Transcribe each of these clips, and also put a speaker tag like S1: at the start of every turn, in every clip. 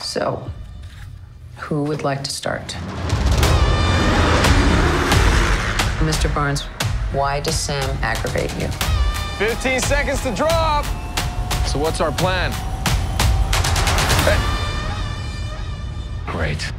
S1: So, who would like to start? Mr. Barnes, why does Sam aggravate you?
S2: 15 seconds to drop. So what's our plan? Hey. Great.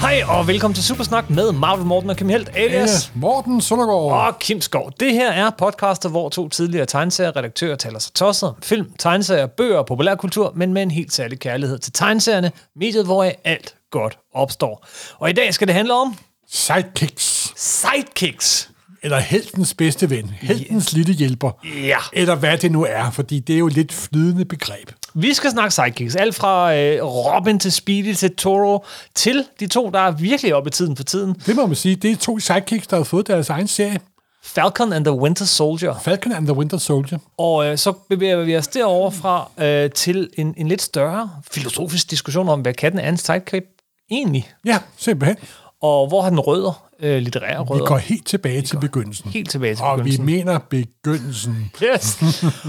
S3: Hej og velkommen til Supersnak med Marvel Morten og Kim Helt, alias
S4: Yes. Morten Søndergaard.
S3: og Kim Skov. Det her er podcaster, hvor to tidligere tegneserieredaktører taler sig tosset om film, tegneserier, bøger og populærkultur, men med en helt særlig kærlighed til tegneserierne, mediet hvor alt godt opstår. Og i dag skal det handle om
S4: Sidekicks.
S3: sidekicks.
S4: Eller heltens bedste ven. Heltens lille hjælper.
S3: Ja.
S4: Eller hvad det nu er, fordi det er jo et lidt flydende begreb.
S3: Vi skal snakke sidekicks. Alt fra øh, Robin til Speedy til Toro til de to, der er virkelig oppe i tiden for tiden.
S4: Det må man sige, det er to sidekicks, der har fået deres egen serie.
S3: Falcon and the Winter Soldier.
S4: Falcon and the Winter Soldier.
S3: Og øh, så bevæger vi os derovre fra øh, til en, en lidt større filosofisk diskussion om, hvad katten er en sidekick egentlig,
S4: Ja, simpelthen.
S3: og hvor har den rødder, øh, litterære rødder,
S4: Vi går helt tilbage til begyndelsen.
S3: helt tilbage til
S4: Og vi
S3: begyndelsen.
S4: mener begyndelsen.
S3: Yes.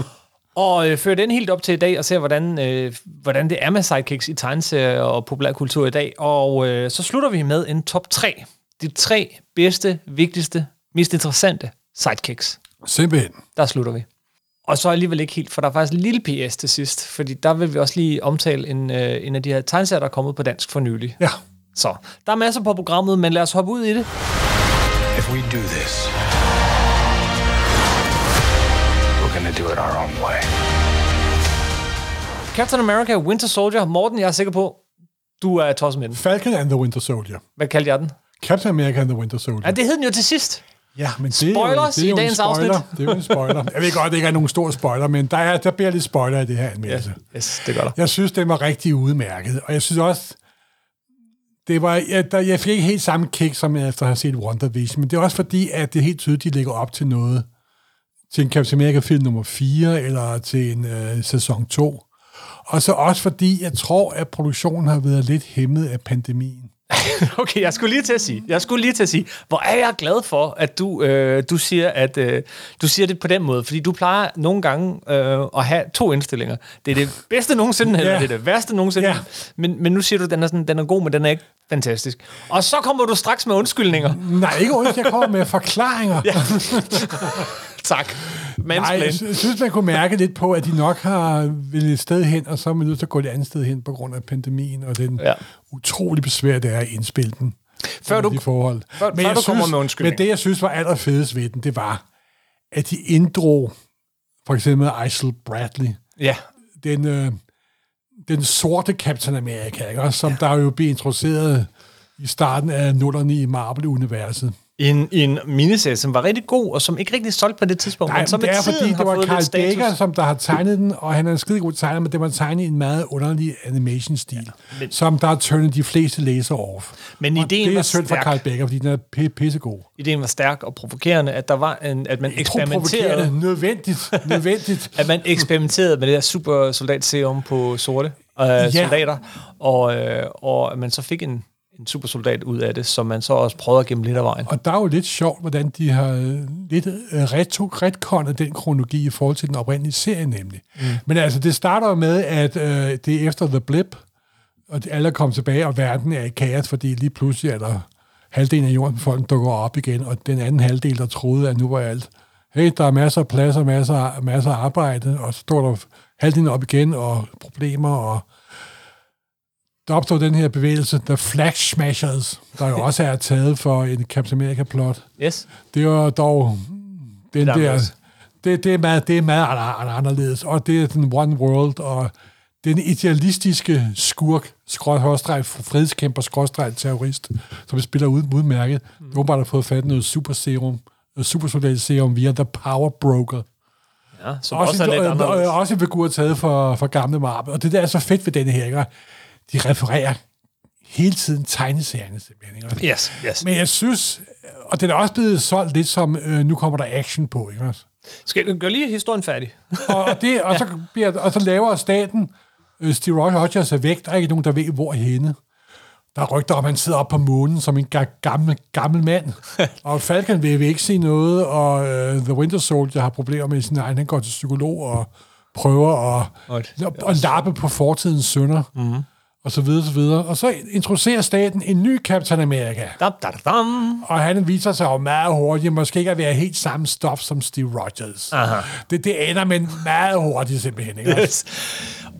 S3: og øh, fører den helt op til i dag og ser, hvordan, øh, hvordan det er med sidekicks i tegneserier og populærkultur i dag. Og øh, så slutter vi med en top 3. De tre bedste, vigtigste, mest interessante sidekicks.
S4: Simpelthen.
S3: der slutter vi. Og så alligevel ikke helt, for der er faktisk en lille PS til sidst, fordi der vil vi også lige omtale en, øh, en af de her tegneserier, der er kommet på dansk for nylig.
S4: Ja.
S3: Så der er masser på programmet, men lad os hoppe ud i det.
S5: If we do this, we're gonna do it our own way.
S3: Captain America Winter Soldier. Morten, jeg er sikker på, du er tosset med den.
S4: Falcon and the Winter Soldier.
S3: Hvad kaldte jeg den?
S4: Captain America and the Winter Soldier.
S3: Ja, det hed den jo til sidst.
S4: Ja, men det er, jo,
S3: Spoilers
S4: det er
S3: i
S4: jo
S3: dagens
S4: en spoiler.
S3: afsnit.
S4: Det er jo en spoiler. Jeg ved godt, det ikke er nogen stor spoiler, men der, er, der bliver lidt spoiler i det her anmeldelse.
S3: Yes, det gør der.
S4: Jeg synes, den var rigtig udmærket, og jeg synes også, det var, jeg, der, jeg fik ikke helt samme kick, som jeg efter har set WandaVision, men det er også fordi, at det er helt tydeligt, de lægger op til noget, til en Captain America-film nummer 4, eller til en øh, sæson 2. Og så også fordi, jeg tror, at produktionen har været lidt hæmmet af pandemien.
S3: Okay, jeg skulle lige til at sige, jeg skulle lige til at sige, hvor er jeg glad for, at du, øh, du siger, at øh, du siger det på den måde, fordi du plejer nogle gange øh, at have to indstillinger. Det er det bedste nogensinde, eller
S4: Ja.
S3: det er det værste nogensinde.
S4: Ja.
S3: Men, men nu siger du, at den er, sådan, den er god, men den er ikke fantastisk. Og så kommer du straks med undskyldninger.
S4: Nej, ikke ondt, jeg kommer med forklaringer. Ja,
S3: Tak.
S4: Nej,
S3: Mansplain.
S4: jeg sy- synes, man kunne mærke lidt på, at de nok har vil et sted hen, og så er man nødt til at gå et andet sted hen på grund af pandemien, og den
S3: Ja.
S4: ja. utrolig besvær, det er at indspille den.
S3: Før
S4: under
S3: du-
S4: de forhold.
S3: før- før
S4: jeg
S3: du kommer med undskyldninger.
S4: Men det, jeg synes var allerfedest ved den, det var, at de inddrog for eksempel Isle Bradley,
S3: Ja.
S4: den, øh, den sorte Captain America, ikke? også, som ja. der jo blev introduceret i starten af nullerne i Marvel-universet.
S3: En, en miniserie, som var rigtig god, og som ikke rigtig solgte på det tidspunkt,
S4: Nej,
S3: men som
S4: det
S3: med
S4: er
S3: tiden
S4: fordi,
S3: har
S4: det var
S3: fået lidt
S4: Carl
S3: status.
S4: Dækker, som der har tegnet den, og han er en skide god tegner, men det var tegnet i en meget underlig animation-stil, ja, men... som der har turnet de fleste læsere off.
S3: Men
S4: og
S3: ideen
S4: det
S3: var
S4: er synd for
S3: stærk.
S4: Carl Becker, fordi den er pi- pissegod.
S3: Ideen var stærk og provokerende, at, der var en, at man eksperimenterede.
S4: Provokerende, Nødvendigt, nødvendigt.
S3: at man eksperimenterede med det der super soldat serum på sorte øh, ja. soldater, og, øh, og at man så fik en, en super soldat ud af det, som man så også prøvede at gemme lidt af vejen.
S4: og der er jo lidt sjovt, hvordan de har øh, lidt øh, retro retconnet den kronologi i forhold til den oprindelige serie nemlig. Mm. Men altså, det starter jo med, at øh, det er efter The Blip, og de- alle er kommet tilbage, og verden er i kaos, fordi lige pludselig er der halvdelen af jorden, folk dukker op igen, og den anden halvdel, der troede, at nu var alt. Hey, der er masser af plads og masser, af- masser af arbejde, og så står der halvdelen op igen, og problemer, og der opstår den her bevægelse, The Flag Smashers, der jo også er taget for en Captain America-plot.
S3: Yes.
S4: Det var dog den
S3: er
S4: der...
S3: anderledes.
S4: Det, det, er meget, det er meget ander- ander- anderledes, og det er den one world, og den idealistiske skurk, skrådstreg, fredskæmper, skrådstreg, terrorist, som spiller ud, udmærket, mm. åbenbart har fået fat i noget super serum, noget supersoldat serum via The Power Broker.
S3: Ja, som også, også
S4: Også,
S3: er lidt
S4: også, en,
S3: anderledes.
S4: øh, øh, også en figur taget fra, fra gamle Marvel. Og det der er så fedt ved denne her, ikke? de refererer hele tiden tegneserierne simpelthen. Ikke?
S3: Yes, yes.
S4: Men jeg synes, og den er også blevet solgt lidt som, øh, nu kommer der action på, ikke også?
S3: Skal jeg gøre lige historien færdig?
S4: Og, og, det, og, så, bliver, og så laver staten, øh, Steve Roy Hodgers er væk, der er ikke nogen, der ved, hvor henne. Der er rygter om, at han sidder op på månen som en ga- gammel, gammel mand. og Falcon vil ikke se noget, og uh, The Winter Soldier har problemer med sin egen. Han går til psykolog og prøver at,
S3: Godt.
S4: at, at lappe på fortidens sønder. Mm-hmm. Og så videre, så videre. Og så introducerer staten en ny Captain America.
S3: Dam, dam, dam.
S4: Og han viser sig jo meget hurtigt, måske ikke at være helt samme stof som Steve Rogers.
S3: Aha.
S4: Det, det ender med meget hurtigt simpelthen. Ikke? også?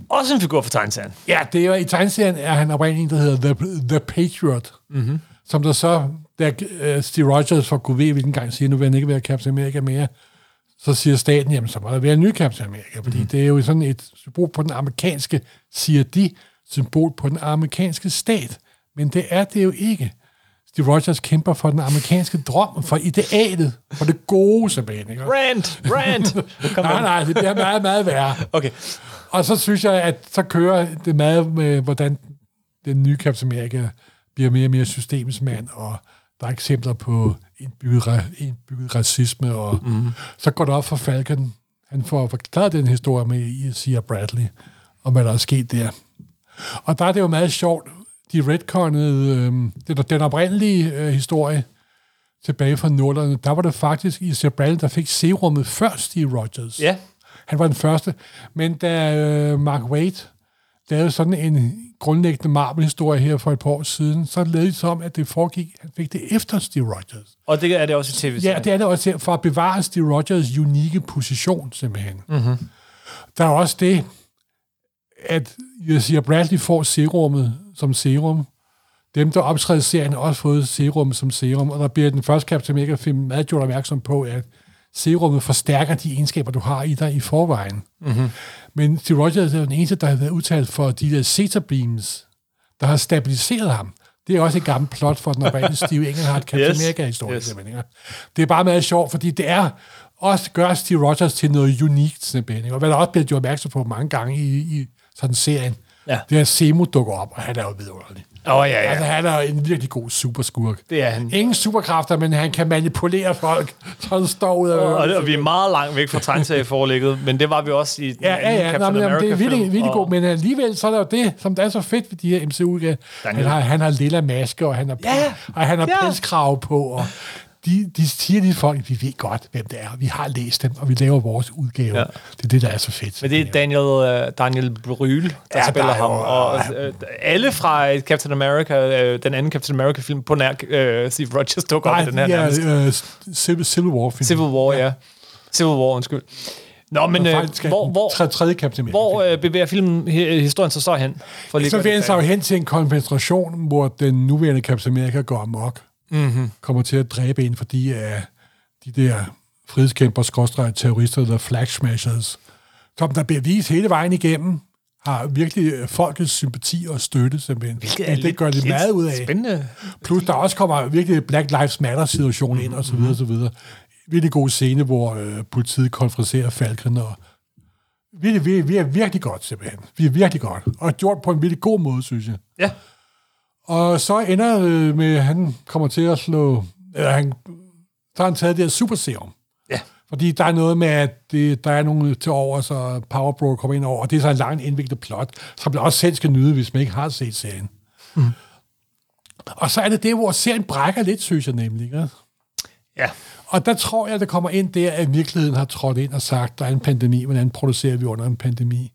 S3: Også en figur fra tegneserien.
S4: Ja, det er jo, i tegneserien er han oprindeligt en, der hedder The, The Patriot, mm-hmm. som der så, da øh, Steve Rogers for Gud ved, hvilken gang siger, nu vil han ikke være Captain America mere, så siger staten, jamen så må der være en ny Captain America, fordi mm-hmm. det er jo sådan et symbol på den amerikanske, siger de, symbol på den amerikanske stat. Men det er det jo ikke. Steve Rogers kæmper for den amerikanske drøm, for idealet, for det gode simpelthen. Ikke?
S3: Brand, brand. Kom
S4: Nej,
S3: med.
S4: nej, det bliver meget, meget værre.
S3: Okay.
S4: Og så synes jeg, at så kører det meget med, hvordan den nye Captain America bliver mere og mere systemsmand, og der er eksempler på indbygget, ra- indbygget racisme, og mm. så går det op for Falcon. Han får forklaret den historie med I siger Bradley, og hvad der er sket der. Og der er det jo meget sjovt, de retconnede, øh, den, den oprindelige øh, historie tilbage fra nullerne, der var det faktisk I Bradley, der fik serummet før Steve Rogers.
S3: Ja.
S4: Han var den første. Men da øh, Mark Waid lavede sådan en grundlæggende Marvel-historie her for et par år siden, så lavede de som, at det foregik, han fik det efter Steve Rogers.
S3: Og det er det også i tv
S4: Ja, det er det også her, for at bevare Steve Rogers unikke position, simpelthen. Mm-hmm.
S3: Mhm.
S4: Der er også det, at jeg siger, Bradley får serummet som serum. Dem, der optræder i serien, har også fået serum som serum, og der bliver den første Captain America-film meget gjort opmærksom på, at serummet forstærker de egenskaber, du har i dig i forvejen. Mm-hmm.
S3: Mhm.
S4: Men Steve Rogers er jo den eneste, der har været udtalt for de der Zeta Beams, der har stabiliseret ham. Det er også et gammelt plot for den oprindelige Steve Engelhardt Captain
S3: Yes.
S4: America-historie.
S3: Yes.
S4: Yes. Det er bare meget sjovt, fordi det er også gør Steve Rogers til noget unikt, simpelthen. ikke? Og hvad der også bliver gjort opmærksom på mange gange i, i sådan serien,
S3: Ja.
S4: det er, at Semo dukker op, og han er jo vidunderlig.
S3: Åh, oh, ja,
S4: Altså,
S3: ja.
S4: han er jo en virkelig god superskurk.
S3: Det er han.
S4: Ingen superkræfter, men han kan manipulere folk, så han står ud af...
S3: Og, det, og vi er meget langt væk fra tegneserieforlægget, men det var vi også i den
S4: Ja, ja,
S3: anden
S4: ja. Nå, men, jamen, det er
S3: America-film,
S4: virkelig, virkelig
S3: og-
S4: god, men øh, alligevel så er der jo det, som der er så fedt ved de her mcu -udgaver. Han har, han har lilla maske, og han har,
S3: Ja.
S4: og han har
S3: Ja.
S4: pelskrave på, og de, de siger de folk, vi ved godt, hvem det er, og vi har læst dem, og vi laver vores udgave.
S3: Ja.
S4: Ja. Det er det, der er så fedt.
S3: Men det er Daniel, øh, Daniel Bryl, der
S4: Ja,
S3: ja, spiller
S4: der er
S3: ham.
S4: jo-
S3: Og øh, alle fra øh, Captain America, øh, den anden Captain America-film, på nær øh, Steve Rogers dukker op i den her
S4: Nej,
S3: nærmest.
S4: de er, øh, Civil, Civil War film.
S3: Civil War, ja. Civil War, undskyld. Nå, men øh,
S4: Faktisk er
S3: hvor,
S4: den
S3: hvor,
S4: tre- tredje Captain America.
S3: hvor øh, bevæger filmen, he- historien sig så hen? For lige at
S4: Så
S3: gøre
S4: vil han
S3: det
S4: sig jo
S3: færdigt.
S4: hen til en konfrontation, hvor den nuværende Captain America går amok.
S3: Mhm.
S4: Mm-hmm. Kommer til at dræbe en, fordi uh, de der frihedskæmper, skorstræk, terrorister, der flag smashers, som der bevis hele vejen igennem, har virkelig øh, folkets sympati og støtte, simpelthen.
S3: er
S4: Det, det
S3: lidt-
S4: gør det
S3: lidt
S4: meget ud af.
S3: Spændende.
S4: Plus, der også kommer virkelig Black Lives Matter-situation ind, og så videre, og så videre. Virkelig god scene, hvor øh, politiet konfronterer Falken, og virkelig, virkelig, virkelig, virkelig godt, simpelthen. Vi er virkelig godt. Og gjort på en virkelig god måde, synes jeg.
S3: Ja.
S4: Og så ender det med, at han kommer til at slå... Eller han, så har han taget det her super serum.
S3: Ja.
S4: Fordi der er noget med, at det, der er nogen til over, så Power Bro kommer ind over, og det er så en lang indviklet plot, som man også selv skal nyde, hvis man ikke har set serien. Mm. Og så er det det, hvor serien brækker lidt, synes jeg nemlig. Ikke?
S3: ja.
S4: Og der tror jeg, det kommer ind der, at virkeligheden har trådt ind og sagt, der er en pandemi, hvordan producerer vi under en pandemi?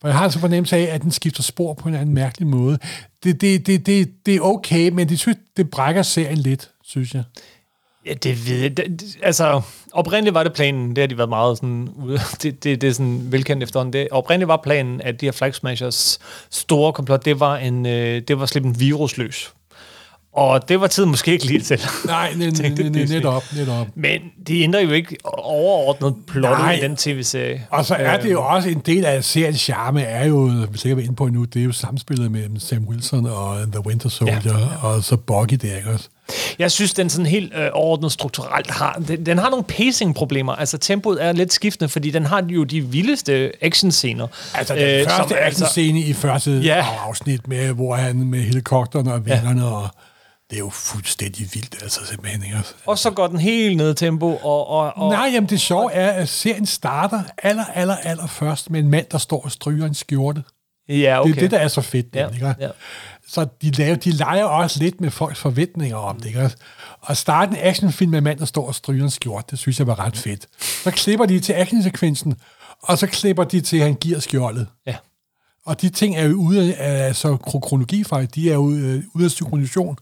S4: For jeg har altså fornemmelse af, at den skifter spor på en anden mærkelig måde. Det, det, det, det, det er okay, men det, synes, det brækker serien lidt, synes jeg.
S3: Ja, det ved jeg. Det, det- altså, oprindeligt var det planen, det har de været meget sådan ude, det, det, det er sådan velkendt efterhånden, det, oprindeligt var planen, at de her Flag Smashers store komplot, det var, en, øh, det var at slippe en virus løs. Og det var tiden måske ikke lige til.
S4: Nej, ne, ne,
S3: Tænkte
S4: ne, ne,
S3: Disney.
S4: netop, netop.
S3: Men det ændrer jo ikke overordnet plottet
S4: Nej.
S3: i den tv-serie.
S4: Og så er det jo også en del af seriens charme, er jo, hvis jeg er inde på nu, det er jo samspillet mellem Sam Wilson og The Winter Soldier, ja, ja. og så Bucky der, ikke også?
S3: Øhm, Jeg synes, den sådan helt øh, overordnet strukturelt har... Den, den har nogle pacing-problemer. Altså, tempoet er lidt skiftende, fordi den har jo de vildeste action-scener.
S4: Altså den øh, første actionscene i første
S3: Ja.
S4: ja. afsnit, med, hvor han med helikopteren og vennerne, ja. og det er jo fuldstændig vildt, altså simpelthen. Ikke? Altså.
S3: Og så går den helt ned i tempo, og... og, og
S4: Nej, jamen det sjove er, at serien starter aller, aller, aller først med en mand, der står og stryger en skjorte.
S3: Ja, okay.
S4: Det er det, der er så fedt.
S3: Ja,
S4: Ja, ikke?
S3: ja.
S4: Ja. Så de, laver, de leger også lidt med folks forventninger om det. Ikke? Altså, Og starte en actionfilm med en mand, der står og stryger en skjort, det synes jeg var ret fedt. Så klipper de til actionsekvensen, og så klipper de til, at han giver skjoldet.
S3: Ja.
S4: Og de ting er jo ude af altså, kro- kronologifejl, de er jo øh, ude af synkronisation.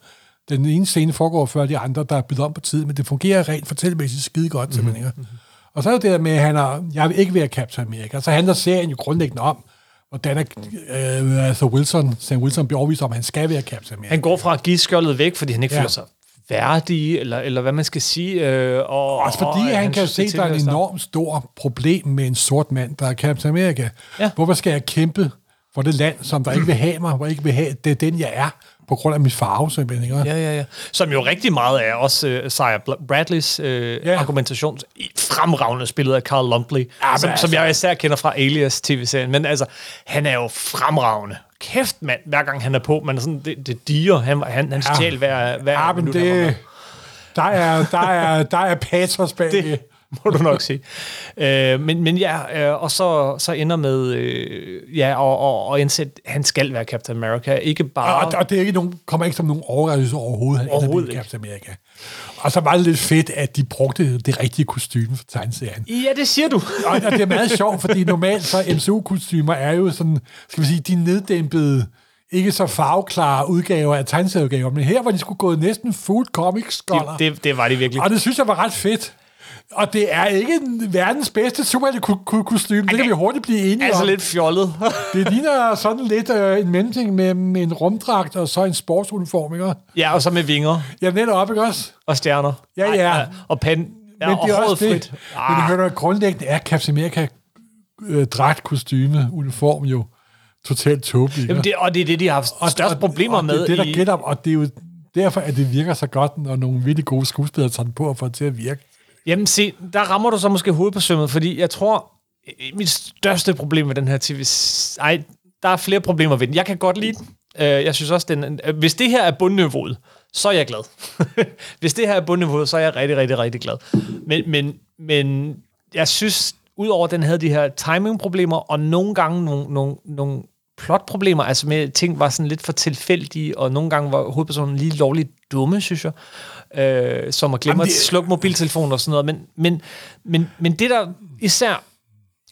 S4: Den ene scene foregår før de andre, der er blevet om på tid, men det fungerer rent fortællemæssigt skide godt, mm-hmm. simpelthen. ikke? Og så er det der med, at han er, jeg vil ikke være Captain America, så handler serien jo grundlæggende om, hvordan er, øh, altså Wilson, Sam Wilson bliver overvist om, at han skal være Captain America.
S3: Han går fra at give skjoldet væk, fordi han ikke ja.
S4: Ja.
S3: føler sig værdig, eller, eller hvad man skal sige. Øh, og,
S4: Også fordi
S3: og,
S4: og,
S3: at
S4: han kan jo
S3: hans
S4: se, at der er en
S3: tilværelse-
S4: enormt stor problem med en sort mand, der er Captain America.
S3: Ja.
S4: Hvorfor skal jeg kæmpe for det land, som der ikke vil have mig, hvor ikke vil have, det er den, jeg er, på grund af min farve, simpelthen. Ikke?
S3: Ja, ja, ja. Som jo rigtig meget er også øh, Sarah Bl- Bradleys øh, ja.
S4: Ja.
S3: argumentation i fremragende spillet af Carl Lumpley, ja, som, altså.
S4: altså-
S3: som jeg især kender fra Alias tv-serien. Men altså, han er jo fremragende. Kæft, mand, hver gang han er på. Man er sådan, det, det diger. Han, han, han
S4: Ja.
S3: stjæl hver, hver
S4: Ja, men
S3: minut, han var med.
S4: det, der er, der er, der er patos bag
S3: det
S4: det.
S3: må du nok sige. Øh, men, men ja, øh, og så, så ender med, øh, ja, og, og, og indsæt, han skal være Captain America, ikke bare...
S4: Og, og det er ikke nogen, kommer ikke som nogen overraskelse overhovedet, han
S3: Overhovedet
S4: overhovedet
S3: ikke.
S4: Captain America. Og så var det lidt fedt, at de brugte det rigtige kostume for tegneserien.
S3: ja, det siger du.
S4: og, og det er meget sjovt, fordi normalt så MCU-kostymer er jo sådan, skal vi sige, de neddæmpede, ikke så farveklare udgaver af tegneserieudgaver, men her var de skulle gået næsten full comic scholar.
S3: Det, det, det var det virkelig.
S4: Og Ah, det synes jeg var ret fedt. Og det er ikke den- verdens bedste superhelte-kostyme, det kan vi hurtigt blive enige
S3: Altså
S4: om.
S3: lidt fjollet.
S4: Det ligner sådan lidt øh, en mellemting mellem en rumdragt og så en sportsuniform, ikke?
S3: ja, og så med vinger
S4: Ja, netop, ikke også?
S3: og stjerner.
S4: Ja,
S3: Ej, øh,
S4: ja.
S3: og pand. Ja,
S4: Men det er
S3: og
S4: også
S3: håret
S4: det.
S3: frit.
S4: Men
S3: Ah.
S4: hør du, grundlæggende er Captain America øh, dragt, kostyme, uniform jo totalt tåbelig. ikke?
S3: Jamen, det, og det er det, de har haft
S4: Og-
S3: størst
S4: og-
S3: problemer
S4: og
S3: med.
S4: Det er det, der
S3: i,
S4: gælder, og det er jo derfor, at det virker så godt, når nogle virkelig gode skuespillere tager den på og får det til at virke.
S3: Jamen se, der rammer du så måske hovedet på sømmet, fordi jeg tror, øh, mit største problem med den her tv... Ej, der er flere problemer ved den. Jeg kan godt lide den. Øh, Jeg synes også, den... øh, Hvis det her er bundniveauet, så er jeg glad. Hvis det her er bundniveauet, så er jeg rigtig, rigtig, rigtig glad. Men, men, men jeg synes, udover at den havde de her timingproblemer, og nogle gange nogle, nogle, nogle plotproblemer, altså med at ting var sådan lidt for tilfældige, og nogle gange var hovedpersonen lige lovligt dumme, synes jeg, øh, som at glemme
S4: Jamen,
S3: at
S4: det-
S3: slukke mobiltelefoner og sådan noget. Men, men, men, men det, der især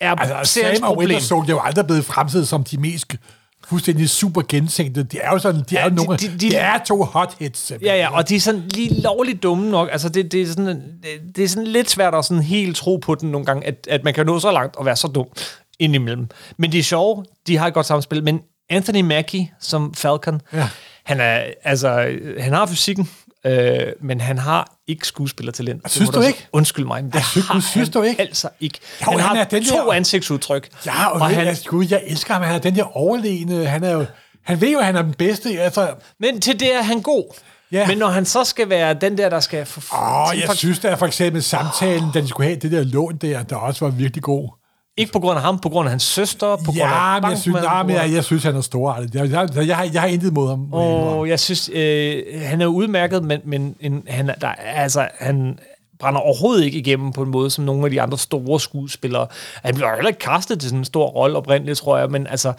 S3: er altså,
S4: Altså,
S3: seriens
S4: Sam og
S3: problem...
S4: Winter Soldier er jo aldrig blevet fremstillet som de mest fuldstændig super gentænkte. De er jo sådan, de er,
S3: Ja,
S4: ja,
S3: de-
S4: nogle,
S3: de-
S4: de,
S3: de-
S4: de, de er to hotheads.
S3: Ja, ja, og de er sådan lige lovligt dumme nok. Altså, det, det, er, sådan, det, det er sådan lidt svært at sådan helt tro på den nogle gange, at, at man kan nå så langt og være så dum indimellem. Men de er sjove, de har et godt samspil, men Anthony Mackie som Falcon, ja. han, er, altså, han har fysikken, øh, men han har ikke skuespillertalent. Det
S4: Ah, synes
S3: må
S4: du
S3: så-
S4: ikke? Ah,
S3: Undskyld mig, men det
S4: synes-
S3: har
S4: synes
S3: han
S4: du ikke?
S3: altså ikke.
S4: Jo,
S3: han,
S4: han
S3: har
S4: er den
S3: to
S4: der-
S3: ansigtsudtryk.
S4: Ja, og, og han, altså, gud, jeg elsker ham. Han er den der overlegne. Han er jo, han ved jo, at han er den bedste. Altså,
S3: Men til det er han god.
S4: Ja.
S3: Men når han så skal være den der, der skal... For,
S4: åh,
S3: til-
S4: jeg
S3: for-
S4: synes da for eksempel samtalen, da de skulle have det der lån der, der også var virkelig god.
S3: Ikke på grund af ham, på grund af hans søster, på grund
S4: Ja,
S3: af
S4: men jeg synes, nej, men jeg, jeg synes, han er storartet. Jeg, jeg, jeg, jeg, har, jeg har intet mod ham. må jeg indrømme.
S3: Og jeg synes, øh, han er jo udmærket, men, men en, han, er- der, er- altså, han brænder overhovedet ikke igennem på en måde, som nogle af de andre store skuespillere. Han bliver heller ikke kastet til sådan en stor rolle oprindeligt, tror jeg, men altså...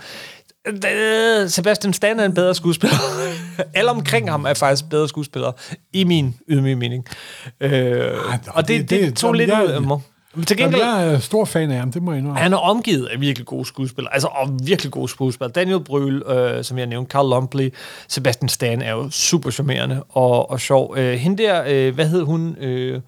S3: øh, Sebastian Stan er en bedre skuespiller. Alle omkring ham er faktisk bedre skuespillere, i min ydmyge mening. Øh, og det, det,
S4: det-
S3: det
S4: det-
S3: tog
S4: jamen,
S3: lidt
S4: jeg-
S3: ud af mig. Men til
S4: Jamen,
S3: gengæld,
S4: jeg er stor fan af ham, det må jeg indrømme.
S3: Han er omgivet af virkelig gode skuespillere, altså og virkelig gode skuespillere. Daniel Brühl, øh, som jeg nævnte, Carl Lumpley, Sebastian Stan er jo super charmerende og, og sjov. Øh, hende der, øh, hvad hed hun? Øh,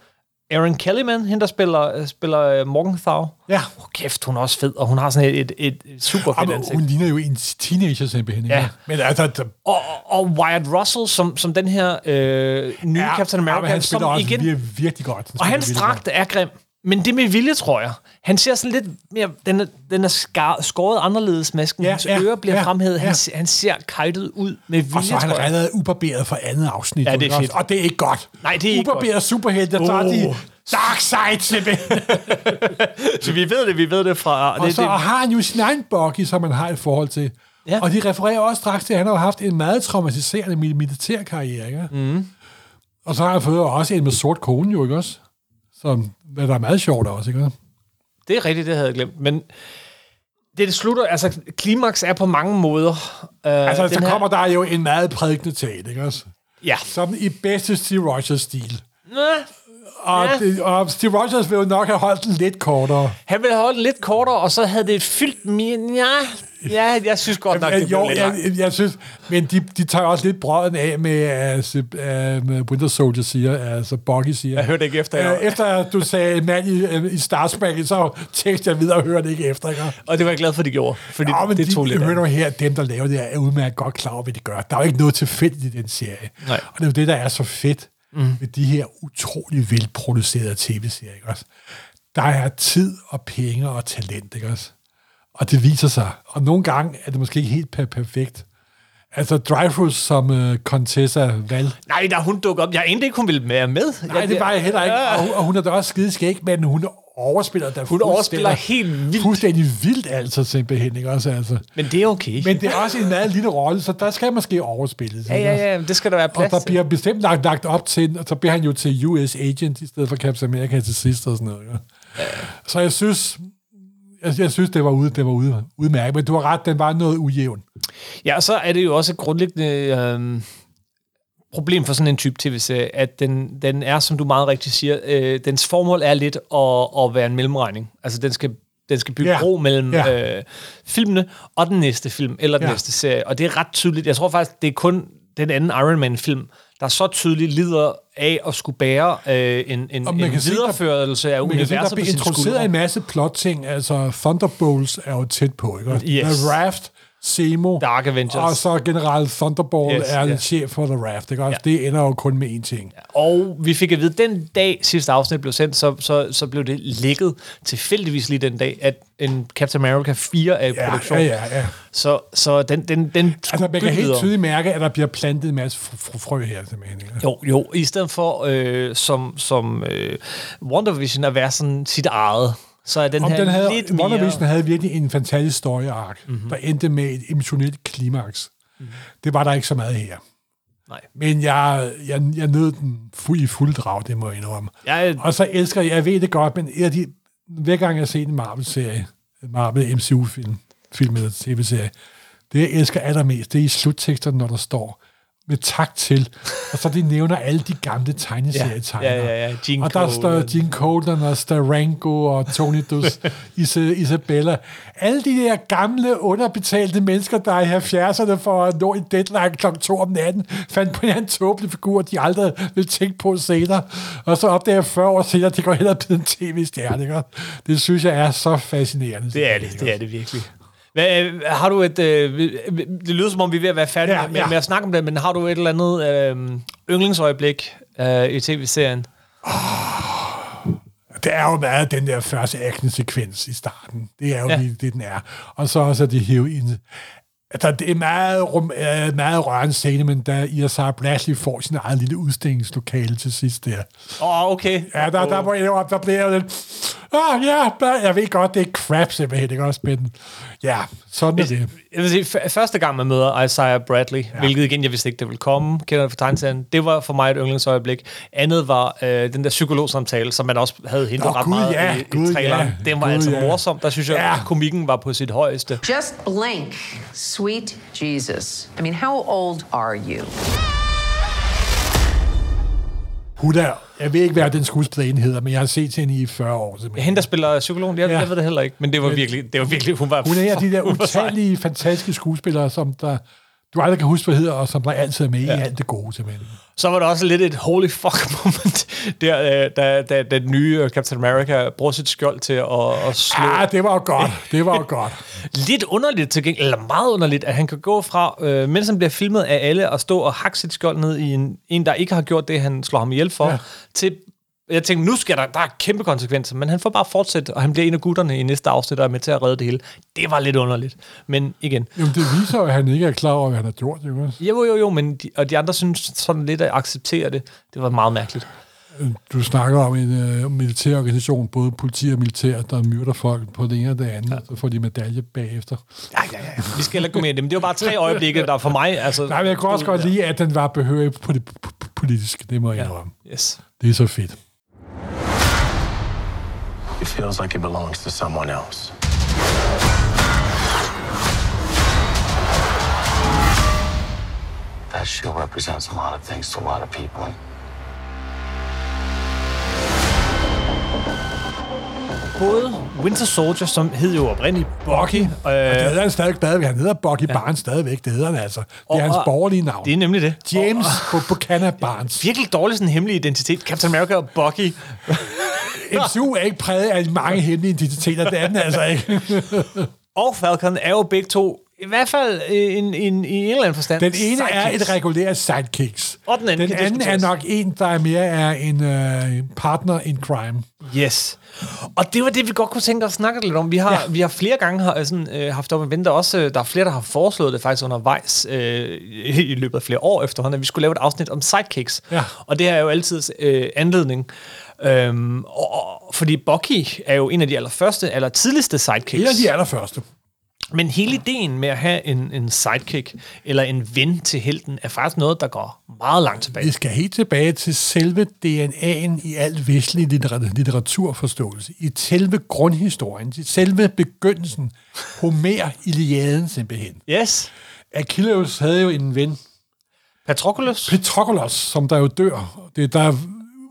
S3: Aaron Kellyman, hende der spiller, spiller øh, Morgenthau.
S4: Ja.
S3: Oh, kæft, hun er også fed, og hun har sådan et, et, et super fedt
S4: Jamen,
S3: ansigt.
S4: hun ligner jo en teenager simpelthen. ikke?
S3: Ja.
S4: Men altså, der,
S3: Og, og- og Wyatt Russell, som, som den her øh, nye
S4: ja,
S3: Captain America,
S4: men han spiller
S3: som
S4: også
S3: igen...
S4: vir- virkelig godt. Han
S3: Og
S4: spiller
S3: hans
S4: virkelig
S3: dragt er grim. Men det er med vilje, tror jeg. Han ser sådan lidt mere... Den er, den er skar, skåret anderledes, masken. Ja,
S4: Ja,
S3: hans
S4: ja,
S3: ører bliver ja,
S4: ja,
S3: fremhævet. Han,
S4: ja.
S3: se- han ser kajtet ud med vilje,
S4: godt. Og så er han
S3: tror jeg.
S4: allerede ubarberet for andet afsnit.
S3: Ja, det er
S4: ikke også?
S3: fedt.
S4: Og det er ikke godt.
S3: Nej, det er ikke
S4: ubarberet
S3: godt.
S4: superhelte, der tager
S3: Uh.
S4: de dark side simpelthen.
S3: Så vi ved det, vi ved det fra...
S4: og
S3: det,
S4: så
S3: det,
S4: har han jo sin egen buggy, som han har et forhold til.
S3: Ja.
S4: Ja. Og de refererer også straks til, at han har haft en meget traumatiserende mil- militærkarriere. Ikke? Mm. Og så har han fået også en med sort kone, jo ikke også? Som, hvad der er meget sjovt også, ikke? Altså,
S3: det er rigtigt, det havde jeg glemt. Men det slutter, altså klimaks er på mange måder. Øh,
S4: Altså,
S3: den
S4: så
S3: her-
S4: kommer der jo en meget prædikende tale, ikke også?
S3: Ja.
S4: Sådan i bedste Steve Rogers-stil.
S3: Næh,
S4: Og,
S3: Ja.
S4: ja. det, og Steve Rogers ville jo nok have holdt den lidt kortere.
S3: han ville have holdt den lidt kortere, og så havde det fyldt mere. Ja, ja jeg synes godt nok, det
S4: Øh,
S3: blev
S4: jo,
S3: lidt langt.
S4: jeg, jeg synes, men de, de tager jo også lidt brøden af med, altså, øh, med Winter Soldier siger, altså Bucky siger.
S3: Jeg hørte ikke efter,
S4: Øh,
S3: jeg-
S4: efter at du sagde en mand i, øh, i Star Spangle, så tænkte jeg videre og hørte ikke efter. Ikke?
S3: Og det var jeg glad for, at de gjorde, fordi
S4: Nå, men
S3: det
S4: det
S3: tog
S4: de,
S3: lidt af.
S4: hør nu her, dem der laver det her, er udmærket godt klar over, hvad de gør. Der er jo ikke noget tilfældigt i den serie.
S3: Nej.
S4: Og det er jo det, der er så fedt mm. med de her utrolig velproducerede tv-serier. Ikke også? Der er tid og penge og talent, ikke også? Og det viser sig. Og nogle gange er det måske ikke helt per- perfekt. Altså Dreyfus som øh, Contessa Val.
S3: Nej, da hun dukkede op, jeg endte ikke, hun ville være med.
S4: Nej, det var jeg heller ikke.
S3: Ja.
S4: Og, hun- og hun er da også skideskæg, men hun overspiller da
S3: Hun overspiller
S4: fuldstændig-
S3: helt vildt.
S4: Fuldstændig vildt, altså, simpelthen, ikke også? Altså.
S3: Men det er okay.
S4: Men det er også en meget lille rolle, så der skal måske overspilles.
S3: ja, ja, ja, men det skal der være
S4: Og
S3: plads
S4: der
S3: til.
S4: bliver bestemt lagt, lagt op til, og så bliver han jo til US Agent i stedet for Captain America til sidst og sådan noget. Ja. Så jeg synes, jeg, jeg synes, det var, ude, det var ude, udmærket, men du har ret, den var noget ujævn.
S3: Ja, og så er det jo også et grundlæggende øhm, problem for sådan en type tv-serie, at den, den er, som du meget rigtigt siger, øh, dens formål er lidt at, at være en mellemregning. Altså, den skal, den skal bygge
S4: Ja.
S3: bro mellem
S4: Ja.
S3: øh, filmene og den næste film, eller den
S4: Ja.
S3: næste serie. Og det er ret tydeligt. Jeg tror faktisk, det er kun den anden Iron Man-film, der så tydeligt lider af at skulle bære øh, en, en,
S4: Og man
S3: en
S4: kan se, der-
S3: videreførelse af
S4: Men jeg
S3: universet
S4: synes, der
S3: på
S4: blev
S3: sine
S4: introduceret
S3: skuldre.
S4: en masse plot-ting, altså Thunderbolts er jo tæt på, ikke? Yes.
S3: Yes.
S4: The Raft, Semo,
S3: Dark Avengers.
S4: og så generelt Thunderbolt
S3: Yes,
S4: yes, er
S3: ja.
S4: yeah. chef for The Raft, ikke? Altså, Det ender jo kun med én ting.
S3: Og vi fik at vide, at den dag sidste afsnit blev sendt, så, så, så blev det ligget tilfældigvis lige den dag, at en Captain America 4 er i ja,
S4: Ja,
S3: produktion.
S4: ja, ja, ja.
S3: Så, så den, den, den skulle
S4: Altså, man kan
S3: bygge
S4: helt
S3: videre.
S4: tydeligt mærke, at der bliver plantet en masse fr- fr- frø her, simpelthen. Ikke?
S3: Jo, jo. I stedet for, øh, som, som øh, WandaVision at være sådan sit eget, så er den
S4: Om
S3: her
S4: den havde,
S3: lidt mere... Mhm.
S4: WandaVision havde virkelig en fantastisk story-ark, mm-hmm. der endte med et emotionelt klimaks. Mm-hmm. Det var der ikke så meget her.
S3: Nej.
S4: Men jeg, jeg, jeg nød den fuld i fuld drag, det må jeg indrømme.
S3: Jeg-
S4: Og så elsker jeg, jeg ved det godt, men en af de, hver gang jeg har set en Marvel-serie, en Marvel MCU-film, film eller tv-serie, det jeg elsker allermest, det er i slutteksterne, når der står med tak til, og så de nævner alle de gamle tegneserietegnere.
S3: Ja, ja, ja, ja. Gene
S4: og der
S3: Cole.
S4: står Gene Colan og Starango og Tony Dus, Isa, Isabella. Alle de der gamle, underbetalte mennesker, der er i 70'erne for at nå en deadline kl. 2 om natten, fandt på en eller anden tåbelig figur, de aldrig ville tænke på senere. Og så opdager jeg 40 år senere, at det går hellere blive en tv-stjerne. ikke? Det synes jeg er så fascinerende.
S3: Det er det, det er det virkelig. Hvad, øh, har du et... Øh, vi- vi- det lyder som om, vi er ved at være færdige ja,
S4: Ja,
S3: med, ja.
S4: ja.
S3: med at snakke om det, men har du et eller andet øh, yndlingsøjeblik øh, i tv-serien?
S4: Det er jo meget den der første action-sekvens i starten. Det er jo
S3: Ja.
S4: ja. det, det, den er. Og så også, at de hæver ind... Altså, det er meget, rum, øh, meget rørende scene, men da Irsa Blashley får sin eget lille udstillingslokale til sidst der.
S3: Åh, oh, okay.
S4: Ja, der, der, må jeg op, der bliver jeg jo lidt... Ah, ja, bla- jeg ved godt, det er crap simpelthen, ikke også, men ja, sådan er det.
S3: Jeg vil sige, f- første gang man møder Isaiah Bradley, ja. hvilket igen, jeg vidste ikke, det ville komme, kender det fra tegneserien, det var for mig et yndlingsøjeblik. Andet var øh, den der psykologsamtale, som man også havde hentet
S4: Nå,
S3: ret
S4: Gud,
S3: meget
S4: ja,
S3: i, i
S4: Gud,
S3: traileren.
S4: ja,
S3: Den var
S4: Gud,
S3: altså
S4: ja.
S3: morsom. Der synes jeg,
S4: Ja.
S3: at komikken var på sit højeste.
S1: Just blink. Sweet Jesus. I mean, how old are you?
S4: Hun er, jeg ved ikke, hvad den skuespillerinde hedder, men jeg har set hende i 40 år simpelthen.
S3: Hende, der spiller psykologen, jeg, ja.
S4: Ja.
S3: jeg ved det heller ikke, men det var virkelig, det var virkelig hun var...
S4: Hun er en af de der
S3: hun var sej.
S4: utallige, fantastiske skuespillere, som der, du aldrig kan huske, hvad hedder, og som der altid er med ja. i alt det gode, simpelthen.
S3: Så var der også lidt et holy fuck moment, der, øh, da, da den nye øh, Captain America bruger sit skjold til at, at slå.
S4: Ja, Ah, det var jo godt. Det var jo godt.
S3: Lidt underligt til gengæld, eller meget underligt, at han kan gå fra, øh, mens han bliver filmet af alle, og stå og hakke sit skjold ned i en, en der ikke har gjort det, han slår ham ihjel for, ja.
S4: Ja.
S3: til jeg tænkte, nu skal der, der er kæmpe konsekvenser, men han får bare fortsat, og han bliver en af gutterne i næste afsnit, der er med til at redde det hele. Det var lidt underligt, men igen.
S4: Jamen, det viser jo, at han ikke er klar over, hvad han har gjort, jo også.
S3: Jo, jo, jo, men de, og de andre synes sådan lidt at acceptere det. Det var meget mærkeligt.
S4: Du snakker om en øh, militær organisation, både politi og militær, der myrder folk på det ene og det andet, ja. så får de medalje bagefter.
S3: Ja, ja, ja. Vi skal heller ikke gå mere i det, men det var bare tre øjeblikke, der for mig... Altså,
S4: Nej, men jeg kunne også godt lide, at den var behørig på det p- p- politiske, det må jeg indrømme.
S3: Yes.
S4: Det er så fedt.
S5: It feels like it belongs to someone else. show represents a lot of things to a lot of people. And
S3: Både Winter Soldier, som hed jo oprindeligt Bucky,
S4: Og det
S3: øh,
S4: hedder han stadigvæk stadigvæk. Han hedder Bucky ja. Barnes stadigvæk. Det hedder han altså. Det er
S3: Og-
S4: hans
S3: og-
S4: borgerlige navn.
S3: det er nemlig det.
S4: James Buchanan Barnes.
S3: Virkelig dårlig sådan hemmelig identitet. Captain America og Bucky.
S4: MCU er ikke præget af mange hemmelige identiteter. Det er den altså ikke.
S3: og Falcon er jo begge to, i hvert fald øh, en, en, i en eller anden forstand.
S4: Den ene er
S3: sidekicks.
S4: et regulært sidekicks.
S3: Og den anden
S4: den
S3: kan
S4: anden er
S3: diskuteres.
S4: nok en, der er mere er en øh, partner in crime.
S3: Yes. Og det var det, vi godt kunne tænke os at snakke lidt om. Vi har, ja. vi har flere gange har, sådan, øh, haft op en vente også. øh, Der er flere, der har foreslået det faktisk undervejs øh, i løbet af flere år efterhånden, at vi skulle lave et afsnit om sidekicks.
S4: Ja.
S3: Og det her er jo altid øh, anledning. Øhm, og, og, fordi Bucky er jo en af de allerførste, aller tidligste sidekicks.
S4: En af de allerførste.
S3: Men hele ideen med at have en, en sidekick, eller en ven til helten, er faktisk noget, der går meget langt
S4: Vi
S3: tilbage.
S4: skal helt tilbage til selve DNA'en i al vestlig litter- litteraturforståelse. I selve grundhistorien, i selve begyndelsen. Homer Iliaden simpelthen.
S3: Yes.
S4: Achilles havde jo en ven,
S3: Patroclus.
S4: Patroklos, som der jo dør. Det er der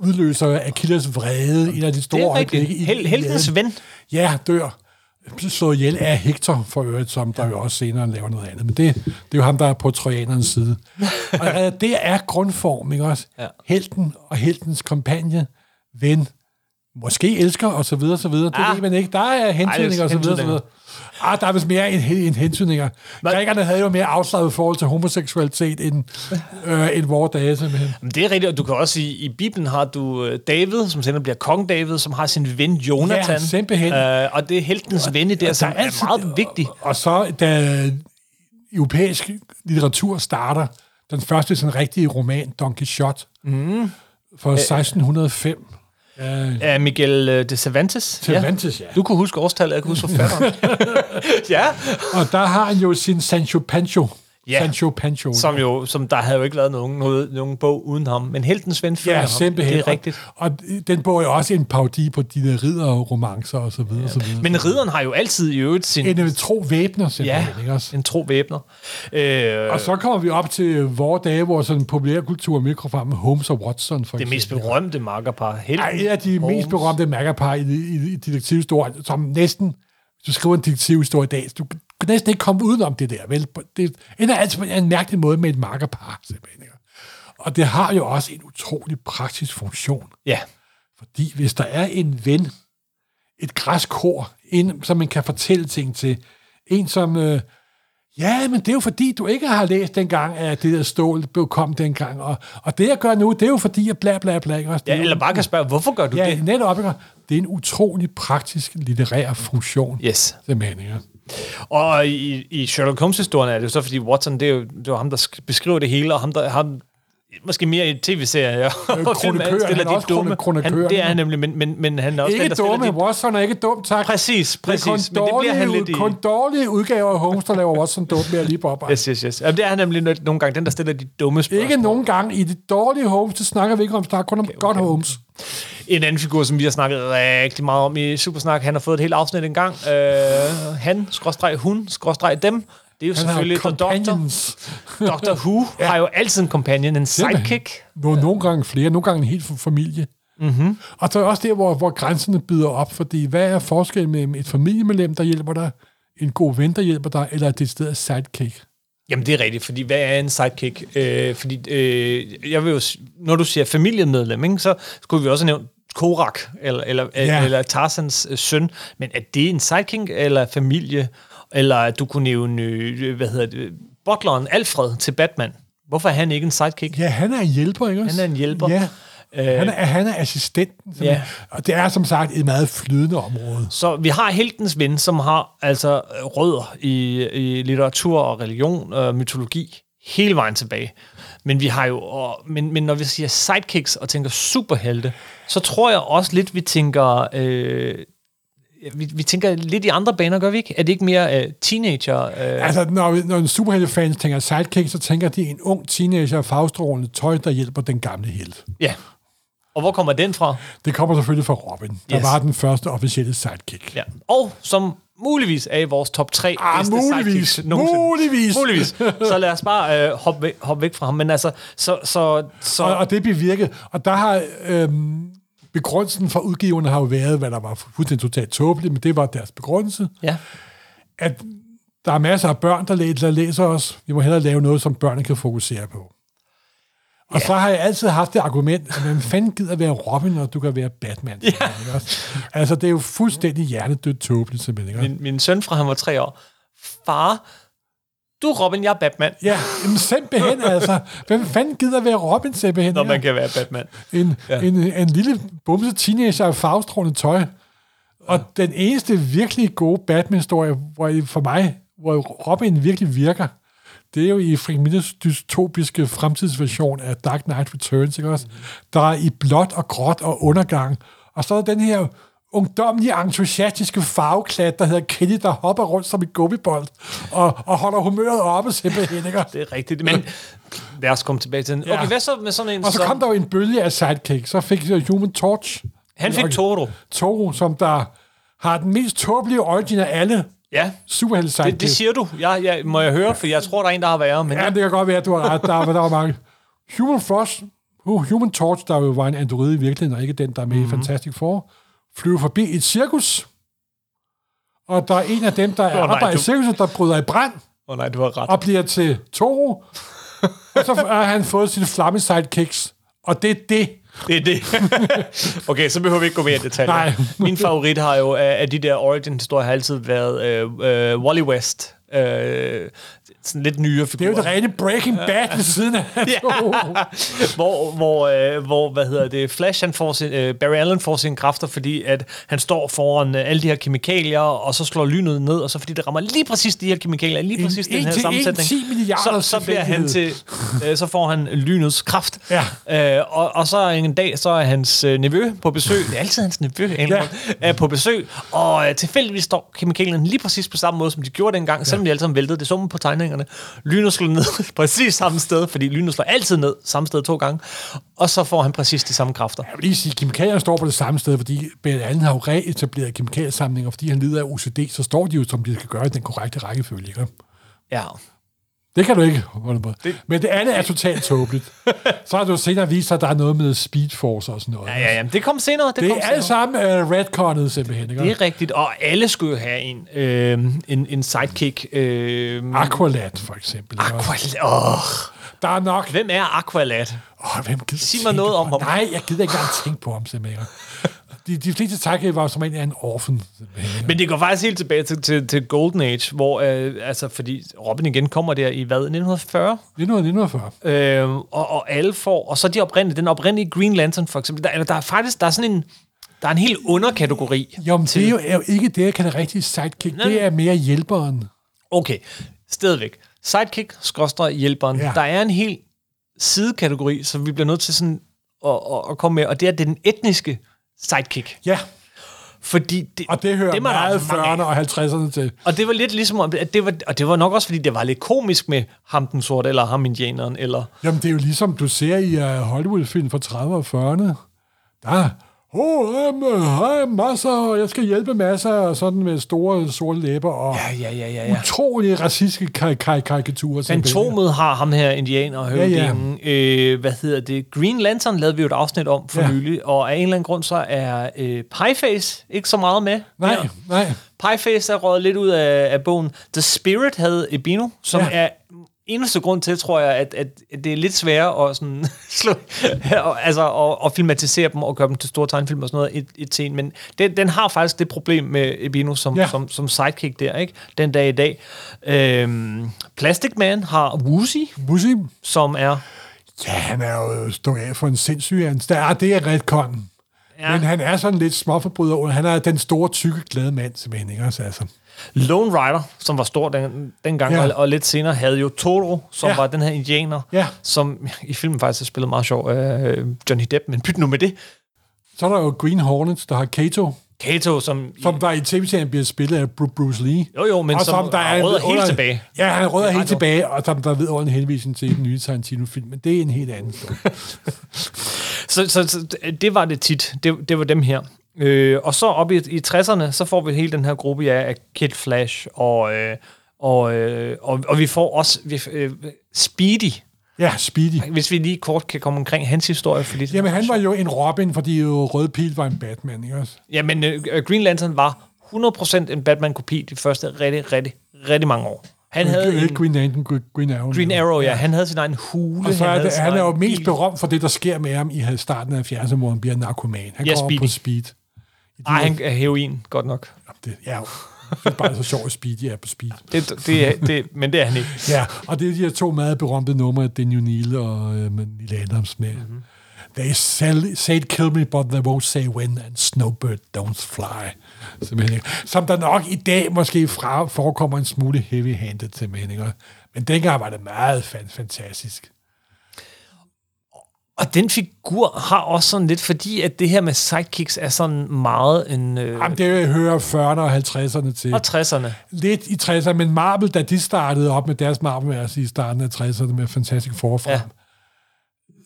S4: udløser Achilles vrede, en af de store
S3: Det er rigtigt.
S4: øjeblikke i-
S3: Hel,
S4: i
S3: heltens
S4: Iliaden.
S3: ven.
S4: Ja, dør. Bliver Slået ihjel af Hector for øvrigt, som der jo også senere laver noget andet. Men det, det er jo ham, der er på trojanernes side. og allerede det er grundform, ikke også?
S3: Ja.
S4: Helten og heltens kampagne, ven, måske elsker, og så videre, så videre. Det
S3: Ah.
S4: ved man ikke. Der er hentydninger, og så videre, så videre. Ah, der er vist mere end, hen- end hentydninger. Grækerne havde jo mere afslappet forhold til homoseksualitet end, øh, end vores dage, simpelthen.
S3: Men det er rigtigt, og du kan også sige, i Bibelen har du øh, David, som senere bliver kong David, som har sin ven Jonathan.
S4: Ja, simpelthen.
S3: Øh, og det er heltens ven i det, som er,
S4: altid-
S3: meget vigtig.
S4: Og så, da europæisk litteratur starter, den første sådan rigtige roman, Don Quixote, mm. fra 1605.
S3: Af Miguel øh, de Cervantes.
S4: Cervantes, ja.
S3: Du kunne huske årstallet, jeg kunne huske forfatteren. ja,
S4: Og der har han jo sin Sancho Pancho.
S3: Ja.
S4: Sancho Pancho.
S3: som jo, som der havde jo ikke været nogen, noget, nogen bog uden ham, men heltens ven før
S4: Ja,
S3: ham.
S4: simpelthen.
S3: Det er rigtigt.
S4: Og, og den bor jo også en parodi på de der ridder og romancer og så videre. Ja. Så videre.
S3: Men ridderen har jo altid i øvrigt sin...
S4: Mm. en øh, tro væbner
S3: ja,
S4: simpelthen, ikke også?
S3: en tro væbner. Øh,
S4: Og så kommer vi op til vores dage, hvor sådan populærkultur er mere kommet frem med Holmes og Watson, for
S3: det
S4: eksempel.
S3: mest berømte makkerpar. Helt
S4: Ej, et af de Holmes. mest berømte makkerpar i, i, i detektivhistorien, som næsten, hvis du skriver en detektivhistorie i dag, du kan næsten ikke komme udenom det der, vel? Det ender altid på en mærkelig måde med et makkerpar, simpelthen. ikke? Og det har jo også en utrolig praktisk funktion,
S3: Ja,
S4: fordi hvis der er en ven, et græskor, en, som man kan fortælle ting til, en som... Øh, Ja, men det er jo fordi, du ikke har læst dengang, at det der stål blev kom dengang. Og, og det, jeg gør nu, det er jo fordi, at bla bla bla. Ikke? også? Det er
S3: ja
S4: jo-
S3: eller bare kan spørge, hvorfor gør du
S4: Ja,
S3: det?
S4: netop. Ikke? Det er en utrolig praktisk litterær funktion.
S3: Yes.
S4: Simpelthen, ikke?
S3: Og i, i Sherlock Holmes-historien er det jo så, fordi Watson, det er jo, det var ham, der sk- beskriver det hele, og ham, der, ham måske mere i tv-serier. og
S4: kronikøren,
S3: film, han
S4: Øh, han er
S3: stiller de
S4: også
S3: dumme.
S4: kronikøren,
S3: Han, det er
S4: ikke?
S3: han nemlig, men, men, men han er også
S4: Ikke
S3: den, der stiller
S4: dumme,
S3: de-
S4: Watson er ikke dum, tak.
S3: Præcis, præcis.
S4: Det er
S3: men
S4: kun,
S3: det bliver han
S4: dårlige,
S3: lidt i...
S4: kun dårlige udgaver af Holmes, der laver Watson dum med at lige på
S3: Yes, yes, yes. Jamen, det er han nemlig nø- nogle gange, den, der stiller de dumme spørgsmål.
S4: Ikke nogen gang i det dårlige Holmes, det snakker vi ikke om, vi snakker kun om okay, godt Holmes.
S3: En anden figur, som vi har snakket rigtig meget om i Supersnak, han har fået et helt afsnit engang. Øh, han, skråstreg hun, skråstreg dem. Det er jo
S4: Han
S3: selvfølgelig
S4: har
S3: The Doctor.
S4: companions.
S3: Doctor Who ja. har jo altid en companion, en
S4: Simpelthen.
S3: sidekick.
S4: Nå, Nogle gange flere, nogle gange en hel familie. Mm-hmm. Og så er også der, hvor, hvor grænserne bider op, fordi hvad er forskellen mellem et familiemedlem, der hjælper dig, en god ven, der hjælper dig, eller et decideret sidekick?
S3: Jamen, det er rigtigt, fordi hvad er en sidekick? Øh, fordi, øh, jeg vil jo, s- når du siger familiemedlem, ikke, så skulle vi også have nævnt Korak, eller, eller,
S4: Ja.
S3: ja. eller Tarzans øh, søn. Men er det en sidekick, eller familie? Eller du kunne nævne, øh, hvad hedder det, butleren Alfred til Batman. Hvorfor er han ikke en sidekick?
S4: Ja, han er en hjælper, ikke også?
S3: Han er en hjælper.
S4: Ja.
S3: Øh,
S4: Han er, han er assistenten, som, ja.
S3: Ja.
S4: og det er som sagt et meget flydende område.
S3: Så vi har heltens ven, som har altså øh, rødder i, i litteratur og religion og mytologi hele vejen tilbage. Men vi har jo, og, men, men når vi siger sidekicks og tænker superhelte, så tror jeg også lidt, vi tænker, øh, vi, vi tænker lidt i andre baner, gør vi ikke? Er det ikke mere øh, teenager? Øh,
S4: Altså, når, når en superheltefans tænker sidekick, så tænker de en ung teenager i farvestrålende tøj, der hjælper den gamle helt.
S3: ja. Og hvor kommer den fra?
S4: Det kommer selvfølgelig fra Robin, der
S3: Yes.
S4: var den første officielle sidekick.
S3: Ja. Og som muligvis er i vores top 3
S4: Ah,
S3: bedste
S4: muligvis.
S3: sidekicks nogensinde.
S4: Muligvis.
S3: muligvis. Så lad os bare øh, hoppe, væk, hoppe væk fra ham. Men altså, så... så, så
S4: Og, og det bevirkede, og der har øhm, begrundelsen fra udgiverne har jo været, hvad der var fuldstændig totalt tåbeligt, men det var deres begrundelse,
S3: ja.
S4: at der er masser af børn, der læser, der læser os. Vi må hellere lave noget, som børnene kan fokusere på. Og ja. så har jeg altid haft det argument, at man fanden gider være Robin, når du kan være Batman. Ja. Altså, det er jo fuldstændig hjernedødt tåbeligt, simpelthen. Ikke?
S3: Min, min søn fra han var tre år. Far, du er Robin, jeg er Batman.
S4: Ja, jamen, simpelthen altså. Hvem fanden gider være Robin, simpelthen?
S3: Når man
S4: ikke?
S3: kan være Batman.
S4: en, ja. en, en lille bumse teenager i farvestrålende tøj. Og den eneste virkelig gode Batman-historie, hvor I- for mig, hvor Robin virkelig virker, det er jo i Frank Millers dystopiske fremtidsversion af Dark Knight Returns, ikke også? Der er i blåt og gråt og undergang. Og så er der den her ungdomlige, entusiastiske farveklat, der hedder Kenny, der hopper rundt som et gummibold og, og holder humøret oppe simpelthen, ikke? også?
S3: Det er rigtigt. Men lad os komme tilbage til den.
S4: Ja.
S3: Okay, hvad så med sådan en
S4: Og så
S3: som-
S4: kom der jo en bølge af sidekick. Så fik jeg Human Torch.
S3: Han fik Toro.
S4: Toro, som der har den mest tåbelige origin af alle
S3: Ja,
S4: superhelte
S3: det, det siger du. Jeg, jeg, må jeg høre, for jeg tror, der er en, der har været. Men
S4: Ja, det kan godt være, at du har ret. Der, var- der var mange. Human Frost, uh, Human Torch, der jo var en androide i virkeligheden, og ikke den, der er med
S3: Mhm.
S4: mm-hmm. i Fantastic Four, flyver forbi et cirkus. Og der er en af dem, der
S3: Åh,
S4: er
S3: nej,
S4: arbejder i
S3: du-
S4: cirkuset, der bryder i brand
S3: Åh oh, nej, du har ret.
S4: og bliver til Toro. og så har han fået sine flamme sidekicks. Og det er det.
S3: Det er det. okay, så behøver vi ikke gå mere i detaljer.
S4: Nej.
S3: Min favorit har jo øh, af, af de der origin-historier har altid været øh, øh, Wally West. Øh, sådan lidt nyere
S4: Det er
S3: figur.
S4: jo det rene Breaking Bad ved siden af Toro.
S3: hvor, hvor, øh, hvor, hvad hedder det, Flash, han får sin, øh, Barry Allen får sine kræfter, fordi at han står foran øh, alle de her kemikalier, og så slår lynet ned, og så fordi det rammer lige præcis de her kemikalier, lige
S4: En-
S3: præcis den
S4: en
S3: her
S4: til en,
S3: sammensætning,
S4: 10 milliarder
S3: så, så bliver han til, øh, så får han lynets kraft. Øh, og, og så en dag, så er hans øh, nevø på besøg, det er altid hans nevø, ja. er på besøg, og øh, tilfældigvis står kemikalierne lige præcis på samme måde, som de gjorde dengang, ja. selvom de alle sammen væltede. Det så man på tegningerne. Lynet slår ned præcis samme sted, fordi lynet slår altid ned samme sted to gange, og så får han præcis de samme kræfter.
S4: Jeg vil lige sige, at kemikalierne står på det samme sted, fordi Bent Allen har jo reetableret kemikaliesamlinger, fordi han lider af OCD, så står de jo, som de skal gøre i den korrekte rækkefølge. Ikke?
S3: Ja.
S4: Det kan du ikke holde på. Det, Men det andet er totalt tåbeligt. så har du senere vist sig, at der er noget med Speed Force og sådan noget.
S3: Ja, ja, ja. Det kom senere. Det, altså-
S4: Det
S3: kom
S4: er
S3: senere.
S4: alt sammen uh, retconnet simpelthen. Ikke?
S3: Det er rigtigt, og alle skulle jo have en, øh, en, en sidekick. Øh,
S4: Aqualad, for eksempel. ikke?
S3: Aqualad. Oh.
S4: Der er nok...
S3: Hvem er Aqualad?
S4: Åh, hvem gider
S3: Sig mig
S4: tænke
S3: noget
S4: på-
S3: om ham.
S4: Nej, jeg gider ikke engang tænke på ham simpelthen. De, de fleste takke var som en af en orphan. simpelthen.
S3: Men det går faktisk helt tilbage til, til, til Golden Age, hvor øh, altså, fordi Robin igen kommer der i hvad, 1940?
S4: 1940.
S3: Øh, og, og alle får, og så de oprindelige, den oprindelige Green Lantern for eksempel, der, eller der er faktisk, der er sådan en, der er en helt underkategori.
S4: Jo, men det er jo, er jo ikke det, jeg kalder rigtig sidekick.
S3: Nej.
S4: Det er mere hjælperen.
S3: Okay, stadigvæk. Sidekick, skråstreg, hjælperen.
S4: Ja.
S3: Ja. Der er en helt sidekategori, som vi bliver nødt til sådan at, at, at komme med, og det er den etniske sidekick.
S4: Ja,
S3: Fordi det,
S4: og det hører det
S3: var der altså
S4: meget
S3: mange af.
S4: 40'erne og 50'erne til.
S3: Og det var lidt ligesom, om- at det var, og det var nok også, fordi det var lidt komisk med ham den sorte, eller ham indianeren, eller...
S4: Jamen, det er jo ligesom, du ser i uh, Hollywood-film fra 30'erne og 40'erne. Der Oh, um, hej, masser, og jeg skal hjælpe masser, og sådan med store sorte læber, og ja,
S3: ja, ja, ja.
S4: utrolige racistiske kar- kar- karikaturer. simpelthen.
S3: Fantomet har ham her, indianer og
S4: Ja, ja.
S3: høvdingen. Ja, ja. Øh, hvad hedder det? Green Lantern lavede vi jo et afsnit om for
S4: Ja.
S3: ja. nylig, og af en eller anden grund, så er øh, Pieface ikke så meget med.
S4: Nej,
S3: her.
S4: nej.
S3: Pieface er røget lidt ud af, af bogen. The Spirit havde Ebino, som
S4: Ja.
S3: ja. er eneste grund til, tror jeg, at, at at det er lidt sværere at, sådan, slå, og, altså, at, at filmatisere dem og gøre dem til store tegnfilm og sådan noget et, et til en. Men den, den har faktisk det problem med Ebino som,
S4: Ja.
S3: ja. som, som sidekick der, ikke? Den dag i dag. Øhm, Plastic Man har Woozy,
S4: Musim.
S3: som er...
S4: Ja, han er jo stået af for en sindssyg anst. Ja, det er retkonen. Ja. Men han er sådan lidt småforbryder. Han er den store, tykke, glade mand, simpelhen. Ikke? også, Altså.
S3: Lone Rider, som var stor den, dengang,
S4: Ja.
S3: ja. og, og lidt senere, havde jo Toro, som
S4: Ja.
S3: ja. var den her indianer,
S4: Ja.
S3: som i filmen faktisk har spillet meget sjov af øh, Johnny Depp, men byt nu med det.
S4: Så er der jo Green Hornets, der har Kato,
S3: Kato, som...
S4: som der i tv-serien bliver spillet af Bru- Bruce Lee.
S3: Jo, jo, men som
S4: en
S3: rødder helt
S4: under-
S3: tilbage.
S4: Ja, han rødder
S3: I
S4: helt
S3: radioen.
S4: tilbage, og som der ved over en henvisning til den nye Tarantino-film, men det er en helt anden historie.
S3: så, så, så det var det tit. Det, det var dem her. Øh, og så op i, i 60'erne, så får vi hele den her gruppe ja, af Kid Flash, og, øh, og, øh, og, og vi får også vi, øh, Speedy,
S4: Ja, Speedy.
S3: hvis vi lige kort kan komme omkring hans historie. Fordi det
S4: Jamen, han var jo en Robin, fordi jo Rød Pil var en Batman, ikke også?
S3: Jamen, øh, Green Lantern var 100% en Batman-kopi de første rigtig, rigtig, rigtig mange år. Han havde
S4: Ikke
S3: en
S4: Green Lantern, Gre- Green Arrow.
S3: Green Arrow, ja. Han havde sin egen hule.
S4: Og så er
S3: havde
S4: det,
S3: sin
S4: han er
S3: egen
S4: jo mest
S3: bil.
S4: berømt for det, der sker med ham i starten af 70'erne, hvor han bliver narkoman. Han
S3: Ja,
S4: går op
S3: Speedy.
S4: på speed. I de
S3: Ej,
S4: her-
S3: han er heroin, godt nok.
S4: Det, ja, det er bare så sjovt, at Speedy er på speed.
S3: Det, det, er- det, men det er han ikke.
S4: Ja, og det er de her to meget berømte numre, Daniel Neal og øh, Neil Adams med.
S3: Mhm.
S4: Mm-hmm. They sell, say kill me, but they won't say when, and snowbird don't fly. Simpelthen, ikke? Som der nok i dag måske fra, forekommer en smule heavy-handed til meninger. Men dengang var det meget fan- fantastisk.
S3: Og den figur har også sådan lidt, fordi at det her med sidekicks er sådan meget en... Øh,
S4: Jamen, det hører 40'erne og 50'erne til.
S3: og 60'erne.
S4: lidt i 60'erne, men Marvel, da de startede op med deres marvel i starten af 60'erne med Fantastic Four frem,
S3: Ja.
S4: ja.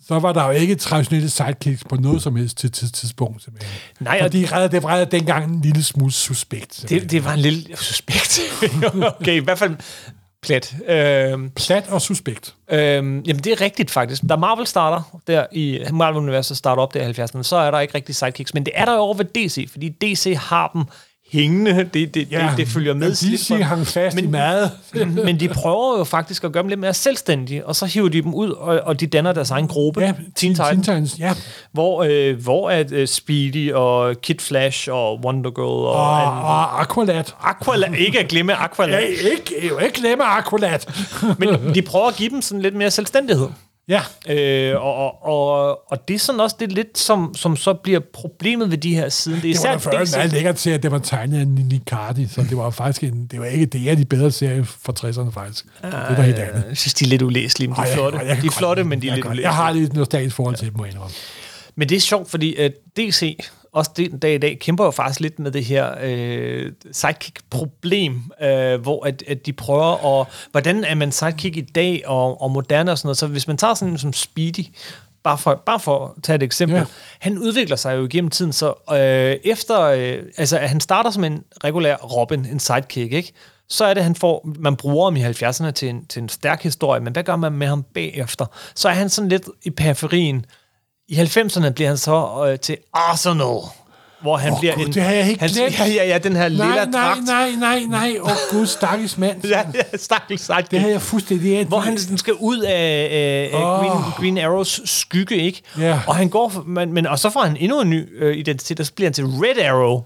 S4: så var der jo ikke traditionelle sidekicks på noget som helst til til- tidspunkt. Simpelthen.
S3: Nej, og-
S4: og de redde, det var dengang en lille smule suspekt.
S3: Det, det var en lille suspekt. okay, i hvert fald plet. Øhm,
S4: Plat og suspekt.
S3: Øhm, jamen, det er rigtigt faktisk. Da Marvel starter der i Marvel-universet starter op der i 70'erne, så er der ikke rigtig sidekicks. Men det er der jo over ved DC, fordi DC har dem hængende. Det, det, ja, det, det følger med.
S4: De
S3: slipstrøm.
S4: siger, hang fast men, i
S3: Men-
S4: mad.
S3: Men de prøver jo faktisk at gøre dem lidt mere selvstændige, og så hiver de dem ud, og, og de danner deres egen gruppe,
S4: Ja,
S3: ja, Teen Titans,
S4: Titans. Ja,
S3: hvor, øh, hvor at øh, Speedy og Kid Flash og Wonder Girl og...
S4: og,
S3: og
S4: og Aqualad.
S3: Aqualad, ikke at glemme
S4: Ah. Ja,
S3: Aqualad,
S4: ikke, jo ikke glemme Aqualad.
S3: men de prøver at give dem sådan lidt mere selvstændighed.
S4: ja,
S3: Øh, og, og, og, og det er sådan også det er lidt, som, som så bliver problemet ved de her siden. Det er
S4: Det var
S3: især
S4: da før
S3: DC.
S4: meget lækkert til, at det var tegnet af Nini Cardi, så det var faktisk en, det var ikke det er de bedre serier fra 60'erne faktisk.
S3: Ah,
S4: det var helt andet.
S3: Jeg synes, de er lidt ulæselige, men de
S4: Ej,
S3: er
S4: jeg-
S3: flotte.
S4: jeg kan
S3: De er
S4: godt
S3: flotte,
S4: lide-
S3: men de er
S4: jeg
S3: lidt
S4: kan godt- Jeg
S3: ulæselige.
S4: har lidt et nostalgisk forhold til dem, må jeg indrømme.
S3: Men det er sjovt, fordi at DC også den dag i dag kæmper jo faktisk lidt med det her øh, sidekick-problem, øh, hvor at, at de prøver at... Hvordan er man sidekick i dag og, og moderne og sådan noget? Så hvis man tager sådan en som Speedy, bare for, bare for at tage et eksempel,
S4: Ja.
S3: ja. han udvikler sig jo igennem tiden, så øh, efter... Øh, altså, at han starter som en regulær Robin, en sidekick, ikke? så er det, han får, man bruger ham i 70'erne til en, til en stærk historie, men hvad gør man med ham bagefter? Så er han sådan lidt i periferien, i 90'erne bliver han så øh, til Arsenal, hvor han
S4: Åh,
S3: bliver
S4: Gud,
S3: en...
S4: det har jeg helt
S3: han,
S4: glemt.
S3: Ja, ja, ja, den her lilla
S4: Nej, nej,
S3: dragt.
S4: nej, nej, nej. Åh oh, gud, stakkels mand.
S3: Ja, ja, stakkels sagt.
S4: Det havde jeg fuldstændig det
S3: Hvor han sådan skal ud af, øh, af Green, Green Arrows skygge, ikke?
S4: Ja.
S3: Og han går... for- Men, men, og så får han endnu en ny øh, identitet, og så bliver han til Red Arrow.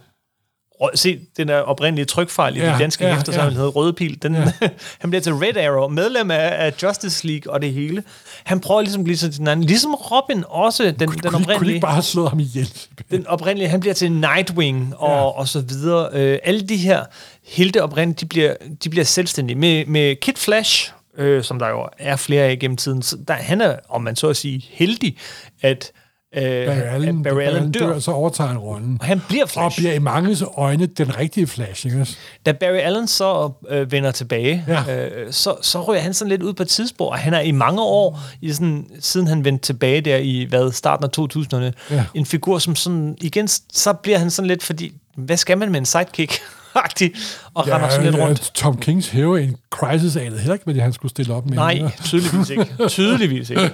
S3: Rød- Se, den der oprindelige trykfejl i
S4: Ja,
S3: de danske
S4: ja,
S3: ja, hæfter, ja.
S4: ja.
S3: han hedder Røde Pil. Den, ja. han bliver til Red Arrow, medlem af, af Justice League og det hele. Han prøver ligesom at blive sådan den anden. Ligesom Robin også, den, den
S4: kunne, de-
S3: oprindelige
S4: kunne de ikke bare have slået ham ihjel?
S3: den oprindelige, han bliver til Nightwing og, ja. og så videre. Øh, alle de her helte oprindelige, de bliver, de bliver selvstændige. Med, med Kid Flash, øh, som der jo er flere af gennem tiden, så der, han er, om man så at sige, heldig, at øh,
S4: Barry Allen,
S3: at Barry Allen dør.
S4: så overtager han rollen.
S3: Og han bliver
S4: Og
S3: Flash.
S4: bliver i manges øjne den rigtige Flash, ikke også?
S3: Da Barry Allen så øh, vender tilbage,
S4: Ja.
S3: ja. øh, så, så ryger han sådan lidt ud på et tidsspor, og han er i mange år, i sådan, siden han vendte tilbage der i hvad, starten af 2000'erne,
S4: Ja.
S3: ja. en figur, som sådan, igen, så bliver han sådan lidt, fordi, hvad skal man med en sidekick? Agtig, og ja, render sådan lidt
S4: ja,
S3: rundt.
S4: Tom Kings heroin crisis anede heller ikke, hvad det, han skulle stille op med.
S3: Nej, tydeligvis ikke. Tydeligvis ikke.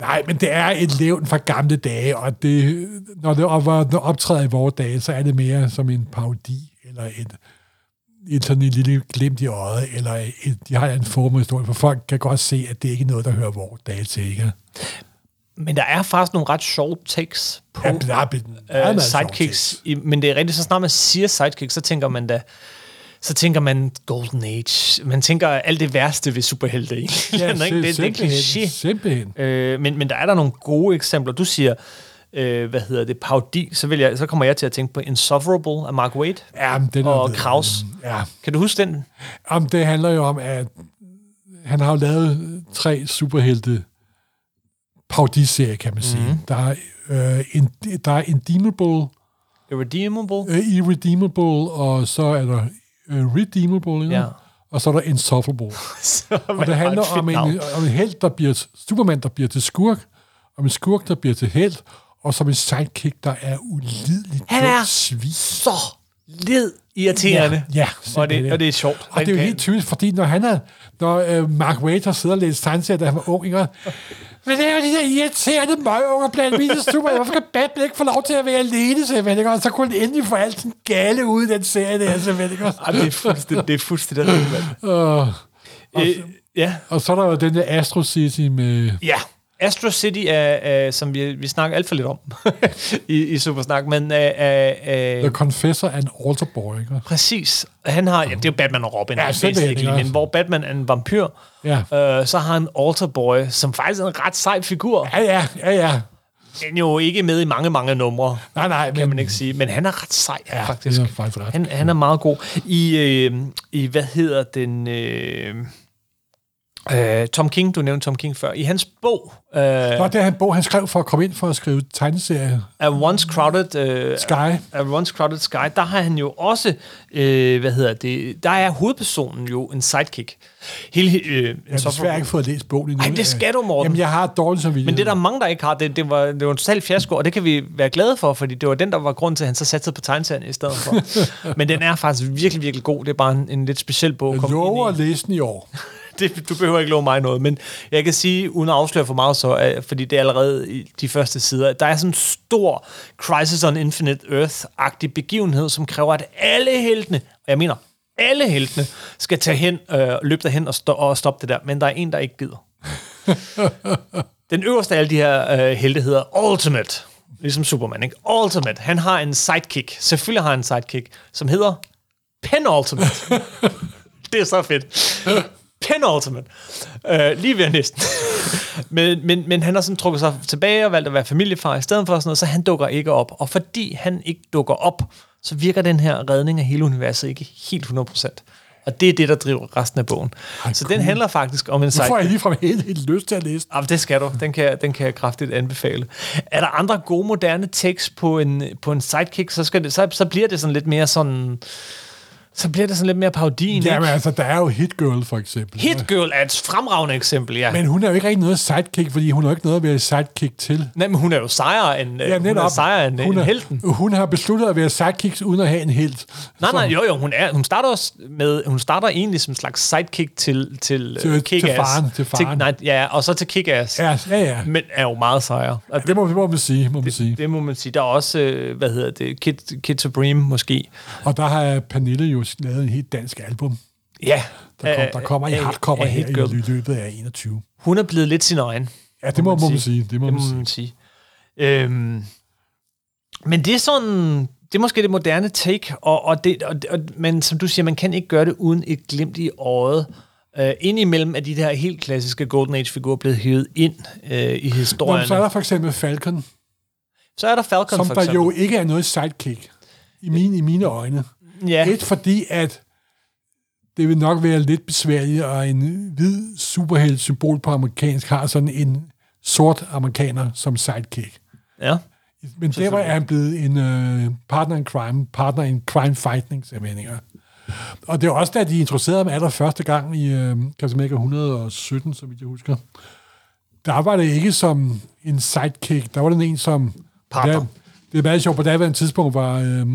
S4: Nej, men det er et levn fra gamle dage, og det, når det op- når det optræder i vores dage, så er det mere som en parodi, eller et, et sådan en lille glimt i øjet, eller et, de har en formhistorie, for folk kan godt se, at det ikke er noget, der hører vores dage til, ikke?
S3: Men der er faktisk nogle ret sjove takes på
S4: Ja, der er blevet meget,
S3: øh,
S4: meget sjovt
S3: sidekicks.
S4: til.
S3: I, men det er rigtigt, så snart man siger sidekicks, så tænker man da, så tænker man Golden Age. Man tænker alt det værste ved superhelte. Ikke?
S4: Ja,
S3: det, det, det er en
S4: simpelthen,
S3: kliché.
S4: simpelthen.
S3: Øh, men, men der er der nogle gode eksempler. Du siger, øh, hvad hedder det, parodi, så, vil jeg, så kommer jeg til at tænke på Insufferable af Mark Waid.
S4: Ja, men den er
S3: Og
S4: blevet-
S3: Kraus.
S4: Ja,
S3: Kan du huske den?
S4: Om det handler jo om, at han har jo lavet tre superhelte parodiserier, kan man
S3: Mhm.
S4: sige. Mm-hmm. Der, er, øh, in, der er Indeemable,
S3: Irredeemable?
S4: øh, Irredeemable, og så er der øh, Redeemable, ikke?
S3: Ja.
S4: og så er der Insufferable. og det handler om en, om en held, der bliver, Superman, der bliver til skurk, om en skurk, der bliver til held, og som en sidekick, der er ulideligt
S3: Han er
S4: dumt svin.
S3: så led irriterende.
S4: Ja,
S3: og, det,
S4: simpelthen.
S3: og det er sjovt.
S4: Og det er jo helt typisk, fordi når han er, når øh, Mark Waiter sidder og læser tegneserier, da han var ung, ikke? Men det er jo de der irriterende møgunger blandt mine super. Hvorfor kan Batman ikke få lov til at være alene, simpelthen? Ikke? Og så kunne han endelig få alt sådan gale ud i den serie der, simpelthen. Altså, Ikke?
S3: Ej, det er fuldstændig, det er fuldstændig rigtigt, mand. Øh, ja.
S4: Og så er der jo den der Astro City med...
S3: Ja. Astro City er, er som vi, vi snakker alt for lidt om i, i Supersnak, men øh, er, er, er,
S4: The Confessor and Altar Boy, ikke?
S3: præcis, han har, ja, det er jo Batman og Robin,
S4: Ja,
S3: ja,
S4: simpelthen,
S3: basically,
S4: ikke
S3: men
S4: også?
S3: hvor Batman er en vampyr,
S4: Ja.
S3: øh, så har han Alter Boy, som faktisk er en ret sej figur.
S4: Ja, ja, ja, ja.
S3: Han er jo ikke med i mange, mange numre,
S4: Nej, nej,
S3: kan man ikke sige, men han er ret sej, ja, faktisk.
S4: Det er faktisk ret.
S3: Han, han er meget god. I, øh, i hvad hedder den... Øh, øh, Tom King, du nævnte Tom King før. I hans bog, øh,
S4: Nå, det er han bog, han skrev for at komme ind for at skrive tegneserier.
S3: A Once Crowded øh,
S4: Sky.
S3: A Once Crowded Sky, der har han jo også, øh, hvad hedder det, der er hovedpersonen jo en sidekick. Hele, øh, en
S4: Jeg har
S3: software-
S4: desværre ikke fået læst bogen endnu.
S3: Ej, det skal du, Morten.
S4: Jamen, jeg har dårligt som
S3: men det er der mange, der ikke har. Det, det, var, det var en salg fiasko, og det kan vi være glade for, fordi det var den, der var grund til, at han så satte sig på tegneserien i stedet for. Men den er faktisk virkelig, virkelig god. Det er bare en, en lidt speciel bog. at
S4: Jeg
S3: komme ind i.
S4: lover at læse den i år.
S3: det, du behøver ikke love mig noget, men jeg kan sige, uden at afsløre for meget, så, øh, fordi det er allerede i de første sider, at der er sådan en stor Crisis on Infinite Earth-agtig begivenhed, som kræver, at alle heltene, og jeg mener alle heltene, skal tage hen, øh, løbe derhen og, sto- og stoppe det der, men der er en, der ikke gider. Den øverste af alle de her øh, helte hedder Ultimate, ligesom Superman, ikke? Ultimate, han har en sidekick, selvfølgelig har han en sidekick, som hedder Penultimate. Det er så fedt. Penultimate. Øh, lige ved næsten. men, men, men han har sådan trukket sig tilbage og valgt at være familiefar i stedet for sådan noget, så han dukker ikke op. Og fordi han ikke dukker op, så virker den her redning af hele universet ikke helt 100%. Og det er det, der driver resten af bogen. Ej, så den handler faktisk om en
S4: Så får
S3: sejt.
S4: jeg ligefrem helt, helt lyst til at læse den.
S3: Jamen, Ah, det skal du. Den kan, jeg- den kan jeg kraftigt anbefale. Er der andre gode, moderne tekst på en, på en sidekick, så, skal det, så, så bliver det sådan lidt mere sådan... Så bliver det sådan lidt mere parodien,
S4: Jamen
S3: ikke?
S4: altså, der er jo Hit Girl, for eksempel.
S3: Hit Girl er et fremragende eksempel, ja.
S4: Men hun er jo ikke rigtig noget sidekick, fordi hun har ikke noget at være sidekick til.
S3: Nej, men hun er jo sejere end, ja, hun er sejere end, hun er, end helten.
S4: Hun har besluttet at være sidekick uden at have en helt.
S3: Nej,
S4: Så-
S3: nej, jo, jo, hun, er, hun, starter også med, hun starter egentlig som en slags sidekick til, til, øh,
S4: Til- til
S3: Kick-Ass.
S4: faren, til faren.
S3: nej, ja, og så til Kick-Ass.
S4: Ja, ja, ja.
S3: Men er jo meget sejere. Og
S4: Det må, det må man sige, må man sige.
S3: det må man sige. Der er også, øh, hvad hedder det, Kid, Kid Supreme måske.
S4: Og der har Pernille jo lavet en helt dansk album.
S3: Ja.
S4: Der, kom,
S3: øh,
S4: der kommer i
S3: øh,
S4: hardcover
S3: øh,
S4: her
S3: Hit Girl.
S4: i løbet af 21.
S3: Hun er blevet lidt sin egen.
S4: Ja, det må, må man sige. Det må
S3: Det
S4: man
S3: må
S4: sige.
S3: man sige. Øhm, men det er sådan, det er måske det moderne take, og, og det, og, og, men som du siger, man kan ikke gøre det uden et glimt i øjet. Øh, indimellem er de der helt klassiske Golden Age-figurer blevet hævet ind øh, i
S4: Nå,
S3: historien.
S4: men så er der for eksempel Falcon,
S3: så er der Falcon,
S4: som
S3: for
S4: der
S3: eksempel.
S4: jo ikke er noget sidekick i mine, i mine øjne.
S3: ja.
S4: Et, fordi at det vil nok være lidt besværligt, og en hvid superhelt symbol på amerikansk har sådan en sort amerikaner som sidekick.
S3: ja.
S4: Men der er han blevet en øh, partner in crime, partner in crime fighting, som jeg mener. Og det er også, da de introducerede ham aller første gang i øh, Captain America 117, så vidt jeg husker. Der var det ikke som en sidekick, der var den en som...
S3: Partner.
S4: Der, det er meget sjovt, på daværende tidspunkt var øh,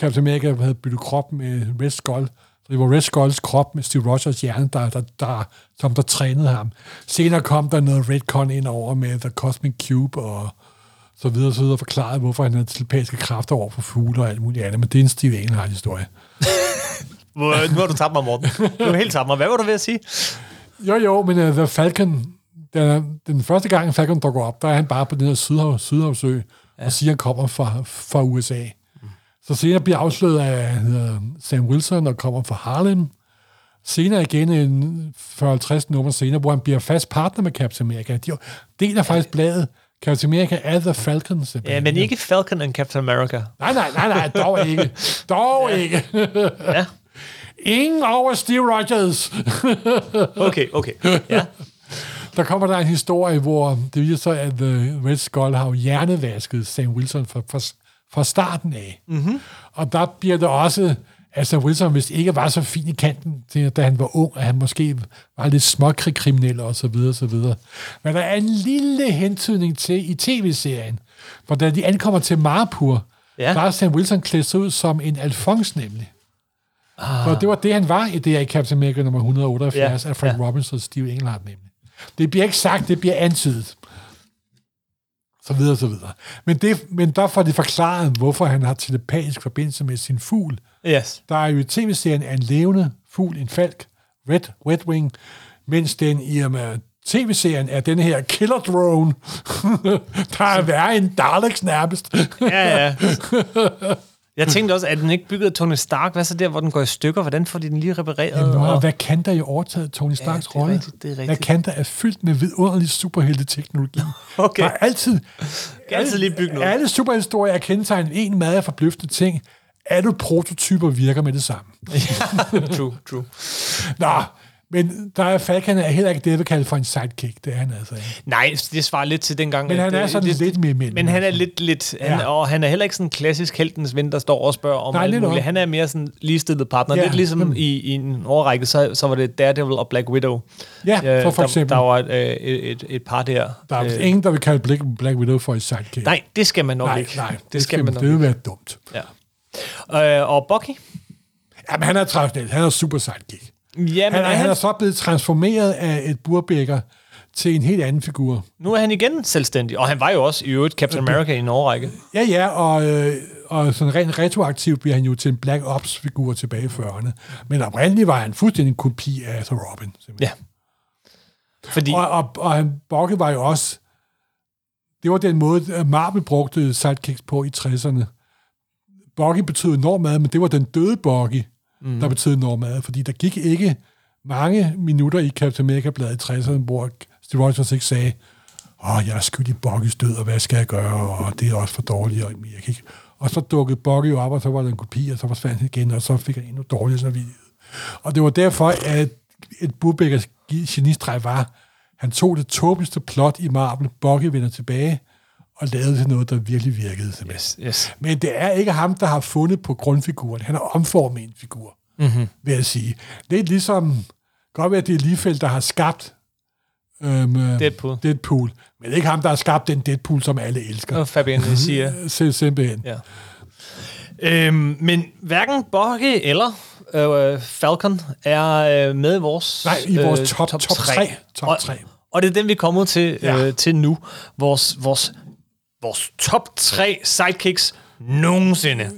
S4: Captain America havde byttet krop med Red Skull. Så det var Red Skulls krop med Steve Rogers hjerne, der, der, der, som der trænede ham. Senere kom der noget Redcon ind over med The Cosmic Cube og så videre og så videre forklarede, hvorfor han havde telepatiske kræfter over for fugle og alt muligt andet. Men det er en Steve Englehart historie.
S3: Hvor- Nu har du tabt mig, Morten. Du har helt tabt mig. Hvad var du ved at sige?
S4: Jo, jo, men uh, The Falcon, den, den første gang Falcon dukker op, der er han bare på den her Sydhav, Sydhavsø, ja. og siger, at han kommer fra, fra USA. Mm. Så senere bliver afsløret af han hedder Sam Wilson og kommer fra Harlem. Senere igen en 40-50 nummer senere, hvor han bliver fast partner med Captain America. De deler faktisk bladet Captain America er The Falcon.
S3: Ja,
S4: simpelthen.
S3: men ikke Falcon and Captain America.
S4: Nej, nej, nej, nej, dog ikke. Dog ja. ikke.
S3: Ja,
S4: Ingen over Steve Rogers.
S3: okay, okay. Ja.
S4: Der kommer der en historie, hvor det viser sig, at The Red Skull har jo hjernevasket Sam Wilson fra, fra, fra starten af. Mm-hmm. Og der bliver det også, Altså Wilson, hvis ikke var så fin i kanten, til, da han var ung, at han måske var lidt småkrigkriminel og så videre, og så videre. Men der er en lille hentydning til i tv-serien, hvor da de ankommer til Marpur, ja. der er Sam Wilson klædt sig ud som en alfons nemlig. Ah. Og det var det, han var i det i Captain America nummer 178 ja. af Frank ja. Robinson og Steve Englehart nemlig. Det bliver ikke sagt, det bliver antydet. Så videre, så videre. Men, det, men der får de forklaret, hvorfor han har telepatisk forbindelse med sin fugl.
S3: Yes.
S4: Der er jo i tv-serien en levende fugl, en falk, Red, Red Wing, mens den i og med tv-serien er den her killer drone, der er værre end Daleks nærmest.
S3: ja, ja. Jeg tænkte også, at den ikke byggede Tony Stark. Hvad så der, hvor den går i stykker? Hvordan får de den lige repareret?
S4: Jamen, og hvad kan der jo overtaget Tony Starks
S3: ja,
S4: rolle?
S3: rigtigt, det er rigtigt.
S4: Hvad kan der er fyldt med vidunderlig superhelte-teknologi.
S3: Okay.
S4: Der er altid...
S3: altid lige bygge noget.
S4: Alle superhistorier er kendetegnet en meget af forbløffende ting. Alle prototyper virker med det samme.
S3: true, true.
S4: Nå, men der er Falcon er heller ikke det, jeg vil kalde for en sidekick. Det er han altså ikke.
S3: Nej, det svarer lidt til dengang.
S4: Men
S3: at,
S4: han er
S3: øh,
S4: sådan
S3: det-
S4: lidt mere imellem.
S3: Men han er lidt, lidt han,
S4: Ja.
S3: og han er heller ikke sådan en klassisk heltens ven, der står og spørger om
S4: Nej,
S3: Nej, alt
S4: lidt
S3: muligt.
S4: op.
S3: Han er mere sådan ligestillet partner.
S4: Ja,
S3: Ja. Lidt ligesom
S4: nemlig.
S3: i, i en årrække, så, så var det Daredevil og Black Widow.
S4: Ja, for- for
S3: der,
S4: eksempel.
S3: Der var et, øh, et, et, et par der. Øh,
S4: Der er vist ingen, der vil kalde Black, Black Widow for en sidekick.
S3: Nej, det skal man nok
S4: nej,
S3: ikke.
S4: nej.
S3: det, det skal man nok
S4: Det vil være dumt.
S3: ikke. Ja. Øh, og Bucky?
S4: Jamen, han er traditionel. Han er super sidekick.
S3: Jamen,
S4: Han er, han
S3: han,
S4: er så blevet transformeret af et burbækker til en helt anden figur.
S3: nu er han igen selvstændig. Og han var jo også i øvrigt Captain America i en årrække.
S4: Ja, ja, og, øh, og sådan rent retroaktivt bliver han jo til en Black Ops-figur tilbage i 40'erne. Men oprindeligt var han fuldstændig en kopi af The Robin.
S3: Ja. Fordi...
S4: Og, og, og han, Bokke var jo også... Det var den måde, at Marvel brugte sidekicks på i 60'erne. Bokke betød enormt meget, men det var den døde Bokke, mm. der betød enormt meget, fordi der gik ikke mange minutter i Captain America-bladet i 60'erne, hvor Steve Rogers ikke sagde, åh, jeg er skyld i Bokkes død, og hvad skal jeg gøre, og det er også for dårligt, og jeg kan ikke... Og så dukkede Bokke jo op, og så var der en kopi, og så forsvandt han igen, og så fik han endnu dårligere samvittighed. Og det var derfor, at et Bubækkers genistreg var, han tog det tåbeligste plot i Marvel, Bokke vender tilbage, og lavede til noget, der virkelig virkede. Yes.
S3: Yes.
S4: Men det er ikke ham, der har fundet på grundfiguren. Han har omformet en figur, mm-hmm. vil jeg sige. Det er ligesom, godt ved at det er Liefeld, der har skabt øhm, øh,
S3: Deadpool.
S4: Deadpool. Men det er ikke ham, der har skabt den Deadpool, som alle elsker. Øh,
S3: Og Fabian siger...
S4: Se simpelthen.
S3: Ja. Øhm, men hverken Bokke eller øh, Falcon er øh, med i vores, øh,
S4: Nej, i vores top- top
S3: tre.
S4: tre. Top
S3: og,
S4: tre.
S3: og det er den, vi er kommet til,
S4: Ja.
S3: ja. øh, til nu. Vores, vores, vores top 3 sidekicks nogensinde.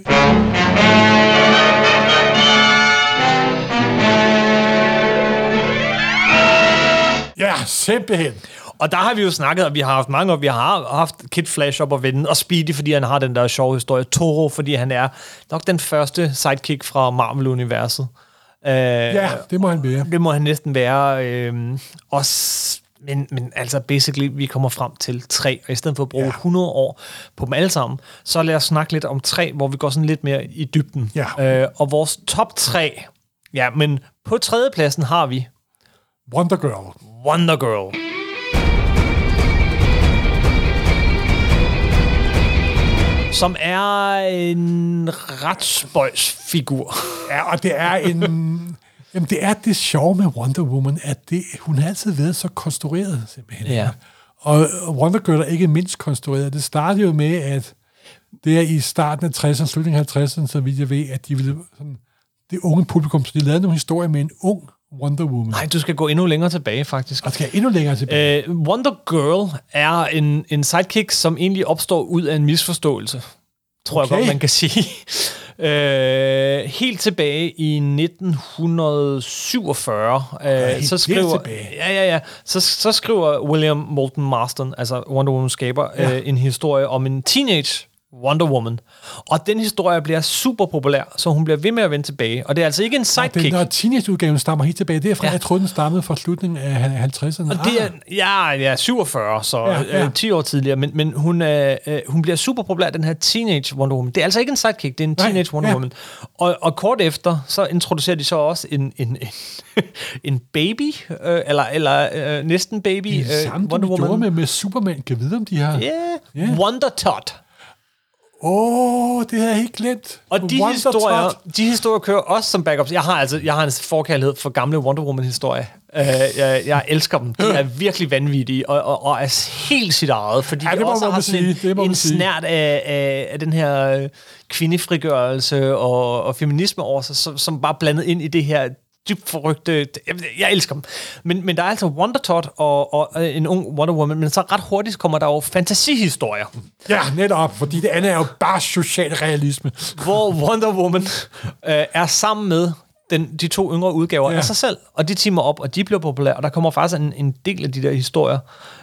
S4: Ja, simpelthen.
S3: Og der har vi jo snakket, og vi har haft mange op. Vi har haft Kid Flash op og vende, og Speedy, fordi han har den der sjove historie. Toro, fordi han er nok den første sidekick fra Marvel-universet. Øh,
S4: Ja, det må han være.
S3: Det må han næsten være. Øh, også, men, men altså, basically, vi kommer frem til tre, og i stedet for at bruge ja. 100 år på dem alle sammen, så lad os snakke lidt om tre, hvor vi går sådan lidt mere i dybden.
S4: Ja.
S3: Øh, og vores top tre, ja, men på tredjepladsen har vi
S4: Wonder Girl.
S3: Wonder Girl. Som er en ret spøjs figur.
S4: Ja, og det er en... Jamen, det er det sjove med Wonder Woman, at det, hun har altid været så konstrueret, simpelthen.
S3: Ja.
S4: Og og Wonder Girl er ikke mindst konstrueret. Det startede jo med, at det er i starten af 60'erne, slutningen af 50'erne, så vidt jeg ved, at de ville sådan, det unge publikum, så de lavede nogle historier med en ung Wonder Woman.
S3: Nej, du skal gå endnu længere tilbage, faktisk.
S4: Og skal jeg endnu længere tilbage. Øh,
S3: Øh, Wonder Girl er en, en sidekick, som egentlig opstår ud af en misforståelse. Tror okay. jeg
S4: Okay.
S3: godt, man kan sige. øh, helt tilbage i 1947, øh,
S4: helt
S3: så skriver,
S4: tilbage.
S3: ja, ja, ja, så, så skriver William Moulton Marston, altså Wonder Woman skaber, ja. øh, en historie om en teenage Wonder Woman. Og den historie bliver super populær, så hun bliver ved med at vende tilbage. Og det er altså ikke en
S4: den
S3: sidekick.
S4: der teenageudgaven stammer helt tilbage derfra. Ja.
S3: Ja.
S4: Jeg troede, den stammede fra slutningen af Ah, 50'erne.
S3: Og det er, ja, ja, 47, så
S4: Ja,
S3: ja,
S4: ja.
S3: ja. Øh, 10 år tidligere, men, men hun, øh, øh, hun bliver super populær, den her Teenage Wonder Woman. Det er altså ikke en sidekick, det er en
S4: Nej,
S3: Teenage Wonder
S4: ja.
S3: Woman. Og, og kort efter, så introducerer de så også en, en, en, en baby, øh, eller, eller øh, næsten baby
S4: det er det
S3: øh,
S4: samme, de gjorde med, med Superman. Kan vide, om de har...
S3: Yeah.
S4: Ja.
S3: Wonder Todd.
S4: Åh, oh, det havde jeg helt glemt.
S3: Og de
S4: Wonder
S3: historier,
S4: Tot.
S3: de historier kører også som backups. Jeg har altså jeg har en forkærlighed for gamle Wonder Woman-historier. Uh, jeg, jeg elsker dem. De er virkelig vanvittige og, og, og er helt sit eget, fordi
S4: Ja,
S3: ja,
S4: det
S3: det
S4: må
S3: også
S4: man
S3: har
S4: sige.
S3: sådan en,
S4: Det må man
S3: en
S4: sige.
S3: snært af, af, af den her øh, kvindefrigørelse og, og feminisme over sig, som, som bare blandet ind i det her dybt forrygte... Jeg, jeg elsker dem. Men, men der er altså Wonder Tot og, og øh, en ung Wonder Woman, men så ret hurtigt kommer der jo fantasihistorier.
S4: Ja, netop, fordi det andet er jo bare social realisme.
S3: hvor Wonder Woman øh, er sammen med den, de to yngre udgaver
S4: Ja.
S3: ja. af sig selv, og de timer op, og de bliver populære, og der kommer faktisk en, en del af de der historier.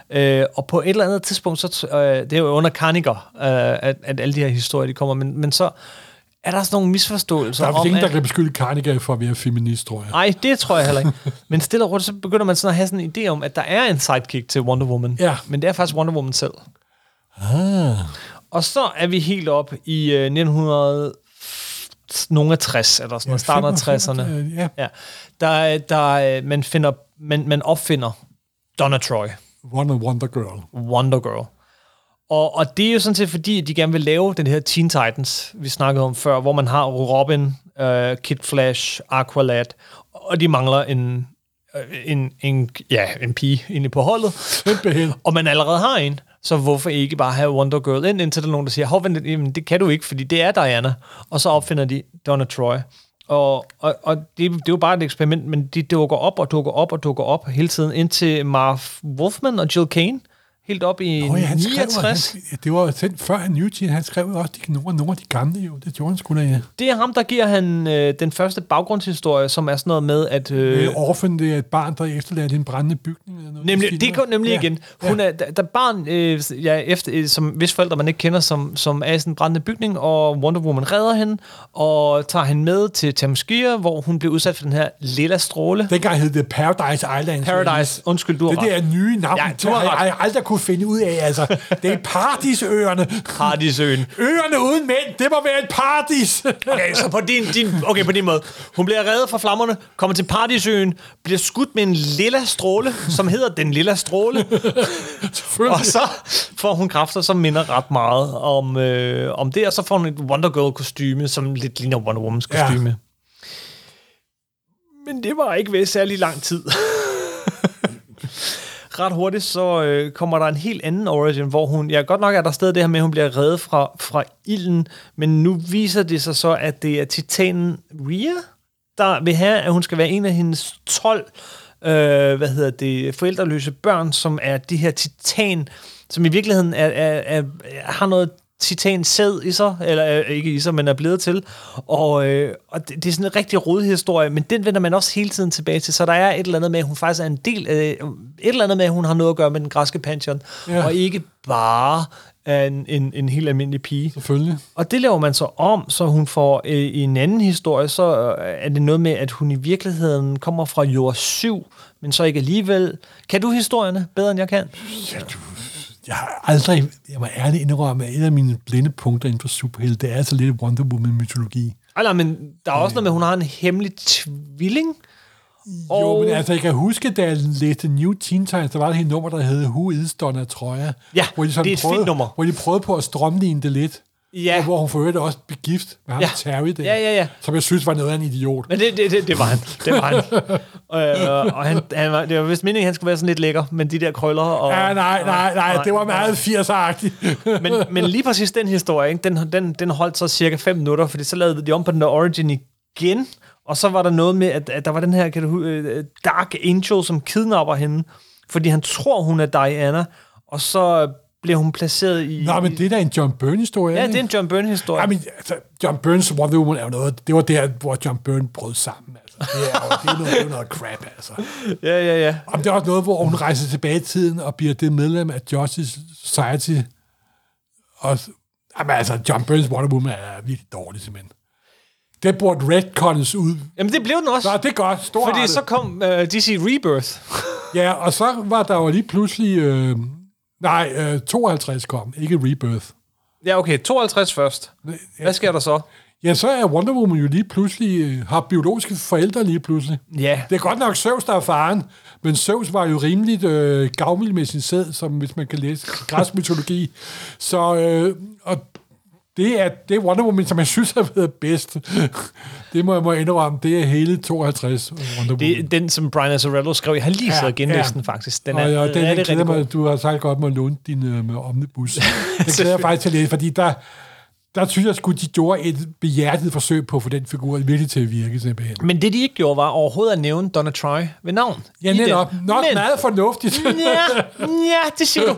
S3: Øh, og på et eller andet tidspunkt, så, t- øh, det er jo under Carniger, øh, at, at alle de her historier, de kommer, men, men så er der sådan nogle misforståelser
S4: Der er vist
S3: om,
S4: ingen, der
S3: at,
S4: kan beskylde Carnegie for at være feminist, tror jeg.
S3: Nej, det tror jeg heller ikke. Men stille og roligt, så begynder man sådan at have sådan en idé om, at der er en sidekick til Wonder Woman.
S4: Ja. Ah.
S3: Men det er faktisk Wonder Woman selv. Ah. Og så er vi helt op i øh, 1960, eller sådan noget, starten af 60'erne.
S4: Øh, Ja,
S3: Ja. Der, der, øh, man, finder, man, man opfinder Donna Troy.
S4: Wonder Wonder Girl.
S3: Wonder Girl. Og, og det er jo sådan set fordi, at de gerne vil lave den her Teen Titans, vi snakkede om før, hvor man har Robin, øh, Kid Flash, Aqualad, og de mangler en, øh, en, en, ja, en pige inde på holdet.
S4: Simpelthen.
S3: Og man allerede har en, så hvorfor ikke bare have Wonder Girl ind, indtil der er nogen, der siger, hov, vent, lidt, jamen, det kan du ikke, fordi det er Diana. Og så opfinder de Donna Troy. Og, og, og det, det er jo bare et eksperiment, men de dukker op og dukker op og dukker op hele tiden, indtil Marv Wolfman og Jill Kane, helt op i
S4: Nå ja, han skrev,
S3: 69.
S4: han, ja, det var den før han Newton, han skrev jo også de, nogle, nogle af de gamle jo. Det gjorde han sgu da, ja.
S3: Det er ham, der giver han øh, den første baggrundshistorie, som er sådan noget med, at...
S4: Øh, orphan, det er et barn, der er efterladt i en brændende bygning. Eller noget,
S3: Nemlig,
S4: i
S3: det
S4: stil
S3: går
S4: med.
S3: nemlig
S4: ja.
S3: igen. Hun er, der, der er barn, øh, ja, efter, øh, som, hvis forældre man ikke kender, som, som er i sådan en brændende bygning, og Wonder Woman redder hende, og tager hende med til Tamskir, hvor hun bliver udsat for den her lilla stråle.
S4: Dengang hed det Paradise Island.
S3: Paradise, undskyld, du har
S4: Det der
S3: ret.
S4: nye navn,
S3: Ja,
S4: ja,
S3: du
S4: det
S3: har
S4: har
S3: ret.
S4: jeg aldrig kunne finde ud af. Altså, det er paradisøerne.
S3: Paradisøen.
S4: Øerne uden mænd, det må være et paradis.
S3: Okay, så på din, din, okay, på din måde. Hun bliver reddet fra flammerne, kommer til Paradisøen, bliver skudt med en lilla stråle, som hedder Den Lilla Stråle, og så får hun kræfter, som minder ret meget om, øh, om det, og så får hun et Wonder Girl kostume, som lidt ligner Wonder Womans
S4: Ja.
S3: kostume. Ja. Men det var ikke ved særlig lang tid. Ret hurtigt, så øh, kommer der en helt anden origin, hvor hun, ja godt nok er der stadig det her med, at hun bliver reddet fra, fra ilden, men nu viser det sig så, at det er titanen Rhea, der vil have, at hun skal være en af hendes 12 øh, hvad hedder det, forældreløse børn, som er de her titan, som i virkeligheden er, er, er, har noget titan sæd i sig, eller øh, ikke i sig, men er blevet til. Og, øh, og det, det er sådan en rigtig rodet historie, men den vender man også hele tiden tilbage til. Så der er et eller andet med, at hun faktisk er en del af, et eller andet med, at hun har noget at gøre med den græske pantheon, ja. og ikke bare er en, en, en helt almindelig pige.
S4: Selvfølgelig.
S3: Og det laver man så om, så hun får øh, i en anden historie, så øh, er det noget med, at hun i virkeligheden kommer fra jord 7, men så ikke alligevel. Kan du historierne bedre, end jeg kan?
S4: Jeg har aldrig, jeg må ærligt indrømme, at et af mine blinde punkter inden for superhelte, det er altså lidt Wonder Woman-mytologi.
S3: Ej, nej, men der er også noget med, at hun har en hemmelig tvilling.
S4: Og... Jo,
S3: Og-
S4: men altså, jeg kan huske, da jeg læste New Teen Titans, der var det her nummer, der hed Who is Donna Troja?
S3: Ja,
S4: hvor de sådan
S3: det er et
S4: prøvede,
S3: fint nummer.
S4: Hvor de prøvede på at strømligne det lidt.
S3: Ja.
S4: Og hvor hun for øvrigt også blev gift med ham
S3: Ja.
S4: ja. Terry der,
S3: Ja, ja, ja.
S4: som jeg synes var noget af en idiot.
S3: Men det, det, det, det var han. Det var han. øh, og han, han var, det var vist meningen, at han skulle være sådan lidt lækker, men de der krøller og...
S4: Ja, nej, nej, nej, det var meget 80'er-agtigt.
S3: men, men lige præcis den historie, ikke, den, den, den holdt så cirka 5 minutter, fordi så lavede de om på den der origin igen, og så var der noget med, at, at der var den her kan du, hu- øh, Dark Angel, som kidnapper hende, fordi han tror, hun er Diana, og så bliver hun placeret i...
S4: Nå, men
S3: i-
S4: det er da en John Byrne-historie.
S3: Ja,
S4: ikke?
S3: det er en John Byrne-historie.
S4: Ja, men altså, John Byrnes Wonder Woman er jo noget, det var der, hvor John Byrne brød sammen. Altså. Det er jo det er noget, det er noget crap, altså.
S3: ja, ja, ja.
S4: Om det er også noget, hvor hun rejser tilbage i tiden og bliver det medlem af Justice Society. Og, jamen altså, John Burns Wonder Woman er virkelig dårlig, simpelthen. Det burde Redcons ud.
S3: Jamen, det blev den også.
S4: Nå, det er godt. Stor
S3: Fordi så kom uh, DC Rebirth.
S4: Ja, og så var der jo lige pludselig... Øh, nej, øh, 52 kom, ikke Rebirth.
S3: Ja, okay, 52 først. Hvad sker der så?
S4: Ja, så er Wonder Woman jo lige pludselig... Øh, har biologiske forældre lige pludselig.
S3: Ja.
S4: Det er godt nok Søvs, der er faren, men Søvs var jo rimeligt øh, gavmild med sin sæd, som hvis man kan læse græsk mytologi. Så, øh, og Det er, det er Wonder Woman, som jeg synes har været bedst. det må jeg må indrømme. Det er hele 52 Wonder Woman.
S3: Det er den, som Brian Azzarello skrev. Jeg har lige siddet og genlæst den faktisk. Den er
S4: og ja, den,
S3: rigtig,
S4: jeg glæder
S3: rigtig god.
S4: mig, du har sagt godt med at låne din øh, med omnibus. Det glæder jeg faktisk til at læse, fordi der, der synes jeg sgu, de gjorde et behjertet forsøg på at få den figur virkelig til at virke simpelthen.
S3: Men det, de ikke gjorde, var overhovedet at nævne Donna Troy ved navn.
S4: Ja,
S3: i den.
S4: netop. Nok
S3: Men-
S4: meget fornuftigt.
S3: Ja, ja, det siger du.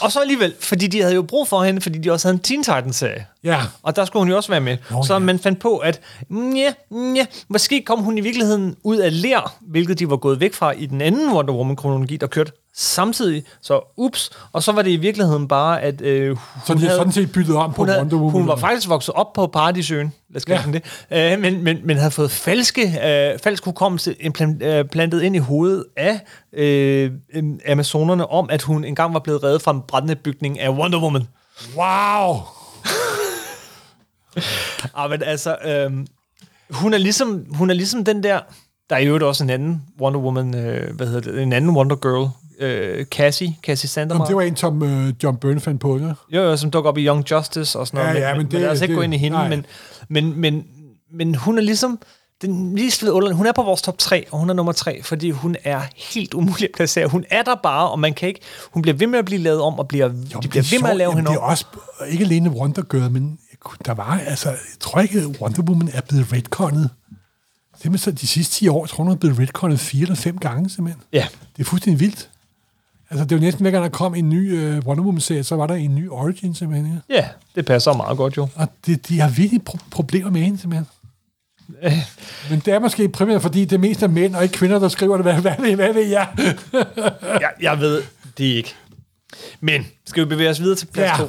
S3: Og så alligevel, fordi de havde jo brug for hende, fordi de også havde en Teen Titans-serie.
S4: ja.
S3: Og der skulle hun jo også være med.
S4: Nå,
S3: Nå, så
S4: ja.
S3: man fandt på, at nja, nja, måske kom hun i virkeligheden ud af lær, hvilket de var gået væk fra i den anden Wonder Woman-kronologi, der kørte samtidig. Så ups. Og så var det i virkeligheden bare, at øh, hun,
S4: Så de har
S3: havde,
S4: sådan set byttet om på
S3: hun, havde,
S4: Wonder Woman.
S3: hun var faktisk vokset op på Paradisøen, lad os kalde
S4: Ja.
S3: ja. det, øh, men, men, men havde fået falske, øh, falsk hukommelse implant, øh, plantet ind i hovedet af øh, øh, amazonerne om, at hun engang var blevet reddet fra en brændende bygning af Wonder Woman.
S4: Wow!
S3: Ah, men altså, øhm, hun, er ligesom, hun er ligesom den der... Der er jo også en anden Wonder Woman, øh, hvad hedder det, en anden Wonder Girl, øh, Cassie, Cassie
S4: Jamen,
S3: Sandermark.
S4: det var en, som øh, John Byrne fandt på, ikke?
S3: Jo, jo, som dukker op i Young Justice og sådan
S4: Ja,
S3: noget.
S4: ja, men
S3: men
S4: det-
S3: lad os ikke
S4: det-
S3: gå ind i hende,
S4: nej.
S3: men, men, men, men hun er ligesom den mest vidunderlige. Hun er på vores top 3, og hun er nummer 3, fordi hun er helt umulig at placere. Hun er der bare, og man kan ikke... Hun bliver ved med at blive lavet om, og bliver, jo, de
S4: Jamen,
S3: bliver
S4: det er
S3: ved med
S4: sjovt.
S3: at lave
S4: Jamen,
S3: hende
S4: Det er
S3: om.
S4: også ikke alene Wonder Girl, men der var, altså, jeg tror ikke, Wonder Woman er blevet retconnet. Simpelthen så de sidste 10 år, jeg tror hun er blevet retconnet fire eller fem gange, simpelthen.
S3: Ja,
S4: Det er fuldstændig vildt. Altså, det var næsten hver gang, der kom en ny øh, Wonder Woman-serie, så var der en ny Origin, simpelthen. Ja.
S3: ja, det passer meget godt jo.
S4: Og det, de har virkelig pro- problemer med hende, simpelthen. Men det er måske primært, fordi det mest er mænd og ikke kvinder, der skriver det. Hvad, hvad, ved, hvad ved jeg?
S3: jeg, jeg ved det ikke. Men skal vi bevæge os videre til plads
S4: Ja.
S3: ja. to?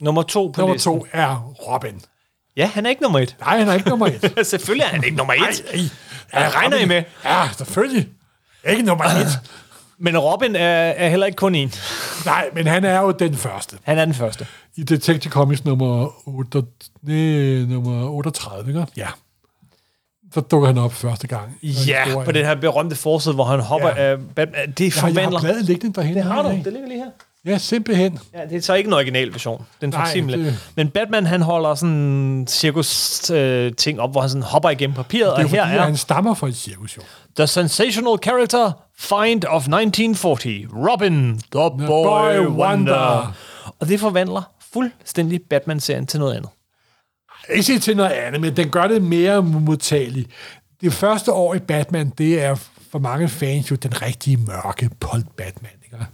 S3: Nummer to på
S4: Nummer
S3: listen.
S4: to er Robin.
S3: Ja, han er ikke nummer et.
S4: Nej, han er ikke nummer et.
S3: Selvfølgelig er han ikke nummer et.
S4: Ja,
S3: regner I med? Ah.
S4: Ja, selvfølgelig. Ikke nummer et.
S3: Men Robin er, er heller ikke kun en.
S4: Nej, men han er jo den første.
S3: Han er den første.
S4: I Detective Comics nummer, 8, nej, nummer 38, ikke? Ja. Så dukker han op første gang.
S3: Ja,
S4: Historien.
S3: på den her berømte forside, hvor han hopper
S4: Ja.
S3: ja. af Batman. Det
S4: Jeg har, jeg har
S3: forvandler...
S4: bladet liggende derhen. Det
S3: Har du? Det ligger lige her.
S4: Ja, simpelthen.
S3: Ja, det er så ikke en original version. Den
S4: Nej,
S3: faksimile.
S4: det-
S3: Men Batman, han holder sådan cirkus øh, ting op, hvor han sådan hopper igennem papiret,
S4: Det er
S3: og
S4: fordi,
S3: her er
S4: han stammer fra et cirkus, jo.
S3: The Sensational Character Find of 1940. Robin, The, boy,
S4: boy
S3: wonder.
S4: wonder.
S3: Og det forvandler fuldstændig Batman-serien til noget andet.
S4: Ikke sige til noget andet, men den gør det mere modtagelig. Det første år i Batman, det er for mange fans jo den rigtige mørke Polt Batman. Ikke?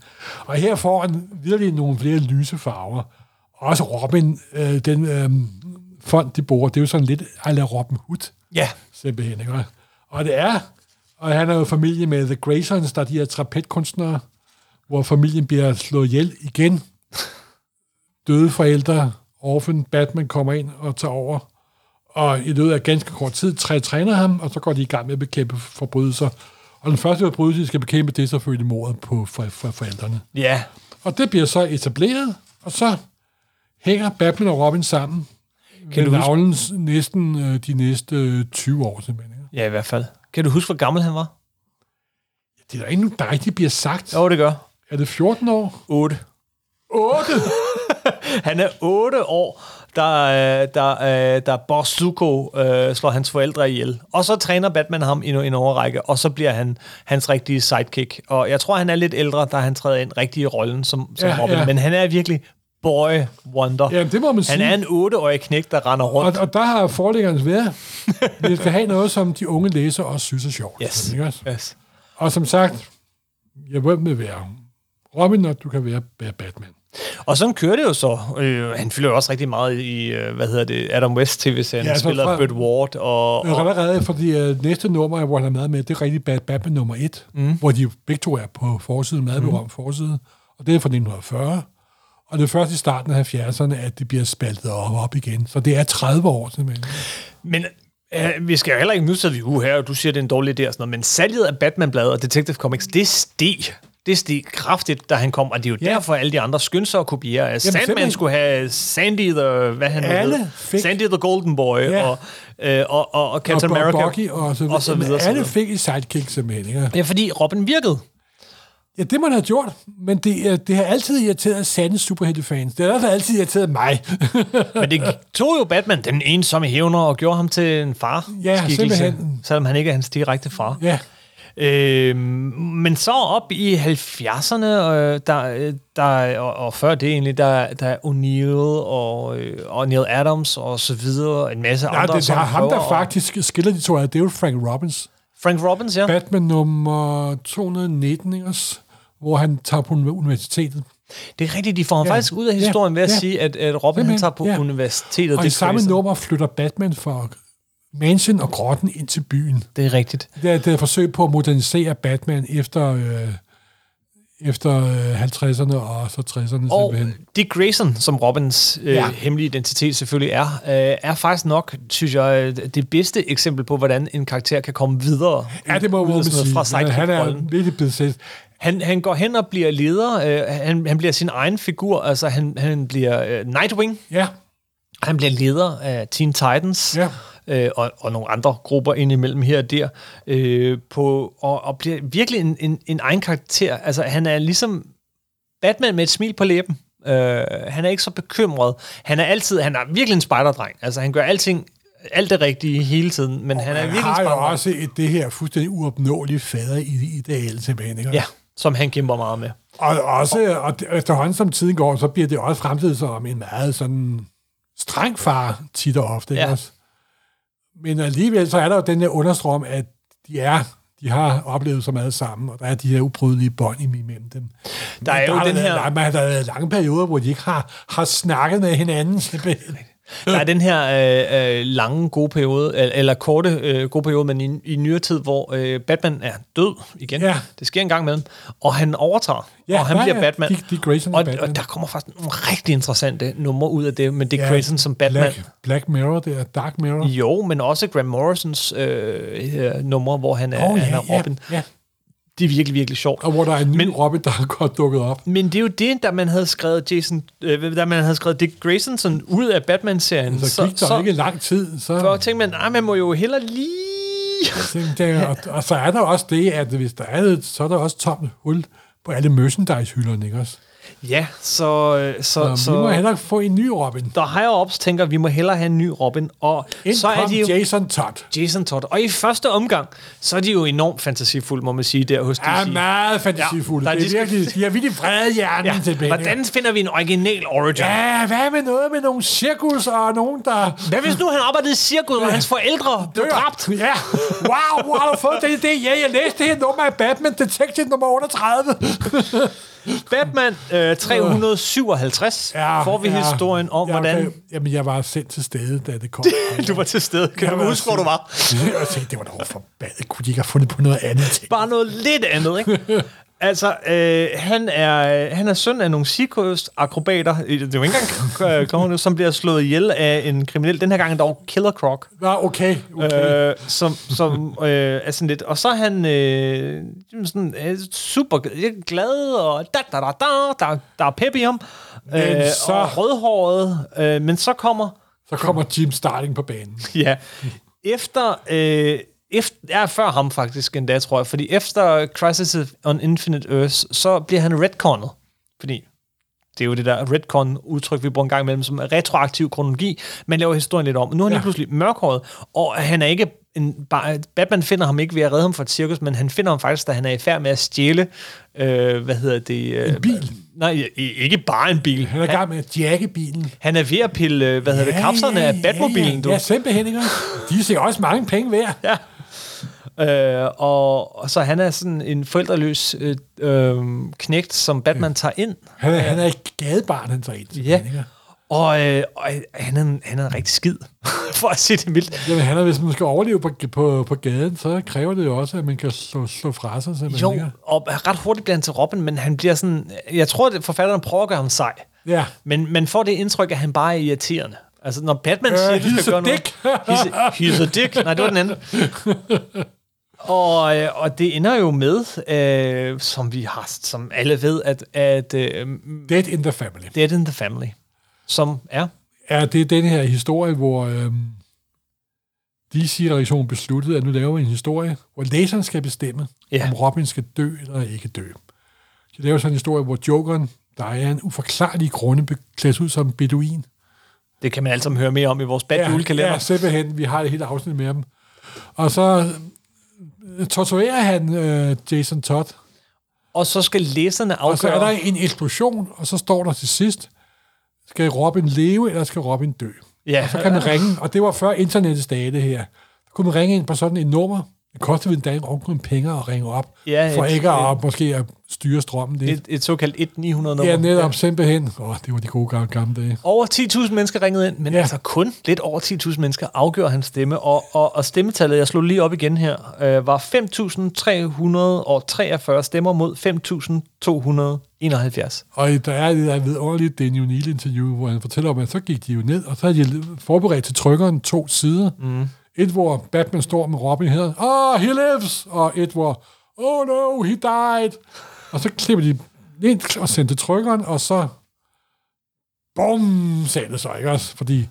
S4: Og her får han virkelig nogle flere lyse farver. Også Robin, øh, den øh, fond, de bruger, det er jo sådan lidt ala Robin Hood,
S3: Ja.
S4: simpelthen. Ikke? Og det er, og han er jo familie med The Graysons, der er de her trapetkunstnere, hvor familien bliver slået ihjel igen. Døde forældre, orphan, Batman kommer ind og tager over. Og i løbet af ganske kort tid træ, træner ham, og så går de i gang med at bekæmpe forbrydelser. Og den første forbrydelse, de skal bekæmpe, det er selvfølgelig mordet på for, for forældrene.
S3: Ja.
S4: Og det bliver så etableret, og så hænger Batman og Robin sammen.
S3: Kan
S4: Kan
S3: du
S4: du
S3: huske-
S4: navlens næsten øh, de næste øh, 20 år, simpelthen. ikke?
S3: Ja, i hvert fald. Kan du huske, hvor gammel han var?
S4: Det er der ikke nogen dig, de bliver sagt.
S3: Jo, det gør.
S4: Er det 14 år?
S3: 8.
S4: 8!
S3: Han er 8 år, der, øh, der, øh, der Boss Zuko øh, slår hans forældre ihjel. Og så træner Batman ham i en overrække, og så bliver han hans rigtige sidekick. Og jeg tror, han er lidt ældre, da han træder ind rigtig i rollen som, som
S4: Ja,
S3: ja, Robin.
S4: ja.
S3: Ja. Men han er virkelig boy wonder.
S4: Jamen, det må man
S3: Han
S4: sige.
S3: er en 8-årig knæk, der render rundt.
S4: Og, og der har forlæggerens været. Vi skal have noget, som de unge læser også synes er sjovt.
S3: Yes.
S4: Ikke også?
S3: Yes.
S4: Og som sagt, jeg hvem vil være Robin, og du kan være være Batman.
S3: Og sådan kører det jo så. Øh, han fylder jo også rigtig meget i, øh, hvad hedder det, Adam West tv-serien.
S4: Ja,
S3: Ja,
S4: altså
S3: spiller
S4: fra-
S3: Burt Ward og...
S4: Og
S3: og
S4: allerede for de uh, næste nummer, hvor han er med med, det er rigtig Bad Batman nummer 1, mm. hvor de jo begge to er på
S3: Mm.
S4: forsiden, meget berømt forside, og det er fra 1940. Og det er først i starten af 70'erne, at det bliver spaltet op og op igen. Så det er 30 år simpelthen.
S3: men øh, vi skal jo heller ikke... Nu sidder vi uge her, og du siger, det er en dårlig idé og sådan noget. Men salget af Batman-bladet og Detective Comics, det steg. Det steg kraftigt, da han kom, og det er jo
S4: Ja.
S3: ja. derfor, alle de andre skyndte sig at kopiere. Jamen, Sandman
S4: simpelthen.
S3: skulle have Sandy the... Hvad han nu
S4: Alle
S3: hed.
S4: fik-
S3: Sandy the Golden Boy
S4: Ja.
S3: og, øh, og, og, og Captain
S4: og Bo-
S3: America.
S4: Bucky og så videre.
S3: og så videre.
S4: Men
S3: så
S4: alle
S3: videre.
S4: fik et sidekick simpelthen. Ikke?
S3: Ja, fordi Robin virkede.
S4: Ja, det man har gjort, men det, øh, det har altid irriteret sande superheltefans. Det har i hvert fald altid irriteret mig.
S3: Men det tog jo Batman, den ensomme hævner, og gjorde ham til en far.
S4: Ja,
S3: skikkelse,
S4: simpelthen.
S3: Selvom han ikke er hans direkte far.
S4: ja,
S3: Øh, men så op i 70'erne, øh, der, der, og, og før det egentlig, der, der er O'Neill og, øh, og Neil Adams og så videre, en masse
S4: Nej,
S3: andre.
S4: det, det
S3: som
S4: er ham, der
S3: prøver at-
S4: faktisk skiller de to ad. Det er jo Frank Robbins.
S3: Frank Robbins, ja.
S4: Batman nummer 219, ikke også? hvor han tager på universitetet.
S3: Det er rigtigt, de får ham
S4: Ja.
S3: faktisk ud af historien ved at
S4: Ja.
S3: sige, at, at Robin han
S4: Simpelthen,
S3: tager på
S4: ja.
S3: universitetet.
S4: Og
S3: det
S4: i
S3: er
S4: samme
S3: crazy.
S4: nummer flytter Batman fra mansion og grotten ind til byen.
S3: Det er rigtigt.
S4: Det er, det er et forsøg på at modernisere Batman efter, øh, efter øh, 50'erne og så 60'erne
S3: Og
S4: simpelthen.
S3: Dick Grayson, som Robins øh, ja.
S4: Ja.
S3: hemmelige identitet selvfølgelig er, øh, er faktisk nok, synes jeg, øh, det bedste eksempel på, hvordan en karakter kan komme videre.
S4: Ja, det må
S3: ud af
S4: man
S3: sådan noget
S4: sige.
S3: Fra
S4: Ja, han er
S3: sidekick-rollen.
S4: virkelig blevet set.
S3: Han, han går hen og bliver leder. Øh, han, han bliver sin egen figur. Altså, han, han bliver øh, Nightwing.
S4: Ja,
S3: Han bliver leder af Teen Titans.
S4: Ja.
S3: Øh, og, og nogle andre grupper indimellem her og der. Øh, på, og, og bliver virkelig en, en, en egen karakter. Altså, han er ligesom Batman med et smil på læben. Øh, han er ikke så bekymret. Han er altid... Han er virkelig en spejderdreng. Altså, han gør alting alt det rigtige hele tiden, men han er virkelig en
S4: har jo
S3: spejderdreng,
S4: også et, det her fuldstændig uopnåelige fader i ideal simpelthen. Ikke?
S3: ja, som han kæmper meget med.
S4: Og også, og det- efterhånden som tiden går, så bliver det også fremstillet som en meget sådan streng far, tit og ofte.
S3: Ja.
S4: Ja. Også? Men alligevel, så er der jo den der understrøm, at de er, de har oplevet så meget sammen, og der er de her ubrydelige bånd imellem dem.
S3: Der er jo
S4: har
S3: den
S4: været,
S3: her-
S4: Der, der har været lange perioder, hvor de ikke har, har snakket med hinanden.
S3: Der er den her øh, øh, lange gode periode, eller, eller korte øh, gode periode, men i, i nyere tid, hvor øh, Batman er død igen.
S4: Ja.
S3: Det sker en gang imellem. Og han overtager,
S4: Ja,
S3: og han
S4: ja,
S3: bliver
S4: ja.
S3: Batman.
S4: Dick- Dick Grayson er
S3: og,
S4: Batman.
S3: og der kommer faktisk nogle rigtig interessante numre ud af det, men Dick Grayson som Batman.
S4: Black, Black Mirror, det er Dark Mirror.
S3: Jo, men også Graham Morrisons øh, øh, numre, hvor han er,
S4: Åh,
S3: han er Robin.
S4: Oh, Ja, ja.
S3: Det er virkelig, virkelig sjovt.
S4: Og hvor der er en ny
S3: Men-
S4: men, Robin, der er godt dukket op.
S3: Men det er jo det, da man havde skrevet Jason, øh, da man havde skrevet Dick Grayson sådan ud af Batman-serien.
S4: Så, så Altså, gik der så, ikke lang tid, så...
S3: så tænkte man, nej, man må jo hellere lige
S4: Sådan der, og, og så er der også det, at hvis der er noget, så er der også tomt hul på alle merchandise-hylderne, ikke også?
S3: Ja, så, øh, så,
S4: Så,
S3: så
S4: vi må heller få en ny Robin.
S3: der higher ups tænker, at vi må hellere have en ny Robin, og
S4: Ind
S3: så er de jo
S4: Jason Todd.
S3: Jason Todd. Og i første omgang, så er de jo enormt fantasifulde, må man sige, der hos DC.
S4: Er meget fantasifulde.
S3: Ja,
S4: Ja,
S3: der er
S4: det er
S3: de-
S4: virkelig, de har virkelig vrede hjernen ja, tilbage.
S3: Hvordan finder vi en original origin?
S4: Ja, hvad med noget med nogle cirkus og nogen, der...
S3: Hvad hvis nu han arbejdede i cirkus, og hans forældre blev dræbt?
S4: Ja. Wow, hvor har du fået den idé? Ja, jeg læste det her nummer af Batman Detective nummer 38.
S3: Batman øh, 357
S4: Ja,
S3: får vi
S4: ja.
S3: historien om,
S4: Ja, okay.
S3: hvordan...
S4: Jamen, jeg var selv til stede, da det kom.
S3: Du var til stede. Kan du huske, hvor du var?
S4: jeg tænkte, det var dog forbandet. Kunne de ikke have fundet på noget andet ting?
S3: bare noget lidt andet, ikke? altså, øh, han, er, han er søn af nogle seacoast-akrobater, øh, det er jo ikke engang øh, kongen, som bliver slået ihjel af en kriminel, den her gang er dog Killer Croc,
S4: Nå, okay. okay.
S3: okay. øh, som, som øh, er sådan lidt, og så er han øh, sådan, øh, super glad, og da, da, da, da, der, der er pep i ham,
S4: Men
S3: øh,
S4: så-
S3: og rødhåret, øh, men så kommer
S4: Så kommer Jim Starling på banen.
S3: Ja. Efter, øh, efter, ja, før ham faktisk endda, tror jeg. Fordi efter Crisis on Infinite Earths, så bliver han retconnet. Fordi det er jo det der retcon-udtryk, vi bruger en gang imellem, som er retroaktiv kronologi. Man laver historien lidt om. Nu er han ja. lige pludselig mørkhåret, og han er ikke en, bare, Batman finder ham ikke ved at redde ham fra et cirkus, men han finder ham faktisk, da han er i færd med at stjæle, øh, hvad hedder det? Øh, en
S4: bil.
S3: Nej, i- ikke bare en bil.
S4: Han er i gang med at jacke bilen.
S3: Han er ved at pille, øh, hvad hedder det, kapslerne af Batmobilen,
S4: ja, ja.
S3: du.
S4: Ja, simpelthen, ikke? De ser også mange penge værd.
S3: Ja. Øh, og, og så han er sådan en forældreløs øh, øh, knægt, som Batman tager ind.
S4: Han er, han er et gadebarn, han tager ind.
S3: Ja.
S4: simpelthen, ikke?
S3: Og, øh, og han, er, en- han er en rigtig skid, for at sige det mildt.
S4: Jamen, han er, hvis man skal overleve på, på, på gaden, så kræver det jo også, at man kan slå, slå fra sig. simpelthen,
S3: Jo,
S4: ikke?
S3: og ret hurtigt bliver han til Robin, men han bliver sådan... Jeg tror, at forfatteren prøver at gøre ham sej.
S4: Ja.
S3: Men man får det indtryk, at han bare er irriterende. Altså, når Batman
S4: Øh,
S3: siger, at du
S4: he's
S3: skal
S4: a
S3: gøre noget...
S4: dick.
S3: He's a, he's a dick. Nej, det var den anden. Og, øh, og det ender jo med, øh, som vi har, som alle ved, at, at øh,
S4: Dead in the Family.
S3: Dead in the Family, som er...
S4: er det den her historie, hvor øhm, DC-redaktionen besluttede, at nu laver vi en historie, hvor læseren skal bestemme,
S3: Ja.
S4: ja. om Robin skal dø eller ikke dø. De laver sådan en historie, hvor jokeren, der er en uforklarlig grunde, be- klædes ud som beduin.
S3: Det kan man altså høre mere om i vores bad julekalender.
S4: Ja, simpelthen. Vi har det hele afsnit med dem. Og så øh, torturerer han øh, Jason Todd.
S3: Og så skal læserne afgøre...
S4: Og så er der en eksplosion, og så står der til sidst, skal Robin leve, eller skal Robin dø?
S3: Ja.
S4: Og så kan man ringe, og det var før internettets dage, det her. Der kunne man ringe ind på sådan en nummer. Det kostede en dag omkring penge at ringe op,
S3: Ja,
S4: for
S3: et-
S4: ikke at
S3: et-
S4: måske at styre strømmen lidt.
S3: Et, et såkaldt 1900-nummer.
S4: ja, netop simpelthen. Åh, det var de gode gamle, gamle dage.
S3: Over 10.000 mennesker ringede ind, men ja.
S4: Ja.
S3: altså kun lidt over 10.000 mennesker afgør hans stemme, og, og, og stemmetallet, jeg slog lige op igen her, øh, var 5.343 stemmer mod 5.271.
S4: Og der er det der vidunderlige Daniel Neal interview, hvor han fortæller om, at så gik de jo ned, og så havde de forberedt til trykkeren to sider. Mm. Et, hvor Batman står med Robin hedder, oh, he lives! Og et, hvor, oh no, he died! Og så klipper de ind og sendte til trykkeren, og så bum, sagde det så, ikke også? Fordi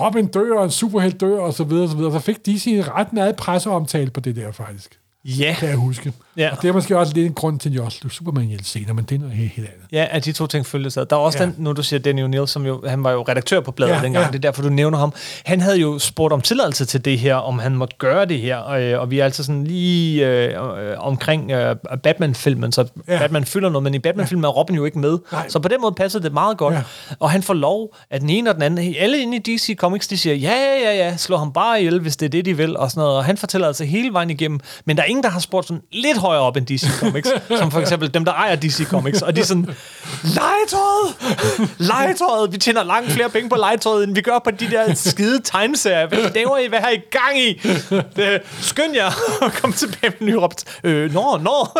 S4: Robin dør, og en superhelt dør, og så videre, og så videre. Så fik de sin ret meget presseomtale på det der, faktisk.
S3: Ja,
S4: Kan jeg huske.
S3: Ja.
S4: Og det er måske også lidt en grund til, at jeg også blev Superman ihjel senere, men det er noget helt, helt andet.
S3: ja, at de to ting følges ad. Der er også ja.
S4: Ja.
S3: den, nu du siger Danny O'Neill, som jo, han var jo redaktør på bladet ja,
S4: Ja,
S3: dengang, ja.
S4: ja.
S3: det er derfor, du nævner ham. Han havde jo spurgt om tilladelse til det her, om han måtte gøre det her, og, øh, og vi er altså sådan lige øh, øh, omkring øh, Batman-filmen, så ja.
S4: Ja.
S3: Batman fylder noget, men i Batman-filmen er Robin jo ikke med,
S4: Nej.
S3: så på den måde passede det meget godt.
S4: Ja.
S3: Og han får lov, at den ene og den anden, alle inde i DC Comics, de siger, ja, ja, ja, ja, slå ham bare ihjel, hvis det er det, de vil, og sådan noget. Og han fortæller altså hele vejen igennem, men der er ingen, der har spurgt sådan lidt højere op end DC Comics, som for eksempel dem, der ejer DC Comics, og de er sådan, legetøjet, legetøjet, vi tjener langt flere penge på legetøjet, end vi gør på de der skide tegneserier. Hvad laver I? Hvad har I gang i? Det, skynd jer og kom tilbage med en ny rapt. Øh, nå, nå.
S4: Og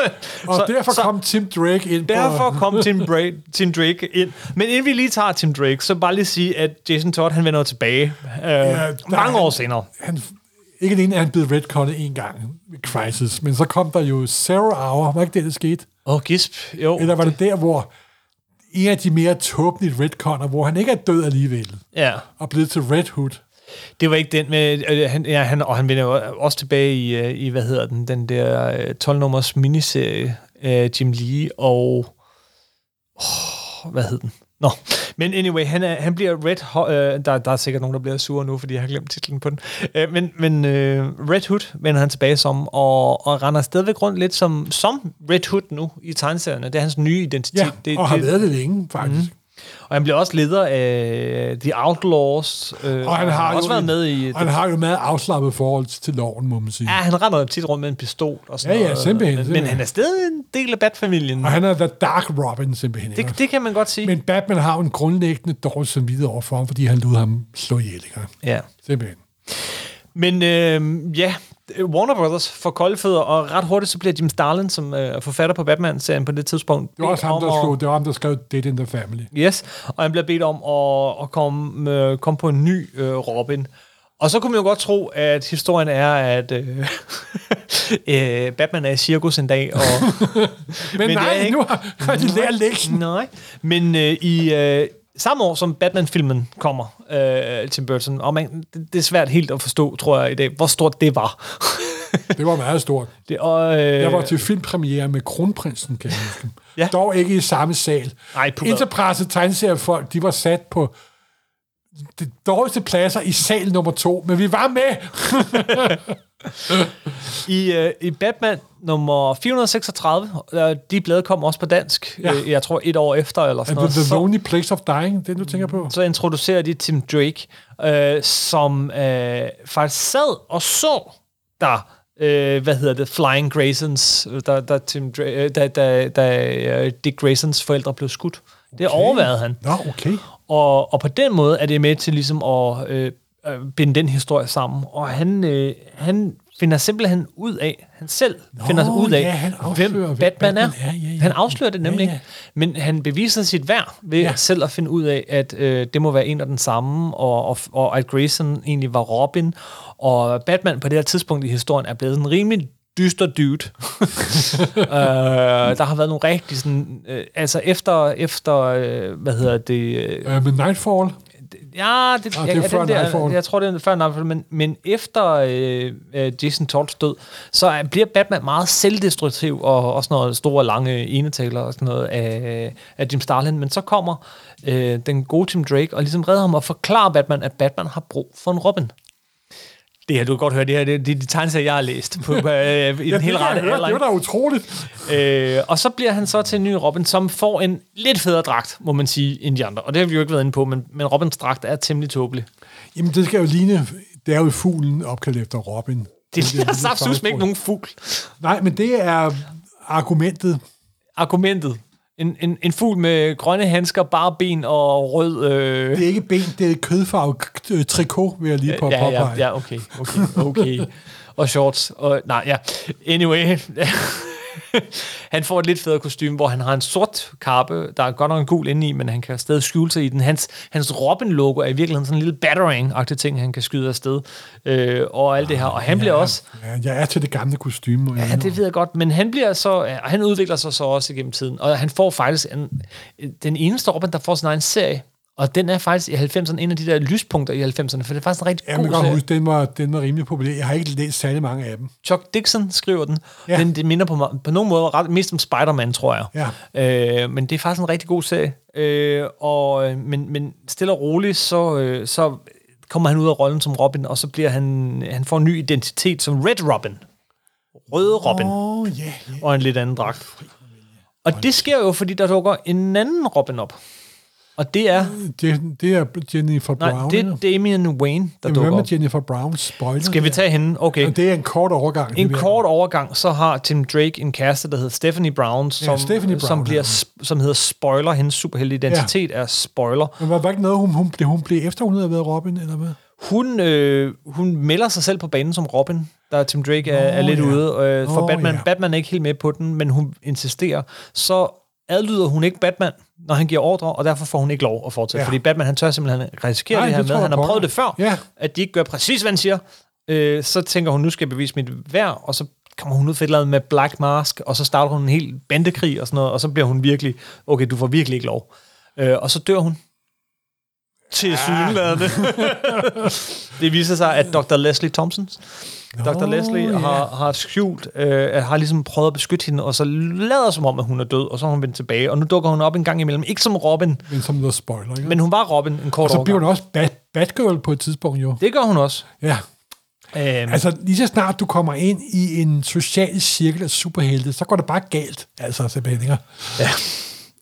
S4: så, derfor så, kom Tim Drake ind
S3: Derfor
S4: på...
S3: kom Tim, Bra- Tim Drake ind. Men inden vi lige tager Tim Drake, så bare lige sige, at Jason Todd, han vender tilbage øh, ja,
S4: der-
S3: mange år senere.
S4: Han, ikke alene er han blevet retconnet en gang med Crisis, men så kom der jo Zero Hour. Var ikke det, der skete?
S3: Åh, oh, gisp. Jo.
S4: Eller var det der, hvor en af de mere tåbelige retconner, hvor han ikke er død alligevel,
S3: Ja,
S4: og blevet til Red Hood.
S3: det var ikke den med... Øh, han, ja, han, og han vender jo også tilbage i, øh, i hvad hedder den, den der øh, 12-nummers miniserie, øh, Jim Lee og... Oh, hvad hed den? Nå, men anyway, han, er, han bliver Red Ho- øh, der, der er sikkert nogen, der bliver sure nu, fordi jeg har glemt titlen på den. Øh, men men øh, Red Hood vender han tilbage som, og, og render stadigvæk rundt lidt som, som Red Hood nu i tegneserierne. Det er hans nye identitet.
S4: Ja, det,
S3: det,
S4: og har
S3: det,
S4: været det længe, faktisk. Mm.
S3: og han bliver også leder af The Outlaws. Øh,
S4: Og han har
S3: også
S4: jo
S3: været
S4: en-
S3: med i...
S4: Og han har jo meget afslappet forhold til loven, må man sige.
S3: Ja, han render tit rundt med en pistol og sådan
S4: Ja, ja,
S3: noget.
S4: simpelthen,
S3: Men, men
S4: simpelthen.
S3: han er stadig en del af Bat-familien.
S4: Og han er The Dark Robin, simpelthen. ikke
S3: Det, det kan man godt sige. Men,
S4: Men Batman har jo en grundlæggende dårlig samvittighed over for ham, fordi han lod ham slå ihjel, ikke?
S3: ja.
S4: Simpelthen.
S3: men øh, ja, Warner Brothers får kolde fødder, og ret hurtigt så bliver Jim Starlin, som øh, er forfatter på Batman-serien på det tidspunkt,
S4: Det var også
S3: bedt
S4: ham, der,
S3: om at-
S4: slog, det var ham, der skrev Dead in the Family.
S3: Yes, og han bliver bedt om at, at komme, øh, komme på en ny øh, Robin. Og så kunne man jo godt tro, at historien er, at øh, øh, Batman er i cirkus en dag, og
S4: Men,
S3: Men
S4: men
S3: det er
S4: nej,
S3: ikke-
S4: nu har har de lært lektien.
S3: Nej, men øh, i øh, samme år som Batman-filmen kommer, øh, Tim Burton, og man, det, det er svært helt at forstå, tror jeg i dag, hvor stort det var.
S4: Det var meget stort.
S3: det, og, øh,
S4: Jeg var til filmpremiere med Kronprinsen, kan jeg huske.
S3: Ja.
S4: ja. Dog ikke i samme sal.
S3: Ej, puha.
S4: Interpresse tegneseriefolk, de var sat på de dårligste pladser i sal nummer to, men vi var med.
S3: I, øh, I Batman nummer 436, øh, de blade kom også på dansk, ja.
S4: Ja.
S3: øh, jeg tror et år efter eller sådan
S4: The,
S3: noget.
S4: the
S3: så-
S4: Lonely Place of Dying, det du tænker på.
S3: så introducerer de Tim Drake, øh, som øh, faktisk sad og så der, øh, hvad hedder det, Flying Graysons, øh, da, da, Tim Dra- øh, da, da, da øh, Dick Graysons forældre blev skudt. Okay. Det overvejede han.
S4: Nå, okay.
S3: Og, og på den måde er det med til ligesom at øh, øh, binde den historie sammen. Og han, øh, han finder simpelthen ud af, han selv Nå, finder ud af,
S4: ja, han afslører,
S3: hvem Batman, Batman er. Ja, ja, ja. Han afslører det nemlig
S4: Ja, ja.
S3: ikke. Men han beviser sit værd ved ja.
S4: Ja.
S3: selv at finde ud af, at øh, det må være en og den samme, og, og, og at Grayson egentlig var Robin. Og Batman på det her tidspunkt i historien er blevet en rimelig dyster dude. øh, der har været nogle rigtig sådan... Øh, altså efter, efter øh, hvad hedder det... Øh,
S4: Uh, med Nightfall,
S3: Ja, det,
S4: Ah,
S3: ja,
S4: det er
S3: ja,
S4: før
S3: den der,
S4: en iPhone.
S3: Jeg tror, det er før en iPhone, men, men efter øh, øh, Jason Tolls død, så er- bliver Batman meget selvdestruktiv, og også noget store, lange enetaler og sådan noget af, øh, af Jim Starlin. Men så kommer øh, den gode Tim Drake og ligesom redder ham og forklarer Batman, at Batman har brug for en Robin. Det her, du kan godt høre, det her det er de tegneserier, jeg har læst på, øh, i den
S4: det,
S3: hele
S4: kan jeg
S3: rette
S4: høre,
S3: alder,
S4: det
S3: ikke?
S4: var da utroligt.
S3: Øh, og så bliver han så til en ny Robin, som får en lidt federe dragt, må man sige, end de andre. Og det har vi jo ikke været inde på, men, men Robins dragt er temmelig tåbelig.
S4: Jamen, det skal jo ligne, det er jo fuglen opkaldt efter Robin.
S3: Det
S4: er
S3: ligner
S4: lidt
S3: saftsus med ikke nogen fugl.
S4: Nej, men det er argumentet.
S3: Argumentet. En, en, en fugl med grønne handsker, bare ben og rød... Øh...
S4: Det er ikke ben, det er kødfarvet k- øh, trikot, vil jeg lige på at
S3: Ja, ja,
S4: påpege.
S3: ja, okay, okay, okay. og shorts. Og, nej, ja. Anyway. han får et lidt federe kostume, hvor han har en sort kappe, der er godt nok en gul indeni, men han kan stadig skjule sig i den. Hans, hans Robin-logo er i virkeligheden sådan en lille battering-agtig ting, han kan skyde afsted øh, og alt det her. Og han bliver også...
S4: Ja, jeg er til det gamle kostume.
S3: Ja, det ved jeg godt, men han bliver så, ja, han udvikler sig så også igennem tiden, og han får faktisk en, den eneste Robin, der får sin egen serie, og den er faktisk i 90'erne en af de der lyspunkter i 90'erne, for det er faktisk en rigtig
S4: Ja,
S3: god
S4: man kan godt
S3: serie.
S4: huske, den var, den var rimelig populær. Jeg har ikke læst særlig mange af dem.
S3: Chuck Dixon skriver den. Ja.
S4: Ja.
S3: Den det minder på, mig- på nogen måde ret, mest om Spider-Man, tror jeg. Ja. Øh, men det er faktisk en rigtig god serie. Øh, og, øh, men, men stille og roligt, så, øh, så kommer han ud af rollen som Robin, og så bliver han, han får en ny identitet som Red Robin. Røde Robin. Oh.
S4: Åh, oh, ja. Yeah,
S3: Og en lidt anden dragt. Og det sker jo, fordi der dukker en anden Robin op. Og det er...
S4: Det, det er Jennifer
S3: Nej,
S4: Brown.
S3: det
S4: eller?
S3: er Damian Wayne, der
S4: Jamen, hvad
S3: dukker
S4: med
S3: op.
S4: Jennifer Browns spoiler?
S3: Skal vi tage hende? Okay.
S4: Ja, Det er en kort overgang. det
S3: En
S4: vil jeg-
S3: kort overgang, så har Tim Drake en kæreste, der hedder Stephanie Brown, som,
S4: Stephanie Brown
S3: som, bliver,
S4: hedder
S3: sp- som hedder Spoiler. Hendes superhelteidentitet ja. er Spoiler.
S4: Men var der ikke noget, hun, hun, blev, hun blev efter, hun havde været Robin, eller hvad?
S3: Hun, øh, hun melder sig selv på banen som Robin, der Tim Drake er, er
S4: Nå,
S3: lidt
S4: ja.
S3: ude øh, for
S4: Nå,
S3: Batman.
S4: ja.
S3: Batman er ikke helt med på den, men hun insisterer. Så adlyder hun ikke Batman, når han giver ordre, og derfor får hun ikke lov at fortsætte. Ja.
S4: Ja.
S3: Fordi Batman, han tør simpelthen risikere
S4: Nej,
S3: det her
S4: det
S3: med.
S4: tror
S3: Han
S4: jeg
S3: har
S4: på.
S3: prøvet det før,
S4: Ja.
S3: at de ikke gør præcis, hvad han siger. Øh, så tænker hun, nu skal jeg bevise mit værd, og så kommer hun ud for et eller andet med Black Mask, og så starter hun en hel bandekrig og sådan noget, og så bliver hun virkelig, okay, du får virkelig ikke lov. Øh, og så dør hun. Til synlædende.
S4: Ah.
S3: det viser sig, at Dr. Leslie Thompson, Dr. Leslie
S4: ja.
S3: har, har skjult, øh, har ligesom prøvet at beskytte hende, og så lader som om, at hun er død, og så er hun vendt tilbage. Og nu dukker hun op en gang imellem. Ikke som Robin,
S4: Men som noget spoiler, ikke?
S3: men hun var Robin en kort
S4: og så bliver
S3: overgang.
S4: hun også bad, Batgirl på et tidspunkt, jo.
S3: Det gør hun også.
S4: Ja.
S3: Øhm, altså,
S4: Altså, lige så snart du kommer ind i en social cirkel af superhelte, så går det bare galt, altså, Sebastian. Inger.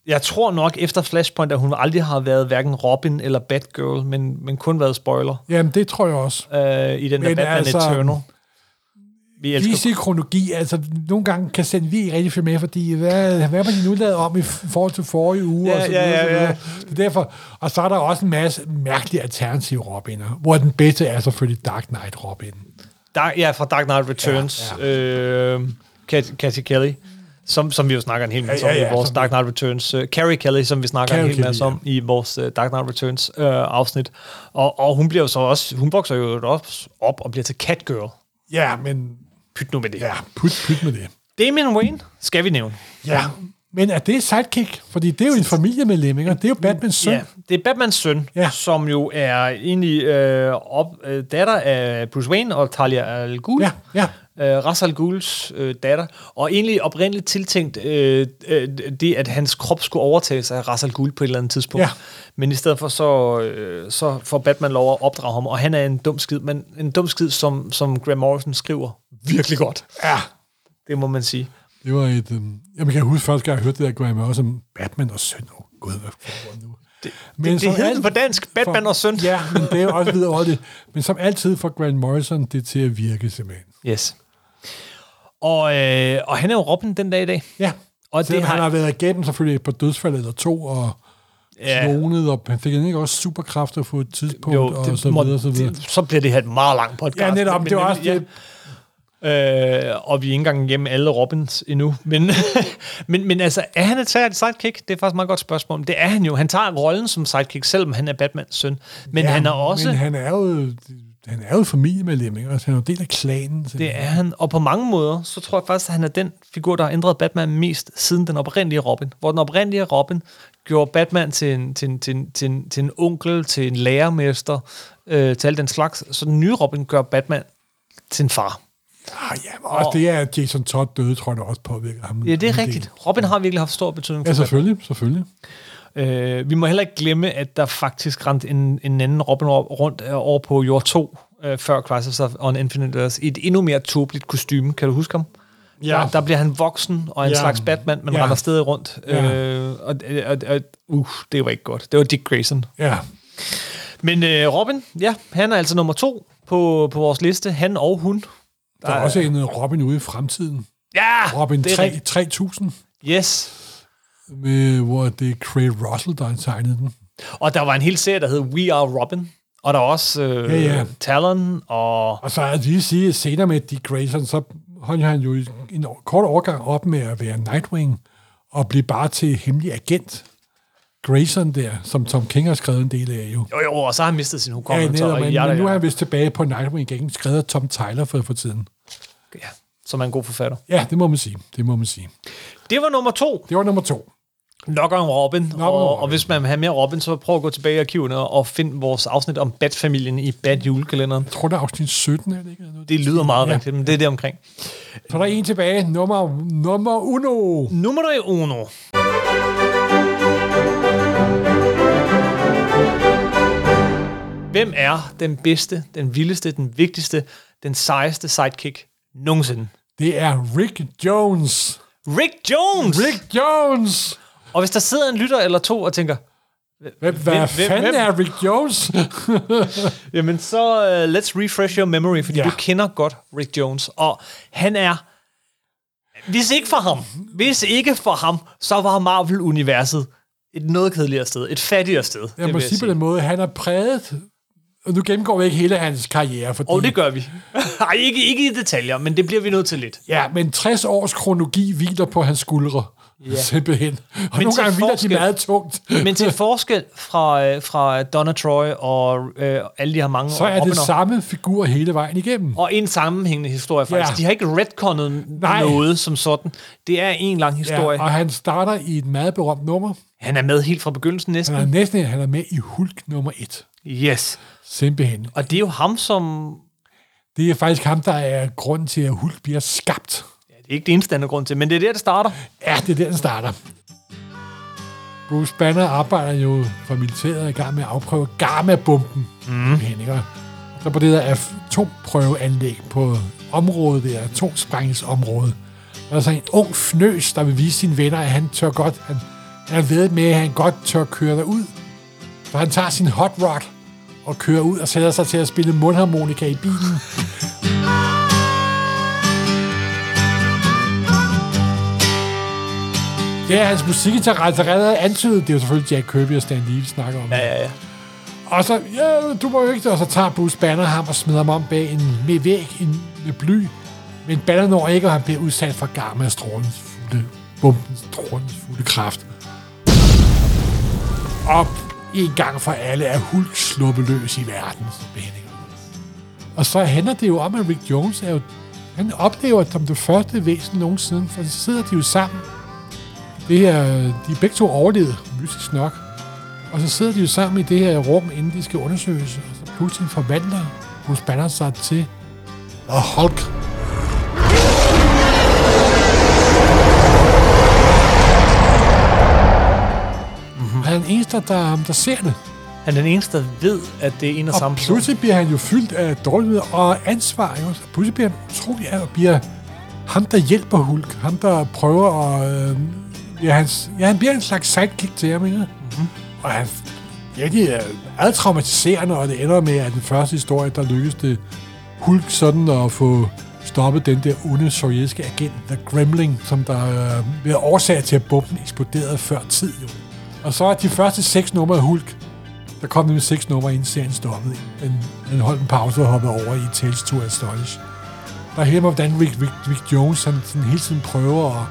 S3: jeg tror nok efter Flashpoint, at hun aldrig har været hverken Robin eller Batgirl, men, men kun været spoiler
S4: Jamen, det tror jeg også.
S3: øh, i den der
S4: Men
S3: Batman altså,
S4: altså,
S3: Eternal. Vi elsker
S4: DC-kronologi, altså nogle gange kan sende vi ikke rigtig følge med, fordi hvad, hvad var de nu lavet om i forhold til forrige uge?
S3: Ja,
S4: og så
S3: ja,
S4: videre,
S3: ja,
S4: så videre.
S3: ja.
S4: Det er derfor, og så er der også en masse mærkelige alternative Robiner, hvor den bedste er selvfølgelig Dark Knight Robin.
S3: Dark, ja, fra Dark Knight Returns. Ja,
S4: Ja,
S3: ja. Øh, Kat- Kathy Kelly, som, som vi jo snakker en hel masse
S4: Ja,
S3: om
S4: ja,
S3: ja, ja,
S4: ja,
S3: i vores
S4: som-
S3: Dark Knight Returns. Uh, Carrie Kelly, som vi snakker en
S4: Carrie
S3: hel
S4: Kelly,
S3: masse om i vores uh, Dark Knight Returns uh, afsnit. Og, og hun bliver jo så også, hun vokser jo også op og bliver til Catgirl.
S4: Ja, men
S3: Pyt nu med det. Ja.
S4: ja, pyt, pyt med det.
S3: Damian Wayne skal vi nævne.
S4: Ja, men er det sidekick? Fordi det er jo en familiemedlem, ikke? Og Det er jo Batmans søn.
S3: Ja, det er Batmans søn, ja.
S4: Ja.
S3: som jo er egentlig øh, op, øh, datter af Bruce Wayne og Talia al Ghul.
S4: Ja, ja.
S3: Øh, Ras al Ghuls øh, datter. Og egentlig oprindeligt tiltænkt øh, øh, det, at hans krop skulle overtages af Ras al Ghul på et eller andet tidspunkt.
S4: Ja.
S3: Men i stedet for, så, øh, så får Batman lov at opdrage ham, og han er en dum skid, men en dum skid, som, som Graham Morrison skriver virkelig godt.
S4: Ja.
S3: Det må man sige.
S4: Det var et... Øh, jamen, jeg kan huske første gang, jeg hørte det der Graham også som Batman og søn. Åh, oh, gud, hvad foregår nu? Det, men
S3: Det,
S4: som
S3: det hedder
S4: alt-
S3: på dansk, Batman
S4: for-
S3: og søn.
S4: Ja, men det er jo også videre over det. Men som altid får Grant Morrison det til at virke, simpelthen.
S3: Yes. Og, øh, og han er jo Robin den dag i dag.
S4: Ja.
S3: Og
S4: Og Selvom
S3: det
S4: det
S3: har-
S4: han har været igennem selvfølgelig et par dødsfald eller to, og
S3: Ja.
S4: ja. klonet, og han fik han ikke også superkræfter på et tidspunkt, jo, og så
S3: må-
S4: videre, så videre.
S3: det- så bliver det her et meget langt podcast.
S4: Ja, netop, det var også det.
S3: det. Øh, og vi er ikke engang igennem alle Robins endnu. Men, men, men altså, er han et særligt sidekick? Det er faktisk et meget godt spørgsmål. Men det er han jo. Han tager rollen som sidekick, selvom han er Batmans søn. Men ja, han er også...
S4: Men han er jo han er jo et familiemedlem, ikke? Altså, han er jo en del af klanen. Så
S3: Det er han, og på mange måder, så tror jeg faktisk, at han er den figur, der har ændret Batman mest siden den oprindelige Robin. Hvor den oprindelige Robin gjorde Batman til en, til en, til en, til en, til en onkel, til en lærermester, øh, til alt den slags. Så den nye Robin gør Batman til en far.
S4: Ah, ja, men også
S3: Og-
S4: det er, at Jason Todd døde, tror jeg, der også påvirker ham.
S3: Ja, det
S4: en
S3: er
S4: del.
S3: rigtigt. Robin har virkelig haft stor betydning for
S4: Ja, selvfølgelig, selvfølgelig.
S3: Øh, vi må heller ikke glemme, at der faktisk rendte en, en anden Robin ro- rundt øh, over på jord 2, øh, før Crisis of- on Infinite Earths, i et endnu mere tåbeligt kostume. Kan du huske ham?
S4: Ja.
S3: Der, der bliver han voksen og en
S4: Ja.
S3: ja. slags Batman, men
S4: Ja.
S3: ja. render stadig rundt.
S4: Ja.
S3: Ja. Øh, og, og, og, uh, det var ikke godt. Det var Dick Grayson.
S4: Ja,
S3: Men øh, Robin, ja, han er altså nummer to på, på vores liste. Han og hun.
S4: der er også en øh, Robin ude i fremtiden.
S3: Ja,
S4: Robin
S3: det er
S4: 3,
S3: rigtigt.
S4: 3000,
S3: Yes.
S4: med, hvor det er Craig Russell, der har tegnet den.
S3: Og der var en hel serie, der hed We Are Robin. Og der var også øh,
S4: Ja, ja.
S3: Talon og...
S4: Og så er det lige at sige, at senere med Dick Grayson, så holdt han jo i en år- kort overgang op med at være Nightwing, og blive bare til hemmelig agent. Grayson der, som Tom King har skrevet en del af jo.
S3: Jo, jo, og så har han mistet sin
S4: Ja,
S3: hukommelse.
S4: netop,
S3: og
S4: men,
S3: jada,
S4: men nu er
S3: jada.
S4: han vist tilbage på Nightwing igen, skrevet af Tom Tyler for, for tiden.
S3: Ja, som er en god forfatter.
S4: Ja, det må man sige. Det må man sige.
S3: Det var nummer to.
S4: Det var nummer to.
S3: Nok om Robin. Nok og,
S4: Robin.
S3: Robin. og hvis man vil have mere Robin, så prøv at gå tilbage i arkivene og find vores afsnit om Bat-familien i Bat-julekalenderen.
S4: Jeg tror, det er afsnit 17, er det ikke? Eller noget?
S3: Det lyder meget
S4: Ja.
S3: ja. rigtigt, men det er det omkring.
S4: Så er der er en tilbage. Nummer, nummer uno.
S3: Nummer uno. Hvem er den bedste, den vildeste, den vigtigste, den sejeste sidekick nogensinde?
S4: Det er Rick Jones.
S3: Rick Jones!
S4: Rick Jones!
S3: Og hvis der sidder en lytter eller to og tænker,
S4: Hvem, hvad
S3: Hvem- hvem-
S4: fanden
S3: hvem?
S4: er Rick Jones?
S3: Jamen så uh, let's refresh your memory, fordi
S4: Ja.
S3: ja. du kender godt Rick Jones, og han er... Hvis ikke for ham, hvis ikke for ham, så var Marvel-universet et noget kedeligere sted, et fattigere sted.
S4: Jeg må
S3: vil
S4: sige på
S3: sige.
S4: den måde, han er præget... Og nu gennemgår vi ikke hele hans karriere, fordi...
S3: Og det gør vi. Ej, ikke, ikke i detaljer, men det bliver vi nødt til lidt.
S4: Ja, men 60 års kronologi hviler på hans skuldre. Ja. Simpelthen. Og men nogle
S3: til
S4: gange hviler de
S3: forskel-
S4: meget tungt.
S3: Men til forskel fra, øh, fra Donna Troy og øh, alle de her mange
S4: Så er det
S3: Robin'er,
S4: samme figur hele vejen igennem.
S3: og en sammenhængende historie faktisk.
S4: Ja.
S3: Ja. De har ikke retconnet
S4: Nej.
S3: noget som sådan. Det er en lang historie.
S4: Ja,
S3: Ja,
S4: og han starter i et meget berømt nummer.
S3: Han er med helt fra begyndelsen
S4: Han
S3: næsten.
S4: er næsten han er med i Hulk nummer 1.
S3: Yes.
S4: Simpelthen.
S3: Og det er jo ham, som...
S4: Det er faktisk ham, der er grunden til, at Hulk bliver skabt.
S3: Ja, det er ikke det eneste, han er grund til, men det er der, det starter.
S4: Ja, det er der, den starter. Bruce Banner arbejder jo for militæret og er i gang med at afprøve Gamma-bomben. Mm. Så på det der atomprøveanlæg på området der, atomsprængningsområdet, der er så en ung fnøs, der vil vise sine venner, at han tør godt, han, han har ved med, at han godt tør køre derud. Så han tager sin hot rod og kører ud og sætter sig til at spille mundharmonika i bilen. Det er hans musikinteresse, der allerede antydet. Det er jo selvfølgelig Jack Kirby og Stan Lee, vi snakker om.
S3: ja, ja.
S4: Og så, ja, du må jo ikke, og så tager Bruce Banner ham og smider ham om bag en med væg en, med bly. Men Banner når ikke, og han bliver udsat for gammastrålens fulde, bombens strålens fulde kraft. Op en gang for alle er Hulk sluppet løs i verden. simpelthen, ikke? Og så handler det jo om, at Rick Jones er jo, han oplever det som det første væsen nogensinde, for så sidder de jo sammen. Det her, de er begge to overlevet, mystisk nok. Og så sidder de jo sammen i det her rum, inden de skal undersøges, og så pludselig forvandler Bruce Banner sig til The Hulk. Mm-hmm. Han er den eneste, der, der ser det.
S3: Han er den eneste, der ved, at det er en og,
S4: Og
S3: samme person.
S4: pludselig bliver han jo fyldt af dårlighed og ansvar. Jo. Så pludselig bliver han utrolig af, og bliver ham, der hjælper Hulk. Ham, der prøver at... Øh, ja, han, ja, han bliver en slags sidekick til ham, ikke? Mm-hmm.
S3: Mhm.
S4: Og han ja, de er meget traumatiserende, og det ender med, at den første historie, der lykkes det Hulk sådan at få stoppet den der onde sovjetiske agent, The Gremling, som der øh, ved årsag til, at bomben eksploderede før tid. Jo. Og så er de første seks numre af Hulk, der kom nemlig seks numre, inden serien stoppede. Den, den holdt en pause og hoppede over i Tales to Astonish. Der er hele med, hvordan Rick, Rick, Rick Jones han sådan hele tiden prøver at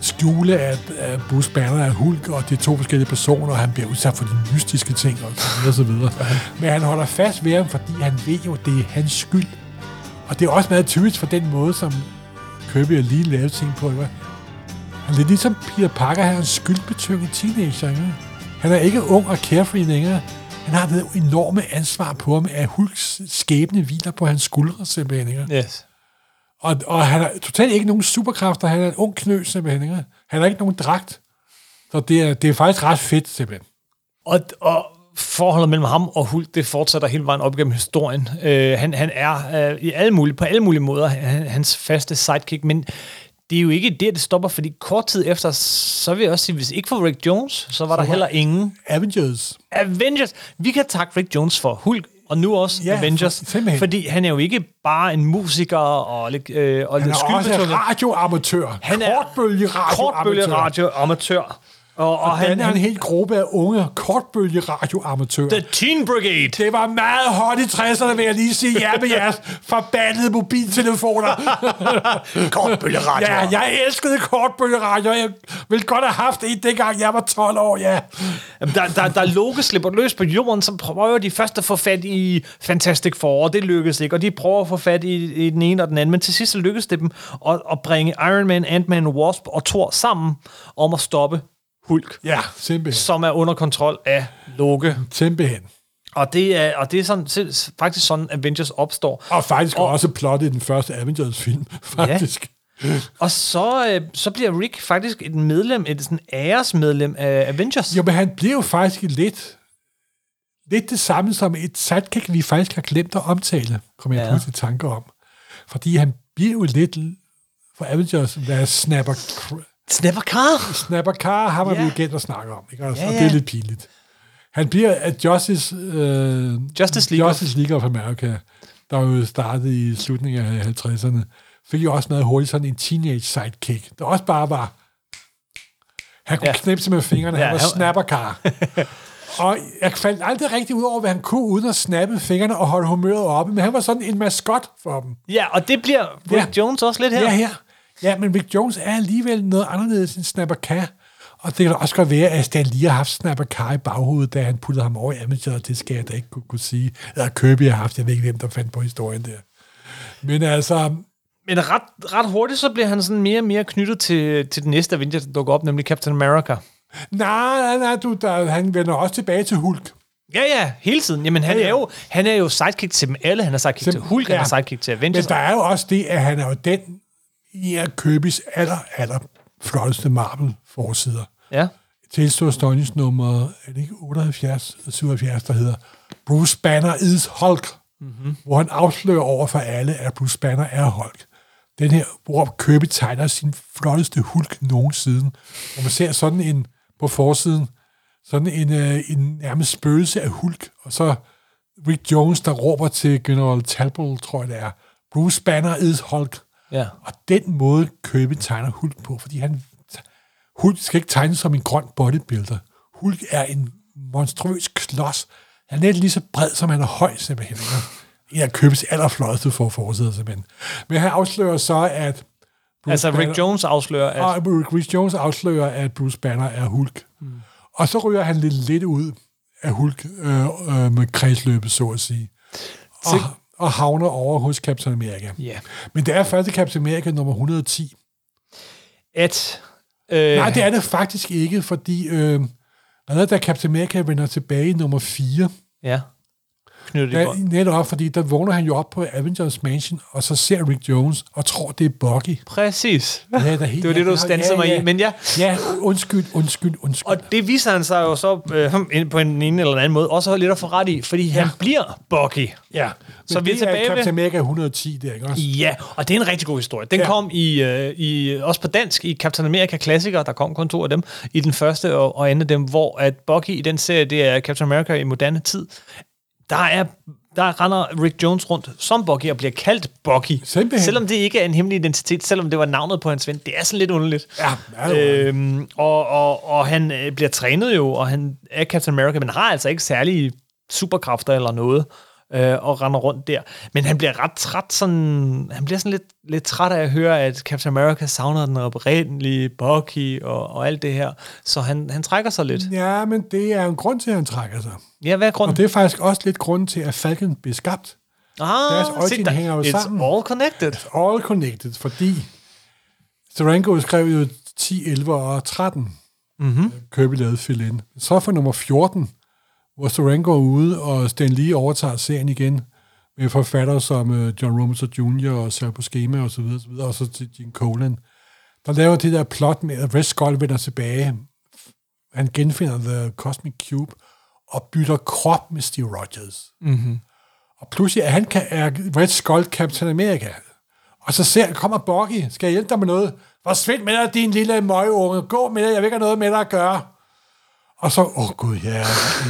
S4: skjule, at, at Bruce Banner er Hulk, og det er to forskellige personer, og han bliver udsat for de mystiske ting, og så videre, og så videre. Men han holder fast ved ham, fordi han ved jo, at det er hans skyld. Og det er også meget typisk for den måde, som Kirby og lige lavede ting på. Ikke? Han er lidt ligesom Peter Parker, han er en skyldbetynget teenager. Ikke? Han er ikke ung og carefree længere. Han har det enorme ansvar på ham, at Hulks skæbne hviler på hans skuldre simpelthen. Ikke?
S3: Yes.
S4: Og, og han har totalt ikke nogen superkræfter. Han er en ung knø, simpelthen. Ikke? Han har ikke nogen dragt. Så det er, det er faktisk ret fedt, simpelthen.
S3: Og, og forholdet mellem ham og Hulk, det fortsætter hele vejen op gennem historien. Øh, han, han er øh, i alle mulige, på alle mulige måder han, hans faste sidekick, men det er jo ikke der, det stopper, fordi kort tid efter, så vil jeg også sige, hvis ikke for Rick Jones, så var så der heller ingen.
S4: Avengers.
S3: Avengers! Vi kan takke Rick Jones for Hulk, og nu også ja, Avengers. For,
S4: simpelthen.
S3: fordi han er jo ikke bare en musiker og, øh, og
S4: han er også en radioamatør.
S3: Han er kortbølge-radioamatør.
S4: Og, og han, er en hel gruppe af unge kortbølge radioamatører.
S3: The Teen Brigade.
S4: Det var meget hot i 60'erne, vil jeg lige sige. Ja, med jeres forbandede mobiltelefoner.
S3: kortbølge radio.
S4: Ja, jeg elskede kortbølge radio. Jeg ville godt have haft det, dengang jeg var 12 år, ja.
S3: Jamen, der, der, der Loke slipper løs på jorden, så prøver de først at få fat i Fantastic Four, og det lykkes ikke. Og de prøver at få fat i, i den ene og den anden, men til sidst lykkes det dem at, at bringe Iron Man, Ant-Man, Wasp og Thor sammen om at stoppe Hulk.
S4: Ja, simpelthen.
S3: Som er under kontrol af Loke.
S4: Simpelthen.
S3: Og det er, og det er sådan, faktisk sådan, Avengers opstår.
S4: Og faktisk og, også plottet i den første Avengers-film, faktisk.
S3: Ja. og så, øh, så bliver Rick faktisk et medlem, et sådan æresmedlem af Avengers.
S4: Jo, men han bliver jo faktisk lidt, lidt det samme som et sidekick, vi faktisk har glemt at omtale, kommer jeg ja. pludselig i tanke om. Fordi han bliver jo lidt for Avengers, hvad snapper...
S3: Snapper Carr.
S4: Snapper Carr har man ja. igen at snakke om, ikke? Altså, ja, ja. og det er lidt pinligt. Han bliver at Justice, øh,
S3: Justice, League.
S4: Justice League of America, der jo startede i slutningen af 50'erne, fik jo også meget hurtigt sådan en teenage sidekick, der også bare var... Han kunne ja. knipse med fingrene, ja, han var han... Snapper Carr. og jeg faldt aldrig rigtig ud over, hvad han kunne, uden at snappe fingrene og holde humøret oppe, men han var sådan en maskot for dem.
S3: Ja, og det bliver Rick ja. Jones også lidt her.
S4: Ja, her. Ja, men Rick Jones er alligevel noget anderledes end Snapper Carr. Og det kan også godt være, at Stan lige har haft Snapper Carr i baghovedet, da han puttede ham over i Amager, det skal jeg da ikke kunne, kunne sige. Eller Kirby har haft, jeg ved ikke, hvem der fandt på historien der. Men altså...
S3: Men ret, ret hurtigt, så bliver han sådan mere og mere knyttet til, til den næste Avengers, der dukker op, nemlig Captain America.
S4: Nej, nej, nej, du, der, han vender også tilbage til Hulk.
S3: Ja, ja, hele tiden. Jamen, han, ja, ja. Er jo, han er jo sidekick til dem alle. Han er sidekick Sim, til Hulk, ja. han er sidekick til Avengers.
S4: Men der er jo også det, at han er jo den i er Købis aller, aller flotteste Marvel-forsider.
S3: Ja.
S4: Tilståelsesnummer, er det ikke 78, 77, der hedder Bruce Banner is Hulk, mm-hmm. hvor han afslører over for alle, at Bruce Banner er Hulk. Den her, hvor Kirby tegner sin flotteste Hulk nogensinde, hvor man ser sådan en på forsiden, sådan en, øh, en nærmest spøgelse af Hulk, og så Rick Jones, der råber til General Talbot, tror jeg det er, Bruce Banner is Hulk.
S3: Ja.
S4: Og den måde Kirby tegner Hulk på, fordi han, Hulk skal ikke tegnes som en grøn bodybuilder. Hulk er en monstrøs klods. Han er lidt lige så bred, som han er høj, simpelthen. En af Købes allerflotteste for forsider, simpelthen. Men han afslører så, at...
S3: Bruce altså Banner, Rick Jones afslører, at...
S4: Og Rick Jones afslører, at Bruce Banner er Hulk. Mm. Og så ryger han lidt, lidt ud af Hulk øh, øh, med kredsløbet, så at sige. Og, og havner over hos Captain America.
S3: Yeah.
S4: Men det er første Captain America nummer 110.
S3: Et.
S4: Øh... Nej, det er det faktisk ikke, fordi øh, allerede da Captain America vender tilbage i nummer 4,
S3: ja.
S4: Knytter de der, netop, fordi der vågner han jo op på Avengers Mansion, og så ser Rick Jones og tror, det er Bucky.
S3: Præcis. Ja, der helt, det var det, du stansede ja, mig ja, i. Men ja.
S4: ja, undskyld, undskyld, undskyld.
S3: Og det viser han sig jo så øh, på en ene eller anden måde også lidt at få ret i, fordi ja. han bliver Bucky.
S4: Ja,
S3: men så vi er tilbage er
S4: Captain America 110, det er ikke også?
S3: Ja, og det er en rigtig god historie. Den ja. kom i, øh, i, også på dansk i Captain America Klassiker, der kom kun to af dem, i den første og, og anden af dem, hvor at Bucky i den serie, det er Captain America i moderne tid, der er der render Rick Jones rundt som Bucky og bliver kaldt Bucky.
S4: Simpelthen.
S3: Selvom det ikke er en hemmelig identitet, selvom det var navnet på hans ven. Det er sådan lidt underligt.
S4: Ja,
S3: øhm, og, og, og han øh, bliver trænet jo, og han er Captain America, men har altså ikke særlige superkræfter eller noget. øh, og render rundt der. Men han bliver ret træt, sådan, han bliver sådan lidt, lidt træt af at høre, at Captain America savner den oprindelige Bucky og, og alt det her. Så han, han trækker sig lidt.
S4: Ja, men det er en grund til, at han trækker sig.
S3: Ja, hvad er grunden?
S4: Og det er faktisk også lidt grunden til, at Falcon blev skabt.
S3: Ah,
S4: Deres origin
S3: der-
S4: hænger jo
S3: it's
S4: sammen.
S3: all connected.
S4: All connected, fordi Durango skrev jo 10, 11 og 13. Mm-hmm. Kirby lavede fill in. Så for nummer 14, hvor Durango er ude, og Stan Lee overtager serien igen med forfattere som øh, John Romita Jr. og Serpo Schema og så videre, så videre, og så til Gene Colan. Der laver det der plot med, at Red Skull vender tilbage. Han genfinder The Cosmic Cube og bytter krop med Steve Rogers. Og pludselig er, han, ka- er Red Skull Captain America. Og så ser, kommer Bucky, skal jeg hjælpe dig med noget? Forsvind med dig, din lille møgeunge. Gå med dig, jeg vil ikke have noget med dig at gøre. Og så, åh oh gud, ja,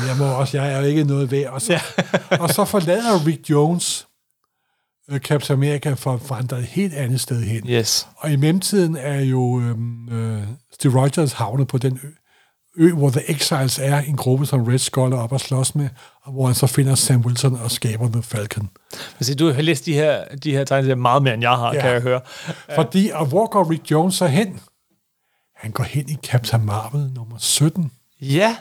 S4: jeg må også, jeg er jo ikke noget værd. Og så, og så forlader Rick Jones øh, Captain America for at vandre et helt andet sted hen.
S3: Yes.
S4: Og i mellemtiden er jo øhm, øh, Steve Rogers havnet på den ø, ø, hvor The Exiles er, en gruppe, som Red Skull er oppe og slås med, og hvor han så finder Sam Wilson og skaber The Falcon.
S3: Altså, du har læst de her, de her tegneserier meget mere, end jeg har,
S4: Ja.
S3: ja. kan jeg høre.
S4: Fordi, og hvor går Rick Jones så hen? Han går hen i Captain Marvel nummer 17.
S3: Ja,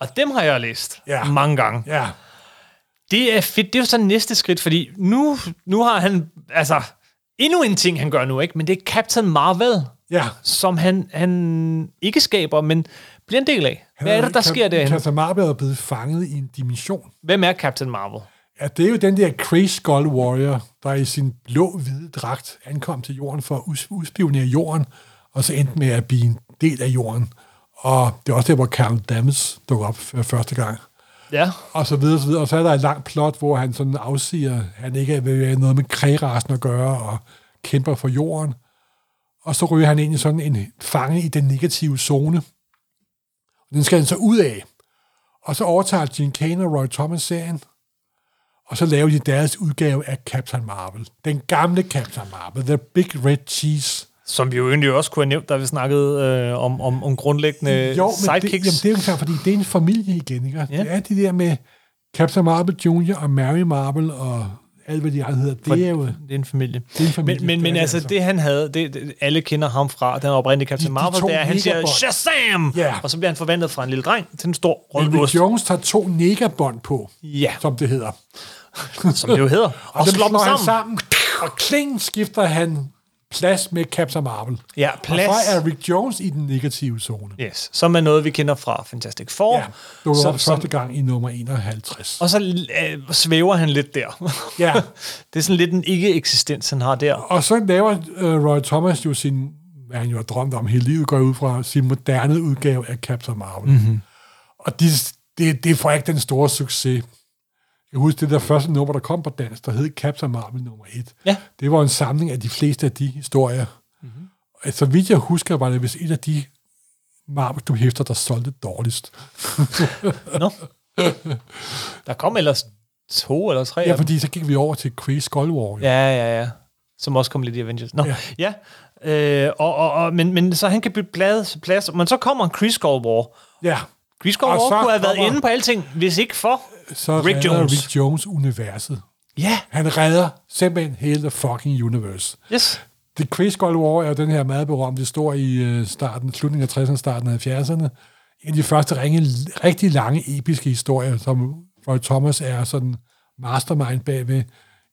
S3: og dem har jeg læst
S4: Ja.
S3: mange gange.
S4: Ja,
S3: Det er fedt. Det er jo så næste skridt, fordi nu, nu har han, altså, endnu en ting, han gør nu, ikke? Men det er Captain Marvel,
S4: ja.
S3: som han, han ikke skaber, men bliver en del af. Hvad er det, der
S4: Cap-
S3: sker derinde?
S4: Captain Marvel er blevet fanget i en dimension.
S3: Hvem er Captain Marvel?
S4: Ja, det er jo den der Crazy Skull Warrior, der i sin blå-hvide dragt ankom til jorden for at us- udspionere jorden, og så endte med at blive en del af jorden. Og det er også der, hvor Carl Dammers dukker op for første gang.
S3: Ja.
S4: Og så videre, så videre. Og så er der et langt plot, hvor han sådan afsiger, at han ikke vil have noget med krægerasen at gøre, og kæmper for jorden. Og så ryger han ind i sådan en fange i den negative zone. Og den skal han så ud af. Og så overtager Gene Kane og Roy Thomas serien, og så laver de deres udgave af Captain Marvel. Den gamle Captain Marvel, The Big Red Cheese.
S3: Som vi jo egentlig også kunne have nævnt, da vi snakkede øh, om, om, om grundlæggende
S4: jo, men det,
S3: Øh, sidekicks.
S4: jamen, det er jo klart, fordi det er en familie igen, ikke?
S3: Ja.
S4: Ja. Det er det der med Captain Marvel Jr. og Mary Marvel og alt, hvad de andre hedder. Det er jo...
S3: det er en familie.
S4: er en
S3: Men,
S4: familie,
S3: men,
S4: det er
S3: men
S4: det
S3: altså,
S4: altså.
S3: det han havde, det, det, alle kender ham fra den oprindelige Captain
S4: De- de
S3: Marvel,
S4: to
S3: det er, at han siger,
S4: megabot.
S3: Shazam!
S4: Ja.
S3: Og så bliver han forvandlet fra en lille dreng til en stor
S4: Men
S3: rød ost,
S4: Rick Jones tager to negabånd på,
S3: Ja.
S4: som det hedder.
S3: som det jo hedder, og,
S4: Og,
S3: og
S4: dem
S3: slår dem
S4: han
S3: sammen.
S4: sammen. Og kling skifter han plads med Captain Marvel.
S3: Ja, plads.
S4: Og så er Rick Jones i den negative zone.
S3: Yes, som er noget, vi kender fra Fantastic Four.
S4: Ja, det var
S3: som,
S4: første
S3: som,
S4: gang i nummer 51.
S3: og så øh, svæver han lidt der.
S4: Ja.
S3: det er sådan lidt en ikke-eksistens, han har der.
S4: Og så laver øh, Roy Thomas jo sin, hvad han jo har drømt om hele livet, går jeg ud fra sin moderne udgave af Captain Marvel.
S3: Mhm.
S4: Mm-hmm. Og det, det, det får ikke den store succes. Jeg husker det der første nummer, der kom på dansk, der hed Captain Marvel nummer 1.
S3: Ja. Mhm.
S4: Det var en samling af de fleste af de historier. Mm-hmm. Og så vidt jeg husker, var det vist et af de marvel du hæfter, der solgte dårligst.
S3: Nå. Der kom ellers to eller tre
S4: Ja,
S3: af dem.
S4: fordi så gik vi over til Kree Skull Warrior.
S3: Ja, ja, ja. Som også kom lidt i Avengers. Nå, ja. ja. Øh, og, og, og, men, men så han kan bytte plads, plads. Men så kommer en Chris Gold War.
S4: ja.
S3: Chris Gold
S4: Og
S3: War
S4: så
S3: kunne have været
S4: kommer-
S3: inde på alting, hvis ikke for...
S4: så
S3: Rick
S4: Rick
S3: Jones.
S4: Jones. Rick Jones universet.
S3: Ja,
S4: Han redder simpelthen hele the fucking universe.
S3: yes.
S4: The Chris Gold War er jo den her meget berømte historie i øh, starten, slutningen af 60'erne, starten af 70'erne. En af de første ringe, rigtig lange, episke historier, som Roy Thomas er sådan mastermind bagved.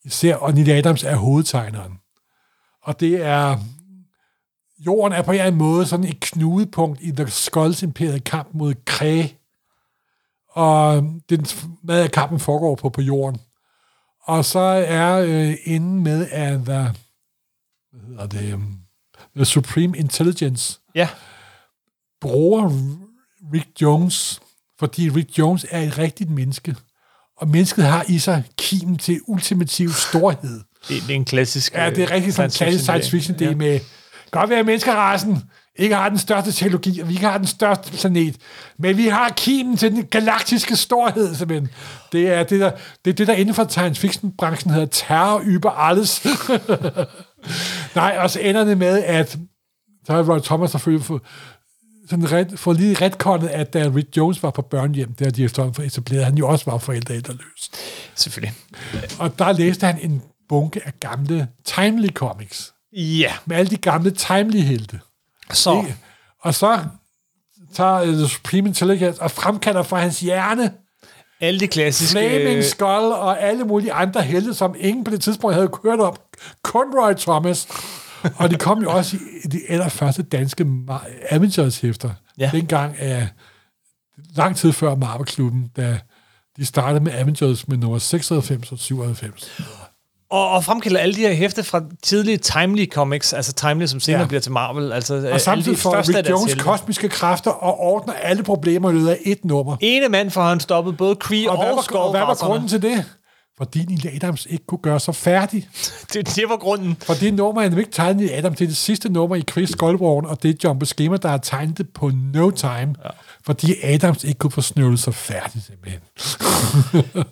S4: Især, og Neil Adams er hovedtegneren. Og det er... Jorden er på en eller anden måde sådan et knudepunkt i The Skulls imperiet kamp mod Kræ. Og øh, den hvad af kampen foregår på, på jorden. Og så er øh, enden med, at The og det, um, The Supreme Intelligence
S3: Ja,
S4: bruger Rick Jones, fordi Rick Jones er et rigtigt menneske, og mennesket har i sig kimen til ultimativ storhed.
S3: det, det er en klassisk... øh,
S4: Ja, det er rigtig sådan en klassisk science fiction, det er med, godt være at menneskerassen, ikke har den største teknologi, og vi ikke har den største planet, men vi har kimen til den galaktiske storhed, simpelthen. Det er det, der, det, er det, der inden for science fiction-branchen hedder terror über alles. Nej, og så ender det med, at så har Roy Thomas selvfølgelig fået, sådan ret, for lige retkondet, at da Rick Jones var på børnehjem, der de efterhånden for etableret, han jo også var forældreældreløs.
S3: Selvfølgelig.
S4: Og der læste han en bunke af gamle Timely Comics,
S3: Ja,
S4: med alle de gamle Timely-helte.
S3: så
S4: Ikke? Og så tager øh, The Supreme Intelligence og fremkalder fra hans hjerne
S3: alle de klassiske...
S4: Flaming Skull og alle mulige andre helte, som ingen på det tidspunkt havde kørt op. Kun Roy Thomas. og de kom jo også i de allerførste danske Ma- Avengers-hæfter.
S3: Ja.
S4: Ja. Dengang af lang tid før Marvel-klubben, da de startede med Avengers med nummer 96 og 97.
S3: Og, og fremkalder alle de her hæfte fra tidlige Timely Comics, altså Timely, som senere ja.
S4: Ja.
S3: bliver til Marvel. Altså, øh, alle
S4: Og samtidig
S3: de
S4: får
S3: første af
S4: Rick
S3: deres
S4: Jones
S3: helte.
S4: kosmiske kræfter og ordner alle problemer ud af et nummer.
S3: Ene mand for, han stoppet både Kree og,
S4: Og hvad,
S3: og
S4: var, og hvad var grunden
S3: skovgræsserne.
S4: til det? Fordi Neil Adams ikke kunne gøre sig færdig.
S3: Det, det var grunden.
S4: For det nummer, han ikke tegnet i Adam, det er det sidste nummer i Chris Goldborn, og det er John Buscema, der har tegnet det på no time, ja. fordi Adams ikke kunne få snøvlet sig færdig, simpelthen.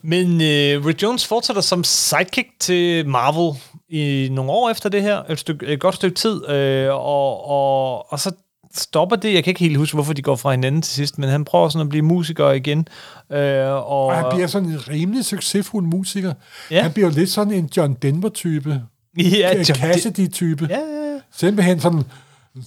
S3: Men øh, Rick Jones fortsætter som sidekick til Marvel i nogle år efter det her, et, stykke, et godt stykke tid, øh, og, og, og så stopper det. Jeg kan ikke helt huske, hvorfor de går fra hinanden til sidst, men han prøver sådan at blive musiker igen. Øh, og,
S4: Og han bliver sådan en rimelig succesfuld musiker.
S3: Ja.
S4: Ja. Han bliver jo lidt sådan en John Denver-type,
S3: ja,
S4: ja,
S3: John, det,
S4: Cassidy-type.
S3: ja, ja, ja.
S4: Simpelthen sådan,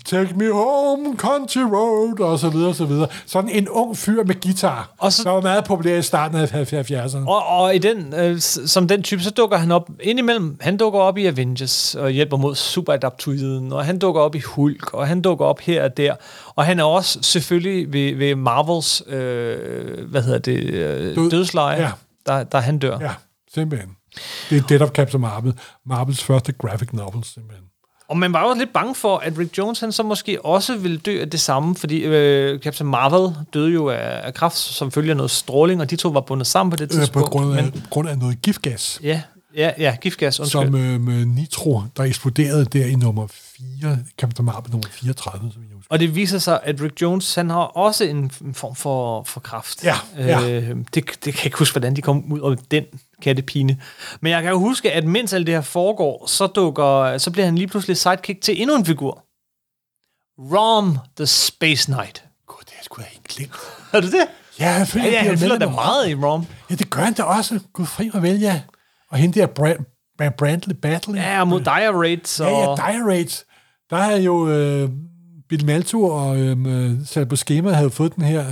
S4: take me home, country road, og så videre, og så videre. Sådan en ung fyr med guitar,
S3: Og
S4: og
S3: så-
S4: så, der var meget populær i starten af 70'erne.
S3: Og, og i den, øh, s- som den type, så dukker han op indimellem. Han dukker op i Avengers og hjælper mod superadaptoiden, og han dukker op i Hulk, og han dukker op her og der. Og han er også selvfølgelig ved, ved Marvels, øh, hvad hedder det, øh,
S4: Død.
S3: dødsleje, ja.
S4: Ja.
S3: der, der han dør. Ja.
S4: Ja, simpelthen. Det er Dead of Captain Marvel, Marvels første graphic novel, simpelthen. Øh,
S3: Og man var jo lidt bange for, at Rick Jones han så måske også ville dø af det samme, fordi øh, Captain Marvel døde jo af, af kraft, som følger noget stråling, og de to var bundet sammen på det
S4: Øh, på
S3: tidspunkt.
S4: grund af,
S3: Men,
S4: grund af noget giftgas,
S3: ja, ja, ja, giftgas, undskyld.
S4: som øh, med nitro, der eksploderede der i nummer 4, Captain Marvel nummer 34, som jeg husker.
S3: Og det viser sig, at Rick Jones, han har også en f- en form for, for kraft.
S4: Ja, ja.
S3: Øh, det, det kan jeg ikke huske, hvordan de kom ud af den kattepine. Men jeg kan jo huske, at mens alt det her foregår, så, dukker, så bliver han lige pludselig sidekick til endnu en figur. Rom the Space Knight.
S4: Gud, det er sgu da helt glemt.
S3: Er du det?
S4: Ja, selvfølgelig.
S3: Ja, ja
S4: bliver
S3: han fylder da
S4: medlem af-
S3: meget i Rom.
S4: Ja, det gør han da også. Gud fri og vælge. Ja. Og hende der Brand, Brand, Brandley Battle.
S3: Ja, og mod Dire Raids. Og,
S4: ja, ja, Dire Raids. Der havde jo øh, Bill Malto og øh, Salbo Schema havde fået den her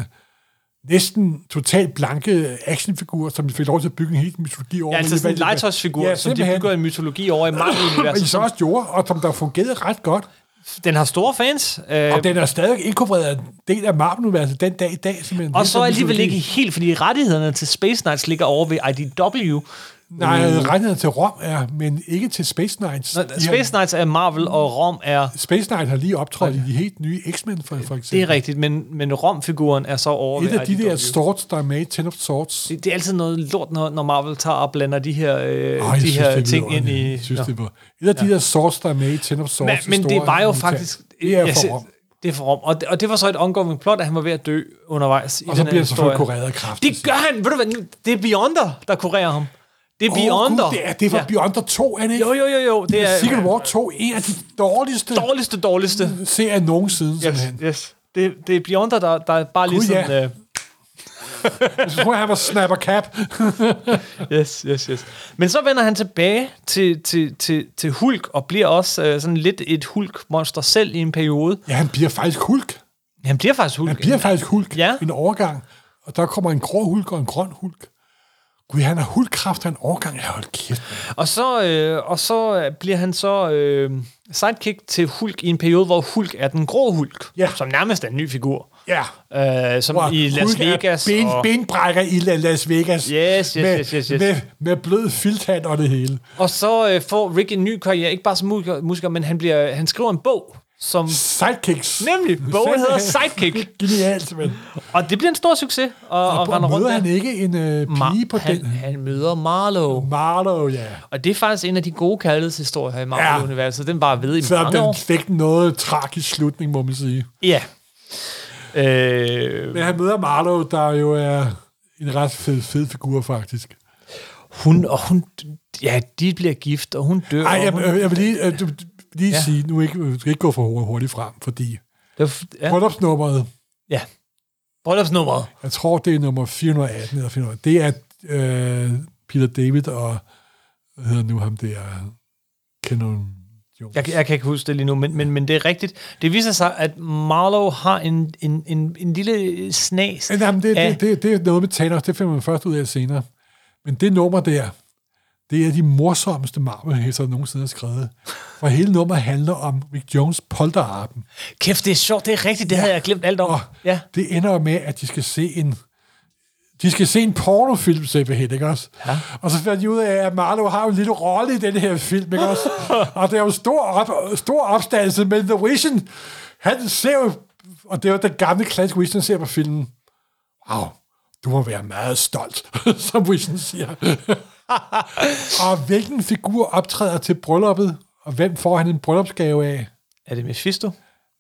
S4: næsten totalt blanke actionfigur, som de fik lov til at bygge en hel mytologi over.
S3: ja, altså
S4: Men
S3: sådan en
S4: alligevel-
S3: legetøjsfigur, ja, som de
S4: simpelthen.
S3: bygger en mytologi over i
S4: Og I
S3: Marvel-universet.
S4: så også gjorde, og som der fungerede ret godt.
S3: Den har store fans. Øh,
S4: Og den er stadig inkorporeret en del af Marvel-universet den dag i dag. Simpelthen.
S3: Og
S4: Det er
S3: så alligevel
S4: mytologi.
S3: ikke helt, fordi rettighederne til Space Knights ligger over ved IDW.
S4: Nej, rettigheden til Rom er, men ikke til Space Knights. De har-
S3: Space Knights er Marvel, og Rom er...
S4: Space Knight har lige optrådt i de helt nye X-Men, for, for eksempel.
S3: Det er rigtigt, men, men Rom-figuren er så over ved
S4: Et af de
S3: IDW.
S4: der swords, der er med i Ten of Swords.
S3: det, det er altid noget lort, når, når Marvel tager og blander de her, øh,
S4: Åh, jeg
S3: de
S4: synes,
S3: her
S4: det er
S3: ting ind
S4: vidunderligt.
S3: i...
S4: Jeg synes,
S3: Nå.
S4: det var. Et af de der swords, der er med i Ten of
S3: men,
S4: Swords.
S3: men det
S4: historie,
S3: var jo
S4: militær-
S3: faktisk...
S4: Det er
S3: jeg
S4: for
S3: ser-
S4: Rom.
S3: Det er for Rom. Og det, og det var så et ongoing plot, at han var ved at dø undervejs i
S4: Og så
S3: den her
S4: bliver han selvfølgelig
S3: historie.
S4: kureret af kraft. altså.
S3: Det gør han! Ved du hvad, nu- det er Beyonder, der kurerer ham. Det er
S4: Åh,
S3: Beyonder.
S4: Gud, det er, det er fra
S3: Ja.
S4: Beyonder 2, er det ikke?
S3: Jo, jo, jo, jo. Det er
S4: Secret War 2, en af de dårligste
S3: dårligste, dårligste.
S4: serier nogensinde,
S3: Yes,
S4: simpelthen.
S3: yes. Det, det er Beyonder, der, der bare lige
S4: Gud,
S3: sådan...
S4: ja.
S3: Uh,
S4: Jeg tror, han var Snapper Cap.
S3: yes, yes, yes. Men så vender han tilbage til, til, til, til Hulk, og bliver også uh, sådan lidt et Hulk-monster selv i en periode.
S4: Ja, han bliver faktisk Hulk.
S3: Han bliver faktisk Hulk.
S4: Han bliver faktisk Hulk.
S3: Ja.
S4: En overgang. Og der kommer en grå Hulk og en grøn Hulk. Gud, han har hulkkraft af en overgang. Ja, hold kæft. mand.
S3: Og så, øh, og så øh, bliver han så øh, sidekick til Hulk i en periode, hvor Hulk er den grå Hulk,
S4: Ja.
S3: som nærmest er en ny figur.
S4: Ja.
S3: Øh, som
S4: Hvor
S3: i Las
S4: Hulk er
S3: Vegas.
S4: Ben,
S3: og,
S4: Benbrækker i La- Las Vegas.
S3: Yes, yes,
S4: med,
S3: yes, yes, yes.
S4: Med, med blød filthand og det hele.
S3: og så øh, får Rick en ny karriere, ikke bare som musiker, musiker men han, bliver, han skriver en bog, som
S4: Sidekicks.
S3: Nemlig. Bogen hedder Sidekick.
S4: Genialt, men.
S3: Og det bliver en stor succes, og, og,
S4: Og,
S3: og render rundt
S4: møder han
S3: der.
S4: ikke en øh, pige på
S3: han,
S4: den?
S3: han møder Marlowe.
S4: Marlowe, ja.
S3: Og det er faktisk en af de gode kærlighedshistorier her i Marvel-universet. Den var ved i
S4: Så
S3: mange
S4: den
S3: år.
S4: fik noget tragisk slutning, må man sige.
S3: Ja. Øh,
S4: Men han møder Marlowe, der jo er en ret fed, fed figur, faktisk.
S3: hun og hun... Ja, de bliver gift, og hun dør.
S4: Ej,
S3: og
S4: jeg,
S3: hun,
S4: jeg, jeg vil lige, øh, du, lige
S3: Ja.
S4: ja. sige, nu ikke, du skal ikke gå for hurtigt frem, fordi
S3: Det var, f- ja.
S4: Bryllupsnummeret,
S3: ja. Bryllupsnummeret.
S4: jeg tror, det er nummer 418 eller 400. Det er øh, Peter David og, hvad hedder nu ham der, Kenon Jones.
S3: Jeg, jeg kan ikke huske det lige nu, men, men, men det er rigtigt. Det viser sig, at Marlowe har en, en, en, en lille øh, snas.
S4: Ja, Jamen, det,
S3: af-
S4: det, det, det er noget med Thanos, det finder man først ud af senere. Men det nummer der, det er de morsomste marvel der nogensinde har skrevet. For hele nummeret handler om Rick Jones' polterarben.
S3: Kæft, det er sjovt. Det er rigtigt. Det ja. havde jeg glemt alt om.
S4: Og
S3: Ja.
S4: ja. det ender jo med, at de skal se en de skal se en pornofilm, simpelthen, ikke også? Ja. Og så fandt de ud af, at Marlowe har jo en lille rolle i den her film, ikke også? og det er jo stor, op, stor opstandelse, men The Vision, han ser jo, og det er jo den gamle klassiske Vision, ser på filmen, wow, du må være meget stolt, som Vision siger. og hvilken figur optræder til brylluppet, og hvem får han en bryllupsgave af?
S3: Er det Mephisto?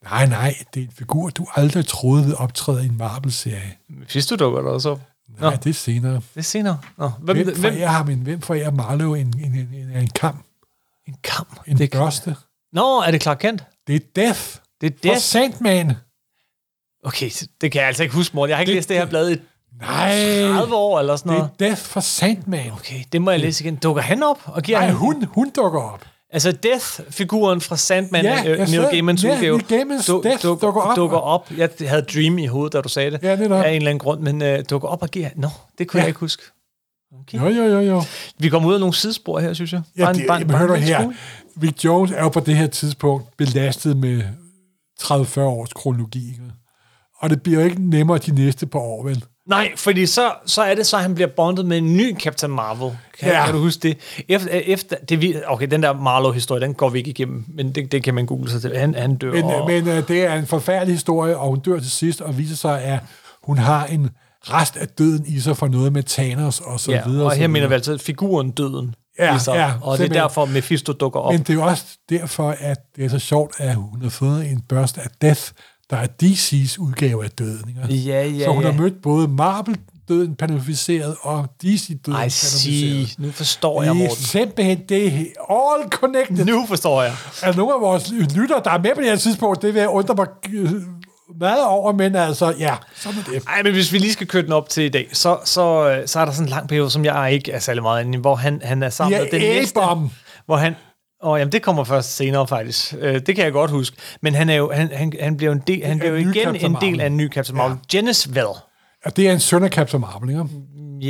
S4: Nej, nej, det er en figur, du aldrig troede ville optræde i en Marvel-serie.
S3: Mephisto dukker der også op. Nå,
S4: Nej, det er senere.
S3: det er senere. Nå, hvem,
S4: Hvem
S3: hvem, hvem?
S4: forærer ham en, hvem forærer Marlowe en, en, en, en, en kamp?
S3: En kamp.
S4: En
S3: Det
S4: det
S3: er,
S4: børste?
S3: Nå, er det Clark Kent?
S4: Det er Death.
S3: Det er
S4: Death.
S3: det.
S4: Og Sandman.
S3: Okay, det kan jeg altså ikke huske, Morten. Jeg har ikke
S4: Det-
S3: læst det her blad i
S4: Nej,
S3: 30 år eller sådan
S4: det
S3: noget.
S4: er Death for Sandman.
S3: Okay, det må jeg læse igen. Dukker han op og giver
S4: Nej,
S3: ham-
S4: hun, hun dukker op.
S3: Altså Death-figuren fra Sandman,
S4: Ja,
S3: ja, øh,
S4: jeg
S3: Neil
S4: sad-
S3: Gaimans
S4: ja,
S3: udgave,
S4: Neil Gaimans Death dukker op.
S3: dukker op. Jeg havde Dream i hovedet, da du sagde det,
S4: Ja, netop.
S3: af en eller anden grund, men øh, dukker op og giver... Nå, det kunne ja.
S4: Ja.
S3: jeg ikke huske. Okay.
S4: Jo, jo, jo, jo.
S3: Vi kommer ud af nogle sidespor her, synes jeg.
S4: Ja, det,
S3: bare en-
S4: jamen,
S3: bare en
S4: hør nu
S3: lille
S4: her.
S3: smule.
S4: Rick Jones er jo på det her tidspunkt belastet med 30-40 års kronologi. ikke? Og det bliver jo ikke nemmere de næste par år, vel?
S3: Nej, fordi så, så er det så, at han bliver bondet med en ny Captain Marvel. Kan, ja.
S4: Ja.
S3: kan du huske det? Efter, efter, det vi, okay, den der Marlow-historie, den går vi ikke igennem, men det, det kan man google sig til. Han, han dør.
S4: Men,
S3: og,
S4: oh. men øh, det er en forfærdelig historie, og hun dør til sidst, og viser sig, at hun har en rest af døden i sig for noget med Thanos og så
S3: ja,
S4: videre.
S3: og
S4: så
S3: her mener vi
S4: videre.
S3: altså figuren døden.
S4: Ja,
S3: i sig,
S4: ja,
S3: og det er
S4: simpelthen.
S3: derfor, Mephisto dukker op.
S4: Men det er jo også derfor, at det er så sjovt, at hun har fået en børst af Death, der er DC's udgave af døden. Ikke?
S3: Ja, ja,
S4: så hun
S3: ja.
S4: har mødt både Marvel-døden panoficeret og DC-døden
S3: Ej, sig.
S4: panoficeret.
S3: Nu forstår jeg,
S4: Det er
S3: Morten.
S4: simpelthen det er all connected.
S3: Nu forstår jeg.
S4: Er der nogle af vores lytter, der er med på det her tidspunkt, det vil jeg undre mig øh, meget over, men altså, ja, så er det.
S3: Ej, men hvis vi lige skal køre den op til i dag, så, så, øh, så er der sådan en lang periode, som jeg ikke er særlig meget inde i, hvor han, han er sammen
S4: Ja,
S3: med den næste.
S4: A-bomb.
S3: Hvor han... Åh, jamen det kommer først senere faktisk. Øh, det kan jeg godt huske. Men han, er jo, han, han, han bliver, jo en del, han
S4: er
S3: bliver jo
S4: en ny
S3: igen
S4: Captain
S3: en del
S4: Marvel.
S3: af en ny Captain Marvel. Ja. Genesvel.
S4: Og det er en søn af Captain Marvel, ikke?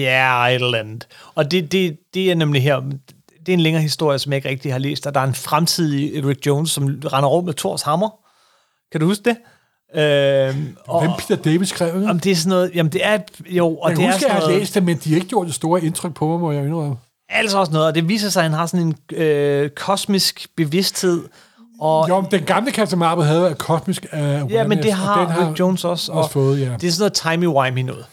S3: Ja, et eller andet. Og det, det, det er nemlig her... Det er en længere historie, som jeg ikke rigtig har læst, og der er en fremtidig Rick Jones, som render rundt med Thors hammer. Kan du huske det? Øhm, og-
S4: Hvem Peter Davis skrev, ikke?
S3: Jamen, det er sådan noget... Jamen, det er... Jo, og
S4: Jeg
S3: det er
S4: husker,
S3: sådan
S4: at jeg
S3: noget,
S4: har læst det, men de har ikke gjort det store indtryk på mig, må jeg indrømme.
S3: Altså også noget, og det viser sig, at han har sådan en øh, kosmisk bevidsthed. Og,
S4: Jo, men den gamle Captain Marvel havde været kosmisk uh,
S3: ja, men det har, har Rick Jones også.
S4: også
S3: og
S4: fået, ja.
S3: Det er sådan noget timey-wimey noget.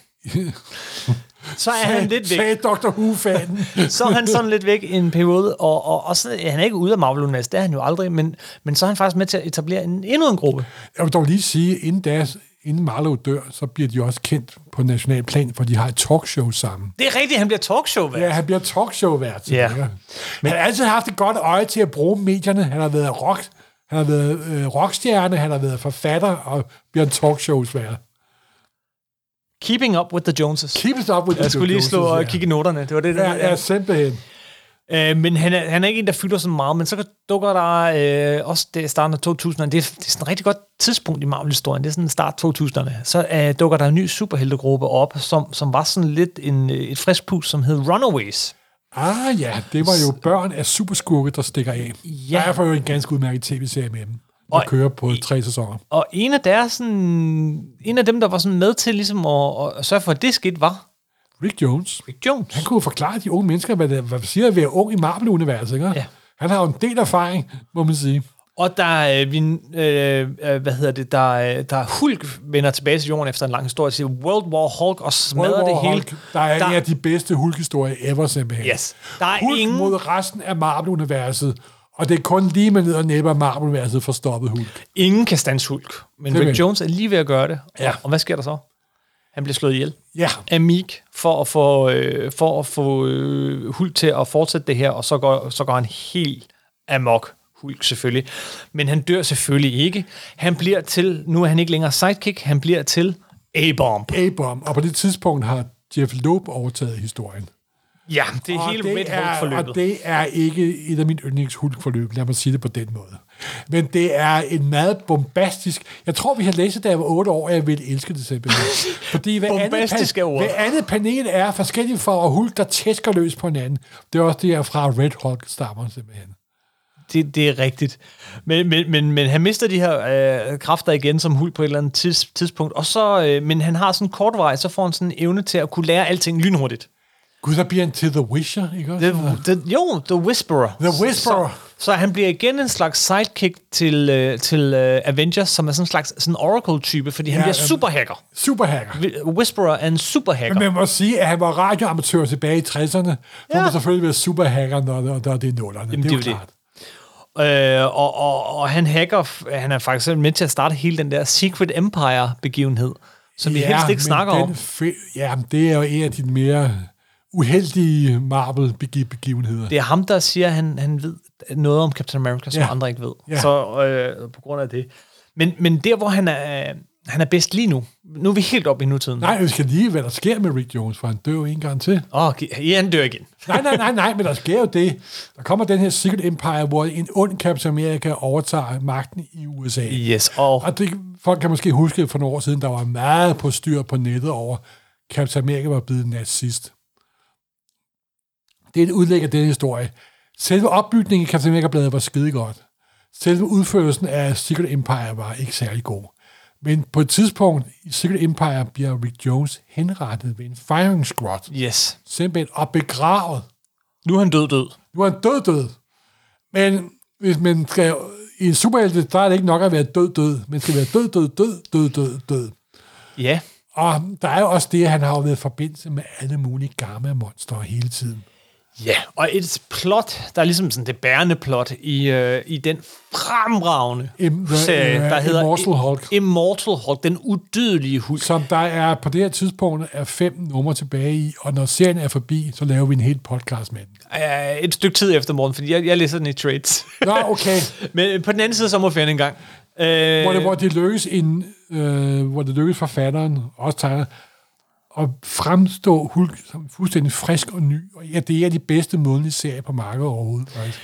S3: så er han lidt væk.
S4: Sagde Dr. Who-fanen.
S3: Så er han sådan lidt væk i en periode, og, og, og sådan, han er ikke ude af Marvel Universe, det er han jo aldrig, men, men så er han faktisk med til at etablere en, endnu en gruppe.
S4: jeg vil dog lige sige, inden, deres, inden Marlowe dør, så bliver de også kendt på national plan, for de har et talkshow sammen.
S3: Det er rigtigt, han bliver talkshow
S4: Ja,
S3: ja.
S4: han bliver talkshow-vært.
S3: Ja.
S4: Ja. Men han har altid haft et godt øje til at bruge medierne. Han har været rock, han har været øh, rockstjerne, han har været forfatter og bliver en talkshows-vært.
S3: Keeping up with the Joneses.
S4: Keep it up with the
S3: jeg skulle lige
S4: Joneses,
S3: slå og
S4: ja.
S3: kigge i noterne. Det var det, der
S4: Ja, ja, simpelthen.
S3: Øh, men han er, han er ikke en, der fylder så meget, men så dukker der øh, også det i starten af 2000'erne. Det, er- det er sådan et rigtig godt tidspunkt i Marvel-historien. Det er sådan start 2000'erne. Så øh, dukker der en ny superheltegruppe op, som, som var sådan lidt en, øh, et frisk pus, som hed Runaways.
S4: Ah ja, det var jo børn af superskurke, der stikker af.
S3: Ja.
S4: Ja. Der er for jo en ganske udmærket tv-serie med dem, der
S3: Og-
S4: kører på tre sæsoner.
S3: Og en af, deres, sådan, en af dem, der var sådan med til ligesom at, at sørge for, at det skete, var
S4: Rick Jones,
S3: Rick Jones.
S4: han kunne jo forklare de unge mennesker, hvad det hvad det siger at være ung i Marvel-universet, ikke?
S3: Ja.
S4: Han har jo en del erfaring, må man sige.
S3: Og der øh, vi, øh, øh, hvad hedder det, der, øh, der Hulk vender tilbage til jorden efter en lang historie, og siger World War Hulk og smadrer
S4: Rødvore
S3: det hele.
S4: Hulk, der er der... en af de bedste Hulk-historier ever, simpelthen.
S3: Yes. Der er
S4: Hulk
S3: ingen-
S4: mod resten af Marvel-universet, og det er kun lige med ned og næppe, at Marvel-universet får stoppet Hulk.
S3: Ingen kan stanse Hulk, men
S4: Det
S3: Rick
S4: vil.
S3: Jones er lige ved at gøre det.
S4: Ja.
S3: Og hvad sker der så? Han bliver slået ihjel
S4: Ja,
S3: af Meek for at få, øh, for at få øh, Hulk til at fortsætte det her, og så går, så går han helt amok. Hulk selvfølgelig. Men han dør selvfølgelig ikke. Han bliver til, nu er han ikke længere sidekick, han bliver til A-Bomb.
S4: A-bomb, og på det tidspunkt har Jeff Loeb overtaget historien.
S3: Ja, det er
S4: Og
S3: hele
S4: det
S3: Red
S4: er-
S3: Hulk-forløbet.
S4: Og det er ikke et af mine yndlingshulkforløb, lad mig sige det på den måde. Men det er en meget bombastisk... Jeg tror, vi har læst det, da jeg var otte år, og jeg ville elske det simpelthen. Fordi hvad
S3: Bombastisk er
S4: andet,
S3: ordet.
S4: hvad andet panel er forskellige farver hulk, der tæsker løs på hinanden. Det er også det, jeg fra Red Hulk stammer simpelthen.
S3: det, det er rigtigt. Men, men, men, men han mister de her øh, kræfter igen som hul på et eller andet tids, tidspunkt. Og så, øh, men han har sådan en kort vej, så får han sådan en evne til at kunne lære alting lynhurtigt.
S4: Gud, så bliver han til The Wisher, ikke også?
S3: The, the, jo, The Whisperer.
S4: The Whisperer.
S3: Så, så han bliver igen en slags sidekick til, øh, til øh, Avengers, som er sådan en slags sådan Oracle-type, fordi ja, han
S4: Ja,
S3: bliver
S4: øhm.
S3: superhacker.
S4: Superhacker.
S3: Vi- Whisperer er en superhacker.
S4: Men man må sige, at han var radioamatør tilbage i 60'erne. Ja.
S3: Ja.
S4: må selvfølgelig være superhacker, når, når, når det er nullerne.
S3: Jamen,
S4: det er jo
S3: det er jo
S4: klart.
S3: Øh, og, og, og han hacker, f- han er faktisk selv med til at starte hele den der Secret Empire-begivenhed, som vi helst ikke
S4: men
S3: snakker
S4: den
S3: om.
S4: Fe- ja, men det er jo en af de mere uheldige Marvel-begivenheder.
S3: Det er ham, der siger, at han, han ved noget om Captain America, som ja.
S4: Ja.
S3: andre ikke ved. Ja.
S4: Ja.
S3: Så øh, på grund af det. Men, men der, hvor han er, øh, han er bedst lige nu, nu er vi helt oppe i nutiden.
S4: Nej, vi skal lige, hvad der sker med Rick Jones, for han dør jo en gang til.
S3: Åh, okay. ja, han dør igen.
S4: Nej, nej, nej, nej, men der sker jo det. Der kommer den her Secret Empire, hvor en ond Captain America overtager magten i USA.
S3: Yes, og
S4: Og det, folk kan måske huske for nogle år siden, der var meget på styr på nettet over, Captain America var blevet nazist. Det er et udlæg af den historie. Selve opbygningen af Captain America-bladet var skide godt. Selve udførelsen af Secret Empire var ikke særlig god. Men på et tidspunkt i Secret Empire bliver Rick Jones henrettet ved en firing squad.
S3: yes.
S4: Simpelthen og begravet.
S3: Nu er han død, død.
S4: Nu er han død død. Men hvis man skal i en superhelte, der er det ikke nok at være død død. Man skal være død død død død død død.
S3: Ja.
S4: Og der er jo også det, at han har jo været i forbindelse med alle mulige gamma-monstre hele tiden.
S3: Ja, og et plot, der er ligesom sådan det bærende plot i, øh, i den fremragende
S4: Im- the-
S3: serie, der
S4: øh,
S3: hedder
S4: Immortal Hulk.
S3: Immortal Hulk, den udødelige Hulk.
S4: Som der er på det her tidspunkt er fem numre tilbage i, og når serien er forbi, så laver vi en hel podcast med den.
S3: Øh, et stykke tid efter morgen, fordi jeg, jeg læser den i trades.
S4: Nå, okay.
S3: Men på den anden side af sommerferien engang. Øh,
S4: Hvor det, hvor det lykkes, en, øh, hvor det lykkes forfatteren, også tegner, at fremstå Hulk som fuldstændig frisk og ny. Og ja, det er de bedste månedlige serier på markedet overhovedet. Faktisk.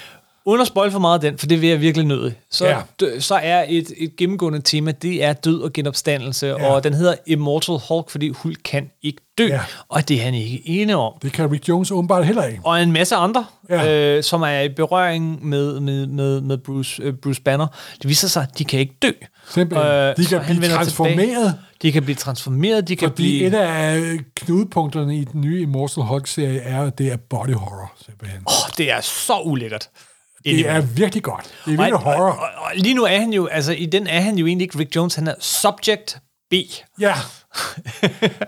S3: Uden at spoil for meget af den, for det vil jeg virkelig nødig, så, ja.
S4: Ja.
S3: dø, så er et, et gennemgående tema, det er død og genopstandelse, ja. og den hedder Immortal Hulk, fordi Hulk kan ikke dø, ja.
S4: Ja.
S3: og det er han ikke ene om.
S4: Det kan Rick Jones åbenbart heller ikke.
S3: Og en masse andre, ja.
S4: Ja.
S3: øh, som er i berøring med, med, med, med Bruce, øh, Bruce Banner. Det viser sig, at de kan ikke dø.
S4: Simpelthen.
S3: Øh,
S4: de
S3: så
S4: kan
S3: han
S4: blive
S3: vender
S4: transformeret.
S3: Tilbage. De kan blive transformeret, de kan
S4: Fordi
S3: blive...
S4: et af øh, knudepunkterne i den nye Immortal Hulk-serie er, at det er body horror, simpelthen. Oh,
S3: Åh, det er så ulækkert.
S4: det er virkelig godt. Det er virkelig
S3: og, og, og,
S4: horror.
S3: og lige nu er han jo, altså i den er han jo egentlig ikke Rick Jones, han er Subject B.
S4: Ja.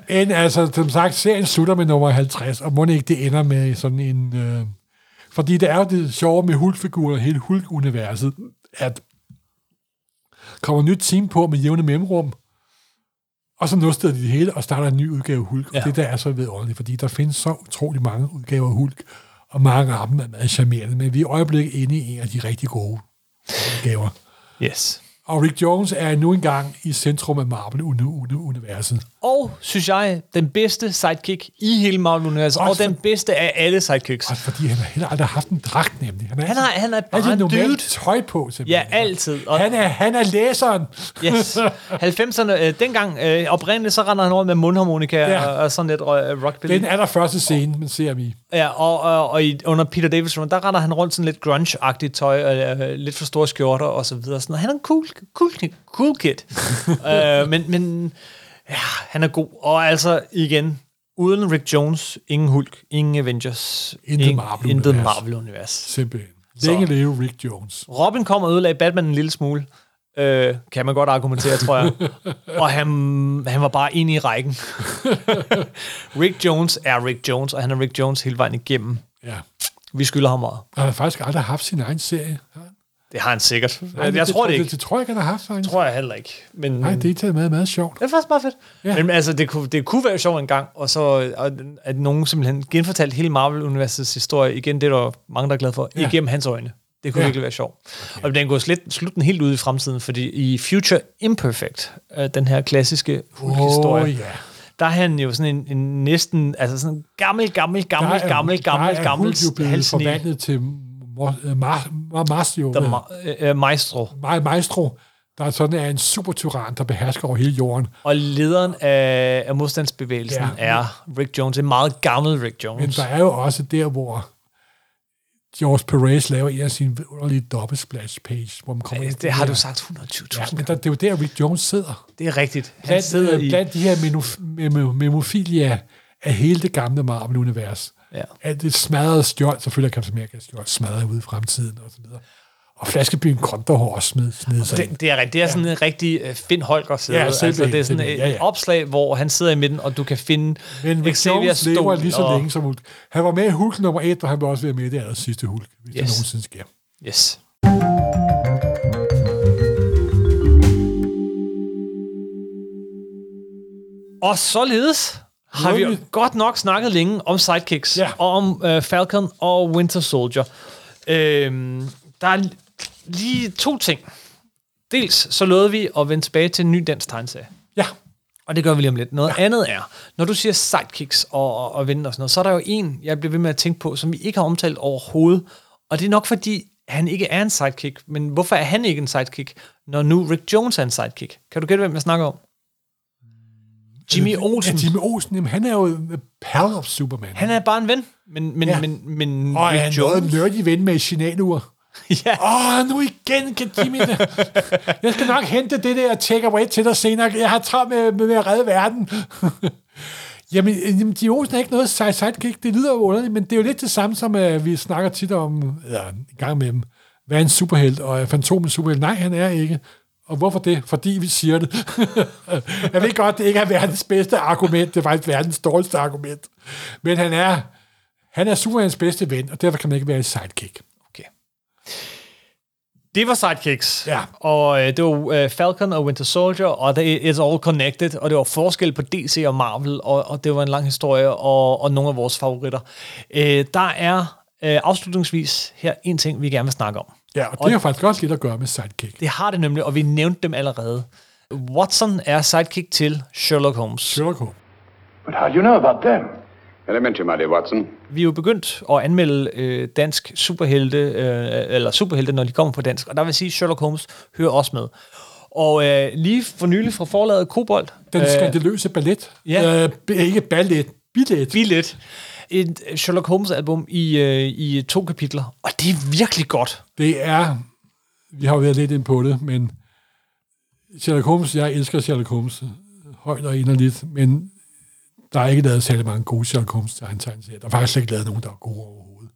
S4: Men altså, som sagt, serien slutter med nummer 50, og må ikke det ender med sådan en... Øh, fordi det er jo det sjove med Hulk-figuren og hele Hulk-universet, at kommer nyt team på med jævne mellemrum, og så nustede de det hele og starter en ny udgave af Hulk.
S3: Ja.
S4: Ja. Det der er så vedordentligt, fordi der findes så utrolig mange udgaver af Hulk, og mange af dem er meget charmerende, men vi er i øjeblikket inde i en af de rigtig gode udgaver.
S3: Yes.
S4: Og Rick Jones er nu engang i centrum af Marvel-universet.
S3: Og, synes jeg, den bedste sidekick i hele Marvel-universet, og
S4: Også
S3: den
S4: for-
S3: bedste af alle sidekicks.
S4: Også fordi han har heller aldrig haft en dragt, nemlig. Han, er
S3: Han har- han er
S4: altid
S3: bare en
S4: normalt
S3: dude.
S4: tøj på, simpelthen.
S3: Ja, altid. Og-
S4: Og... Han, er, han er læseren.
S3: Yes. 90'erne, øh, dengang øh, oprindeligt, så render han rundt med mundharmonika ja.
S4: Ja.
S3: og, og sådan lidt øh, rockabilly.
S4: Den er der første scene, man ser vi.
S3: Ja, og, og, og i, under Peter Davis, der render han rundt sådan lidt grunge-agtigt tøj, og øh, lidt for store skjorter og så videre. Sådan, og han er en cool, cool, kid- cool kid. øh, men, men ja, han er god. Og altså, igen, uden Rick Jones, ingen Hulk, ingen Avengers,
S4: Intet
S3: ingen-
S4: Marvel-univers.
S3: intet Marvel-univers.
S4: Simpelthen. Længe leve Rick Jones.
S3: Robin kom og ødelagde Batman en lille smule. Øh, kan man godt argumentere, tror jeg. og han, han var bare inde i rækken. Rick Jones er Rick Jones, og han er Rick Jones hele vejen igennem.
S4: Ja.
S3: Vi skylder ham meget.
S4: Han har faktisk aldrig haft sin egen serie. har han?
S3: Det har han sikkert. Nej,
S4: Ej,
S3: jeg tror det
S4: Det,
S3: ikke.
S4: det tror jeg ikke, han har haft. Faktisk.
S3: Det tror jeg heller ikke. Men
S4: Nej,
S3: det...
S4: det er taget meget, meget sjovt.
S3: det er faktisk meget fedt. Ja.
S4: Ja.
S3: Men altså, det kunne, det kunne være sjovt engang, og så og, at nogen simpelthen genfortalte hele Marvel-universets historie igen, det er der mange, der er glade for, ja.
S4: Ja.
S3: igennem hans øjne. Det kunne ja. virkelig være sjovt. Okay. Og den kunne slet, slutte den helt ud i fremtiden, fordi i Future Imperfect, øh, den her klassiske hulhistorie,
S4: Åh, ja.
S3: der er han jo sådan en, en næsten, altså sådan en gammel, gammel,
S4: Der
S3: gammel,
S4: er-
S3: gammel, gammel,
S4: der er
S3: gammel
S4: Hulk jo blevet
S3: halsne-
S4: forvandlet til Mor- øh, Mar- Mar- Marcio,
S3: der
S4: øh,
S3: ma- øh, øh, maestro.
S4: Ma- Maestro, der er sådan er en supertyran, der behersker over hele jorden.
S3: Og lederen af, af modstandsbevægelsen ja.
S4: Ja.
S3: er Rick Jones, en meget gammel Rick
S4: Men
S3: Jones.
S4: der er jo også der, hvor George Perez laver en af sine underlige dobbelt splash page, hvor man kommer ind. i
S3: Det har
S4: her-
S3: du sagt
S4: Ja,
S3: 120.000.
S4: men der, det er jo der, Rick Jones sidder.
S3: Det er rigtigt. Han
S4: Blandt, øh,
S3: sidder i...
S4: blandt de her menof- memo- memofilia af hele det gamle Marvel-univers.
S3: Ja.
S4: Alt det smadrede stjål, selvfølgelig kan Amerika stjål, smadret ude i fremtiden og så videre. Og flaskebyen Kontor har også smed, snedet sig ind.
S3: Det, det er rigtigt. Det er sådan en rigtig øh, Finn Holger side.
S4: Ja,
S3: Ja, altså,
S4: simpelthen,
S3: det er sådan et
S4: simpelthen. Ja, ja.
S3: opslag, hvor han sidder i midten, og du kan finde
S4: Men Rick
S3: Xavier
S4: Jones lever
S3: Stone
S4: lige så
S3: og-
S4: længe som Hulk. Han var med i Hulk nummer 1, og han vil også være med i det aller sidste Hulk, hvis yes.
S3: Yes.
S4: det nogensinde sker.
S3: Yes. Og således har vi jo
S4: Lovely.
S3: godt nok snakket længe om sidekicks,
S4: Ja.
S3: og om øh, Falcon og Winter Soldier. Øhm, der er lige to ting. Dels så lovede vi at vende tilbage til en ny dansk tegneserie.
S4: Ja,
S3: Og det gør vi lige om lidt. Noget ja. andet er, når du siger sidekicks og, og, og venner og sådan noget, så er der jo en, jeg bliver ved med at tænke på, som vi ikke har omtalt overhovedet. Og det er nok fordi, han ikke er en sidekick. Men hvorfor er han ikke en sidekick, når nu Rick Jones er en sidekick? Kan du gætte, hvem jeg snakker om? Jimmy Olsen.
S4: Ja, Jimmy Olsen, jamen, han er jo en pal of Superman.
S3: Han er bare en ven. Men, men, ja.
S4: Ja.
S3: men, men
S4: og er han
S3: Rick
S4: noget
S3: Jones...
S4: nerdy ven med et signalur.
S3: Ja,
S4: Åh, nu igen kan Jimmy det. Jeg skal nok hente det der takeaway til dig senere. Jeg har travlt med, med, med at redde verden. jamen, øh, jamen, de Olsen er ikke noget side sidekick. Det lyder jo underligt, men det er jo lidt det samme, som uh, vi snakker tit om, eller en gang med dem. Hvad er en superhelt, og er fantomen superhelt? Nej, han er ikke. Og hvorfor det? Fordi vi siger det. jeg ved godt, det ikke er verdens bedste argument. Det er faktisk verdens dårligste argument. Men han er, han er Supermans bedste ven, og derfor kan man ikke være en sidekick.
S3: Okay. Det var sidekicks.
S4: Ja.
S3: Og øh, det var øh, Falcon og Winter Soldier, og det er It's All Connected, og det var forskel på DC og Marvel, og, og det var en lang historie, og, og nogle af vores favoritter. Øh, der er øh, afslutningsvis her en ting, vi gerne vil snakke om.
S4: Ja, og det har faktisk også lidt at gøre med sidekick.
S3: Det har det nemlig, og vi nævnte dem allerede. Watson er sidekick til Sherlock Holmes.
S4: Sherlock Holmes.
S5: But how do you know about them? Elementary, my dear Watson.
S3: vi er jo begyndt at anmelde øh, dansk superhelte, øh, eller superhelte, når de kommer på dansk. Og der vil jeg sige, at Sherlock Holmes hører også med. Og øh, lige for nylig fra forlaget Kobold, øh,
S4: Den skandaløse ballet.
S3: ja.
S4: Øh, b- ikke ballet, billet.
S3: billet, et Sherlock Holmes-album i, øh, i to kapitler. Og det er virkelig godt.
S4: Det er, vi har jo været lidt ind på det, men Sherlock Holmes, jeg elsker Sherlock Holmes øh, højt og inderligt, men der er ikke lavet særlig mange gode Sherlock Holmes tegneserier. Der er faktisk slet ikke lavet nogen, der er gode overhovedet.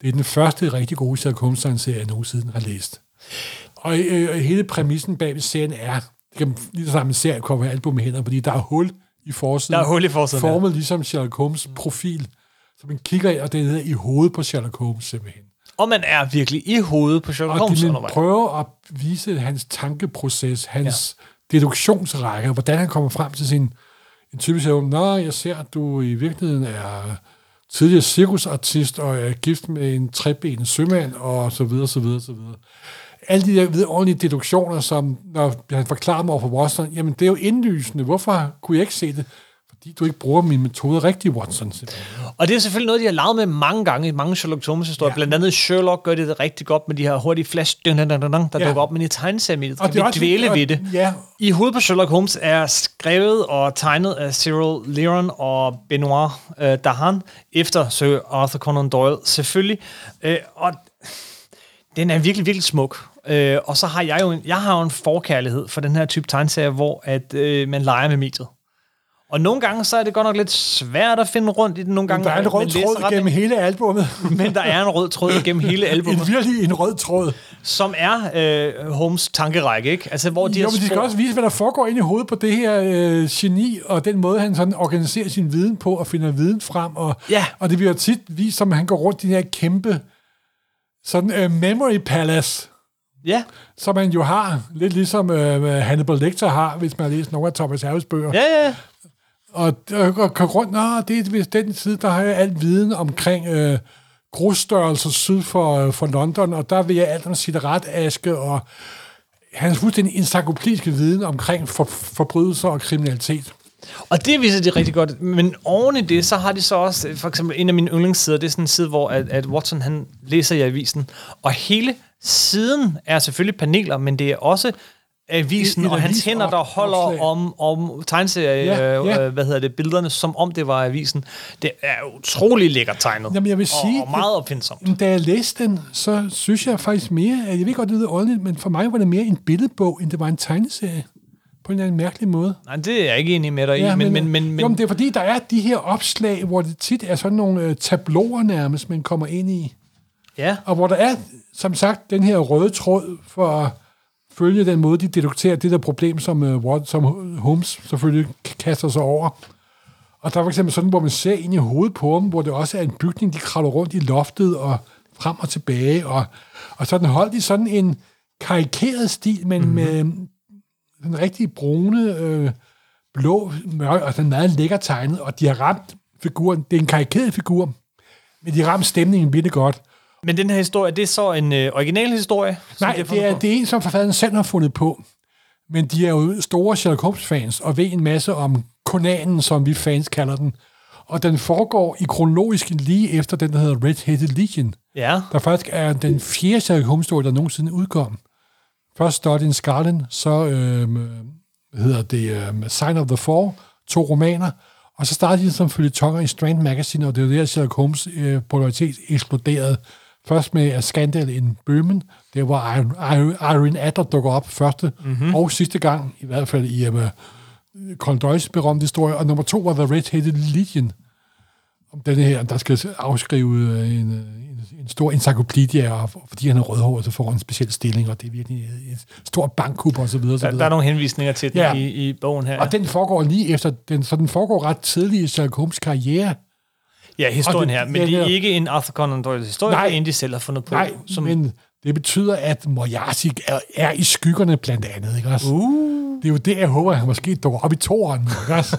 S4: Det er den første rigtig gode Sherlock Holmes tegneserie, jeg nogensinde har læst. Og øh, hele præmissen bag ved serien er, det kan man lige så sammen serie kommer album med hænder, fordi der er hul i forsiden.
S3: Der er hul i forsiden, ja.
S4: Formet ligesom Sherlock Holmes profil, så man kigger i, og det hedder i hovedet på Sherlock Holmes simpelthen.
S3: Og man er virkelig i hovedet på Sherlock
S4: Og
S3: Holmes
S4: de vil
S3: undervejs.
S4: prøve at vise hans tankeproces, hans ja. deduktionsrække, hvordan han kommer frem til sin... En typisk siger, nå, jeg ser, at du i virkeligheden er tidligere cirkusartist og er gift med en trebenet sømand, og så videre, så videre, så videre. Alle de der vidunderlige deduktioner, som når han forklarer mig over for Watson, jamen det er jo indlysende. Hvorfor kunne jeg ikke se det? Fordi du ikke bruger mine metoder rigtigt, Watson. simpelthen.
S3: Og det er selvfølgelig noget, de har leget med mange gange i mange Sherlock Holmes-historier. Ja.
S4: Ja.
S3: Blandt andet i Sherlock gør det rigtig godt med de her hurtige flash, dun, dun, dun, dun, dun, der
S4: Ja.
S3: dukker op, men i tegneseriemediet
S4: Og
S3: kan
S4: det er
S3: vi
S4: også-
S3: dvæle
S4: og-
S3: ved det.
S4: ja.
S3: I hovedet på Sherlock Holmes er skrevet og tegnet af Cyril Leron og Benoit øh, Dahan, efter Sir Arthur Conan Doyle, selvfølgelig. Øh, og den er virkelig, virkelig smuk. Øh, og så har jeg jo en, jeg har jo en forkærlighed for den her type tegneserier, hvor at, øh, man leger med mediet. Og nogle gange, så er det godt nok lidt svært at finde rundt i den. Nogle gange,
S4: Der er en
S3: man
S4: rød
S3: læser
S4: tråd
S3: ret
S4: gennem hele albumet.
S3: men der er en rød tråd igennem hele
S4: En
S3: albumet,
S4: virkelig en rød tråd.
S3: som er øh, Holmes tankerække, ikke? Altså, hvor de
S4: Jo,
S3: har
S4: men de skal
S3: spor-
S4: også vise, hvad der foregår inde i hovedet på det her øh, geni, og den måde, han sådan organiserer sin viden på, og finder viden frem. Og,
S3: Ja.
S4: og det bliver tit vist, som han går rundt i den her kæmpe sådan, øh, memory palace,
S3: Ja,
S4: som man jo har, lidt ligesom øh, Hannibal Lecter har, hvis man har læst nogle af Thomas Harris bøger.
S3: ja, ja.
S4: Og, og, og går rundt, Nå, det er vist den side, der har jeg al viden omkring øh, grusstørrelser syd for, øh, for London, og der vil jeg alt om cigaretaske og han er fuldstændig encyklopædisk viden omkring for, forbrydelser og kriminalitet.
S3: Og det viser de rigtig godt. Men oven i det, så har de så også, øh, for eksempel en af mine yndlingssider, det er sådan en side, hvor at, at Watson han læser i avisen, og hele siden er selvfølgelig paneler, men det er også avisen
S4: En- en
S3: og hans
S4: avis
S3: hænder,
S4: og
S3: der holder
S4: opslag.
S3: om, om tegneserie,
S4: Ja,
S3: ja, ja.
S4: ja.
S3: Øh, hvad hedder det, billederne, som om det var avisen. Det er utrolig lækkert tegnet.
S4: Jamen, jeg vil sige,
S3: og, og meget opfindsomt.
S4: Men Da jeg læste den, så synes jeg faktisk mere, at jeg ved godt, det lyder ordentligt, men for mig var det mere en billedbog, end det var en tegneserie. På en eller anden mærkelig måde.
S3: Nej, det er jeg ikke enig med dig i, men, men, men, men,
S4: jo, men det er fordi, der er de her opslag, hvor det tit er sådan nogle øh, tabloer nærmest, man kommer ind i.
S3: ja.
S4: Og hvor der er, som sagt, den her røde tråd for at følge den måde, de dedukterer det der problem, som, øh, Wat- som Holmes selvfølgelig k- kaster sig over. Og der er for eksempel sådan, hvor man ser ind i hovedet på dem, hvor det også er en bygning, de kravler rundt i loftet og frem og tilbage. Og, og sådan holdt de sådan en karikeret stil, men mm-hmm. med den rigtig brune, øh, blå, mørk, og den er meget lækker tegnet. Og de har ramt figuren. Det er en karikeret figur, men de har ramt stemningen vildt godt.
S3: men den her historie, det er så en øh, original historie? som
S4: Nej,
S3: de har
S4: det
S3: fundet
S4: er,
S3: på?
S4: det er en, som forfatteren selv har fundet på. Men de er jo store Sherlock Holmes-fans, og ved en masse om Conanen, som vi fans kalder den. Og den foregår i kronologisk lige efter den, der hedder Red Headed Legion,
S3: Ja.
S4: der faktisk er den fjerde Sherlock Holmes-historie, der nogensinde udkom. Først Study in Scarlet, så øh, hvad hedder det øh, Sign of the Four, to romaner, og så startede de som følgetonger i Strand Magazine, og det var der, Sherlock Holmes øh, popularitet eksploderede. Først med A Scandal in Bøhmen, det var Irene Adler dukker op første mm-hmm. og sidste gang, i hvert fald i øh, Cold Doyle's berømte historie, og nummer to var The Red-Headed Legion, om denne her, der skal afskrive øh, en, øh, en, en stor encyklopædia, og for- fordi han er rødhåret, så får han en speciel stilling, og det er virkelig øh, et stort bankkup og så videre. og så
S3: Der, der er
S4: videre.
S3: nogle henvisninger til den
S4: Ja.
S3: i, i bogen her.
S4: Og den foregår lige efter, den, så den foregår ret tidligt i Sherlock Holmes karriere.
S3: ja, historien
S4: og det-
S3: her. Men
S4: ja,
S3: det er
S4: ja.
S3: ikke en Arthur Conan Doyles historie,
S4: Nej.
S3: det er en, de selv har fundet på.
S4: Nej,
S3: som,
S4: men det betyder, at Moriarty er, er i skyggerne blandt andet, ikke også? Uh. Det er jo det, jeg håber, han måske dukker op i toren, ikke også?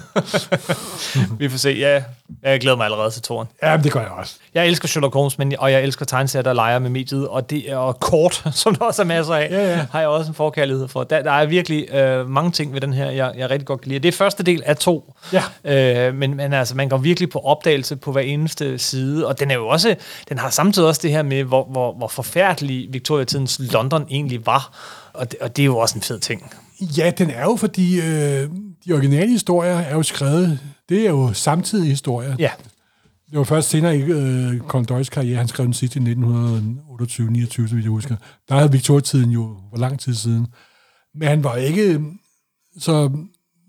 S3: Vi får se. Ja, jeg glæder mig allerede til toren.
S4: ja, men det gør jeg også.
S3: Jeg elsker Sherlock Holmes, men, og jeg elsker tegneserier, der leger med mediet, og det er og kort, som der også er masser af,
S4: Ja, ja.
S3: har jeg også en forkærlighed for. Der, der er virkelig øh, mange ting ved den her, jeg, jeg rigtig godt kan lide. Det er første del af to, ja. øh, men, men altså, man går virkelig på opdagelse på hver eneste side, og den er jo også, den har samtidig også det her med, hvor, hvor, hvor forfærdelig Victoria-tidens London egentlig var, og det, og det er jo også en fed ting.
S4: Ja, den er jo, fordi øh, de originale historier er jo skrevet, det er jo samtidige historier.
S3: Ja,
S4: Det var først senere i øh, Colin Doyles karriere, han skrev den sidste i 1928-29, så vidt jeg husker. Der havde Victoria-tiden jo for lang tid siden. Men han var ikke øh, så...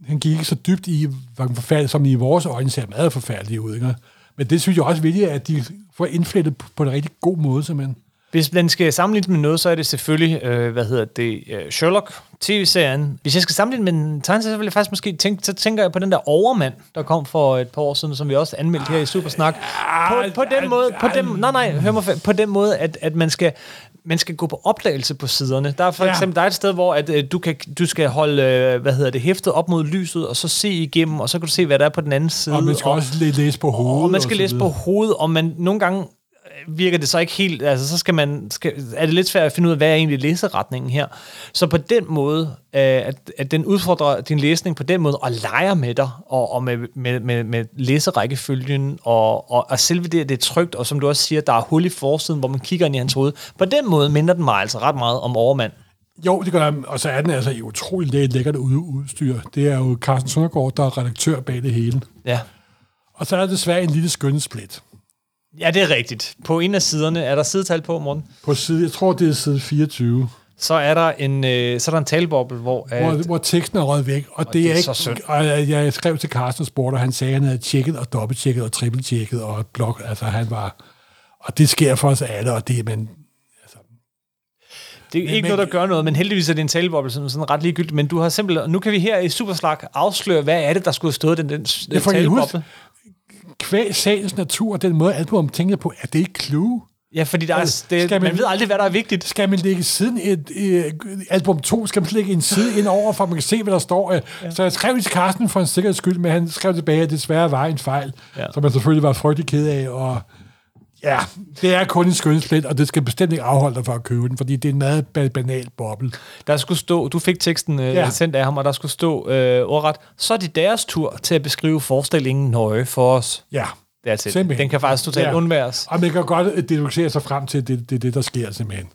S4: Han gik ikke så dybt i, hvordan forfærdeligt, som i vores øjne ser meget forfærdeligt ud. Ikke? Men det synes jeg også er vigtigt, at de får indflettet på, på en rigtig god måde, simpelthen.
S3: Hvis den skal sammenlignes med noget, så er det selvfølgelig, øh, hvad hedder det, øh, Sherlock, tv-serien. Hvis jeg skal sammenligne med en tegneserie, så vil jeg faktisk måske tænke, så tænker jeg på den der overmand, der kom for et par år siden, som vi også anmeldte her i Supersnak. På, på den måde, på den, nej, nej, hør mig, fa- på den måde, at, at man skal man skal gå på opdagelse på siderne. Der er for
S4: Ja.
S3: eksempel der er et sted, hvor at, øh, du, kan, du skal holde øh, hvad hedder det, hæftet op mod lyset, og så se igennem, og så kan du se, hvad der er på den anden side.
S4: Og man skal også læ- læse på hovedet.
S3: Og man skal
S4: så
S3: læse på
S4: videre.
S3: hovedet, og man nogle gange øh, virker det så ikke helt, altså så skal man, skal, er det lidt svært at finde ud af, hvad er egentlig læseretningen her. Så på den måde, øh, at, at den udfordrer din læsning på den måde, og leger med dig, og, og med, med, med, med læserækkefølgen, og, og, og selve det, at det er trygt, og som du også siger, der er hul i forsiden, hvor man kigger ind i hans hoved. På den måde minder den mig altså ret meget om overmand.
S4: Jo, det gør jeg. Og så er den altså i utrolig læ- lækkert ude- udstyr. Det er jo Carsten Søndergaard, der er redaktør bag det hele.
S3: Ja.
S4: Og så er der desværre en lille skønsplit.
S3: ja, det er rigtigt. På en af siderne, er der sidetal på, Morten?
S4: På side, jeg tror, det er side 24,
S3: Så er der en, øh, så er der en taleboble, hvor... øh, At,
S4: hvor, hvor teksten er røget væk. Og, og det, er
S3: det er
S4: ikke,
S3: så synd.
S4: Og jeg jeg skrev til Carsten Sport, og han sagde, at han havde tjekket og dobbelttjekket og trippeltjekket og blok. Altså, han var... Og det sker for os alle, og det, men
S3: Det er ikke
S4: Men-
S3: men, noget, der gør noget, men heldigvis er det en taleboble, som er sådan ret ligegyldigt. Men du har simpelthen... Nu kan vi her i Superslag afsløre, hvad er det, der skulle have stået i den, den, den
S4: Jeg får ikke
S3: taleboble.
S4: huske. kvæg sagens natur og den måde, album tænker på, er det ikke clue?
S3: Ja, fordi der er,
S4: Altså,
S3: det,
S4: skal
S3: man,
S4: man-
S3: man ved aldrig, hvad der er vigtigt.
S4: Skal man lægge siden et, øh, album 2, skal man lægge en side ind over, for man kan se, hvad der står. øh. Så jeg skrev til Carsten for en sikkerheds skyld, men han skrev tilbage, at det desværre var en fejl,
S3: Ja.
S4: ja. som man selvfølgelig var frygtelig ked af, og Ja, det er kun en skønsplet, og det skal bestemt ikke afholde dig fra at købe den, fordi det er en meget ba- banal boble.
S3: Der skulle stå, du fik teksten øh, ja.
S4: Ja.
S3: sendt af ham, og der skulle stå øh, ordret, så er det deres tur til at beskrive forestillingen nøje for os.
S4: Ja.
S3: Det er til.
S4: Simpelthen.
S3: Den kan faktisk totalt undværes.
S4: Og man kan godt øh, deducere sig frem til, at det, det er det, der sker simpelthen.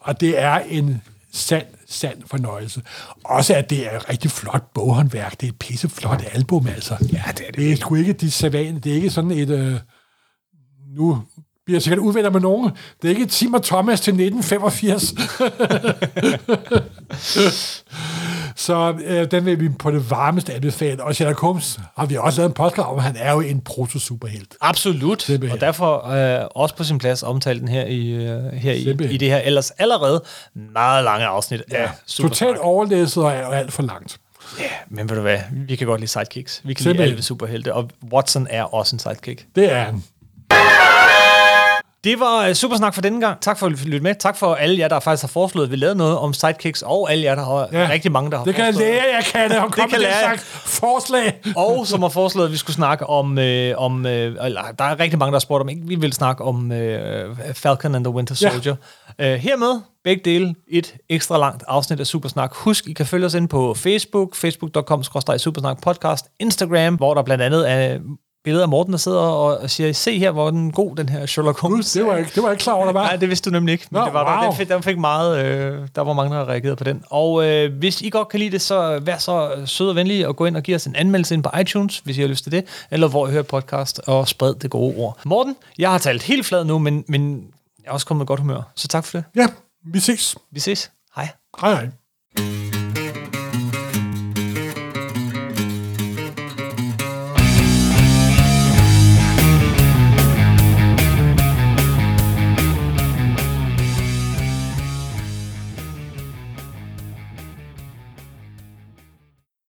S4: Og det er en sand, sand fornøjelse. Også at det er et rigtig flot boghåndværk. Det er et pisseflot album, altså. Ja, det er det. Det er sgu ikke de savane. Det er ikke sådan et... Øh, nu bliver jeg sikkert uvenner med nogen. Det er ikke Tim og Thomas til 1985. Så øh, den vil vi på det varmeste anbefale. Og Sherlock Holmes har vi også lavet en podcast om. Han er jo en proto-superhelt.
S3: Absolut,
S4: Simpelthen.
S3: og derfor øh, også på sin plads at omtale den her i, øh, her i,
S4: Simpelthen.
S3: i det her ellers allerede meget lange afsnit ja, af
S4: Totalt
S3: Superfly.
S4: overlæsset og er alt for langt.
S3: Men ved du hvad, vi kan godt lide sidekicks. Vi kan lide
S4: Simpelthen.
S3: alle ved superhelte, og Watson er også en sidekick.
S4: Det er han.
S3: Det var øh, Supersnak for denne gang. Tak for at lytte med. Tak for alle jer, der faktisk har foreslået, at vi lavede noget om sidekicks, og alle jer, der har ja. rigtig mange, der har
S4: Det kan jeg
S3: foreslået.
S4: lære, jeg kan det. Og komme
S3: kan
S4: med den
S3: lære.
S4: slags forslag.
S3: og som har foreslået, at vi skulle snakke om... Øh, om øh, eller, der er rigtig mange, der har spurgt, om ikke vi vil snakke om øh, Falcon and the Winter
S4: Ja.
S3: Soldier. Ja. Øh, hermed begge dele et ekstra langt afsnit af Supersnak. Husk, I kan følge os ind på Facebook, facebookcom podcast, Instagram, hvor der blandt andet er billeder af Morten, der sidder og og siger, se her, hvor den god, den her Sherlock Holmes.
S4: Det var jeg ikke, det var jeg ikke klar over, der var.
S3: Nej, det vidste du nemlig ikke. Men
S4: Nå,
S3: det var der.
S4: wow.
S3: Den fik, den fik meget, øh, der var mange, der reagerede på den. Og øh, hvis I godt kan lide det, så vær så sød og venlig og gå ind og give os en anmeldelse ind på iTunes, hvis I har lyst til det, eller hvor I hører podcast, og spred det gode ord. Morten, jeg har talt helt flad nu, men, men jeg er også kommet med godt humør, så tak for det.
S4: Ja, vi ses.
S3: Vi ses. Hej.
S4: Hej hej.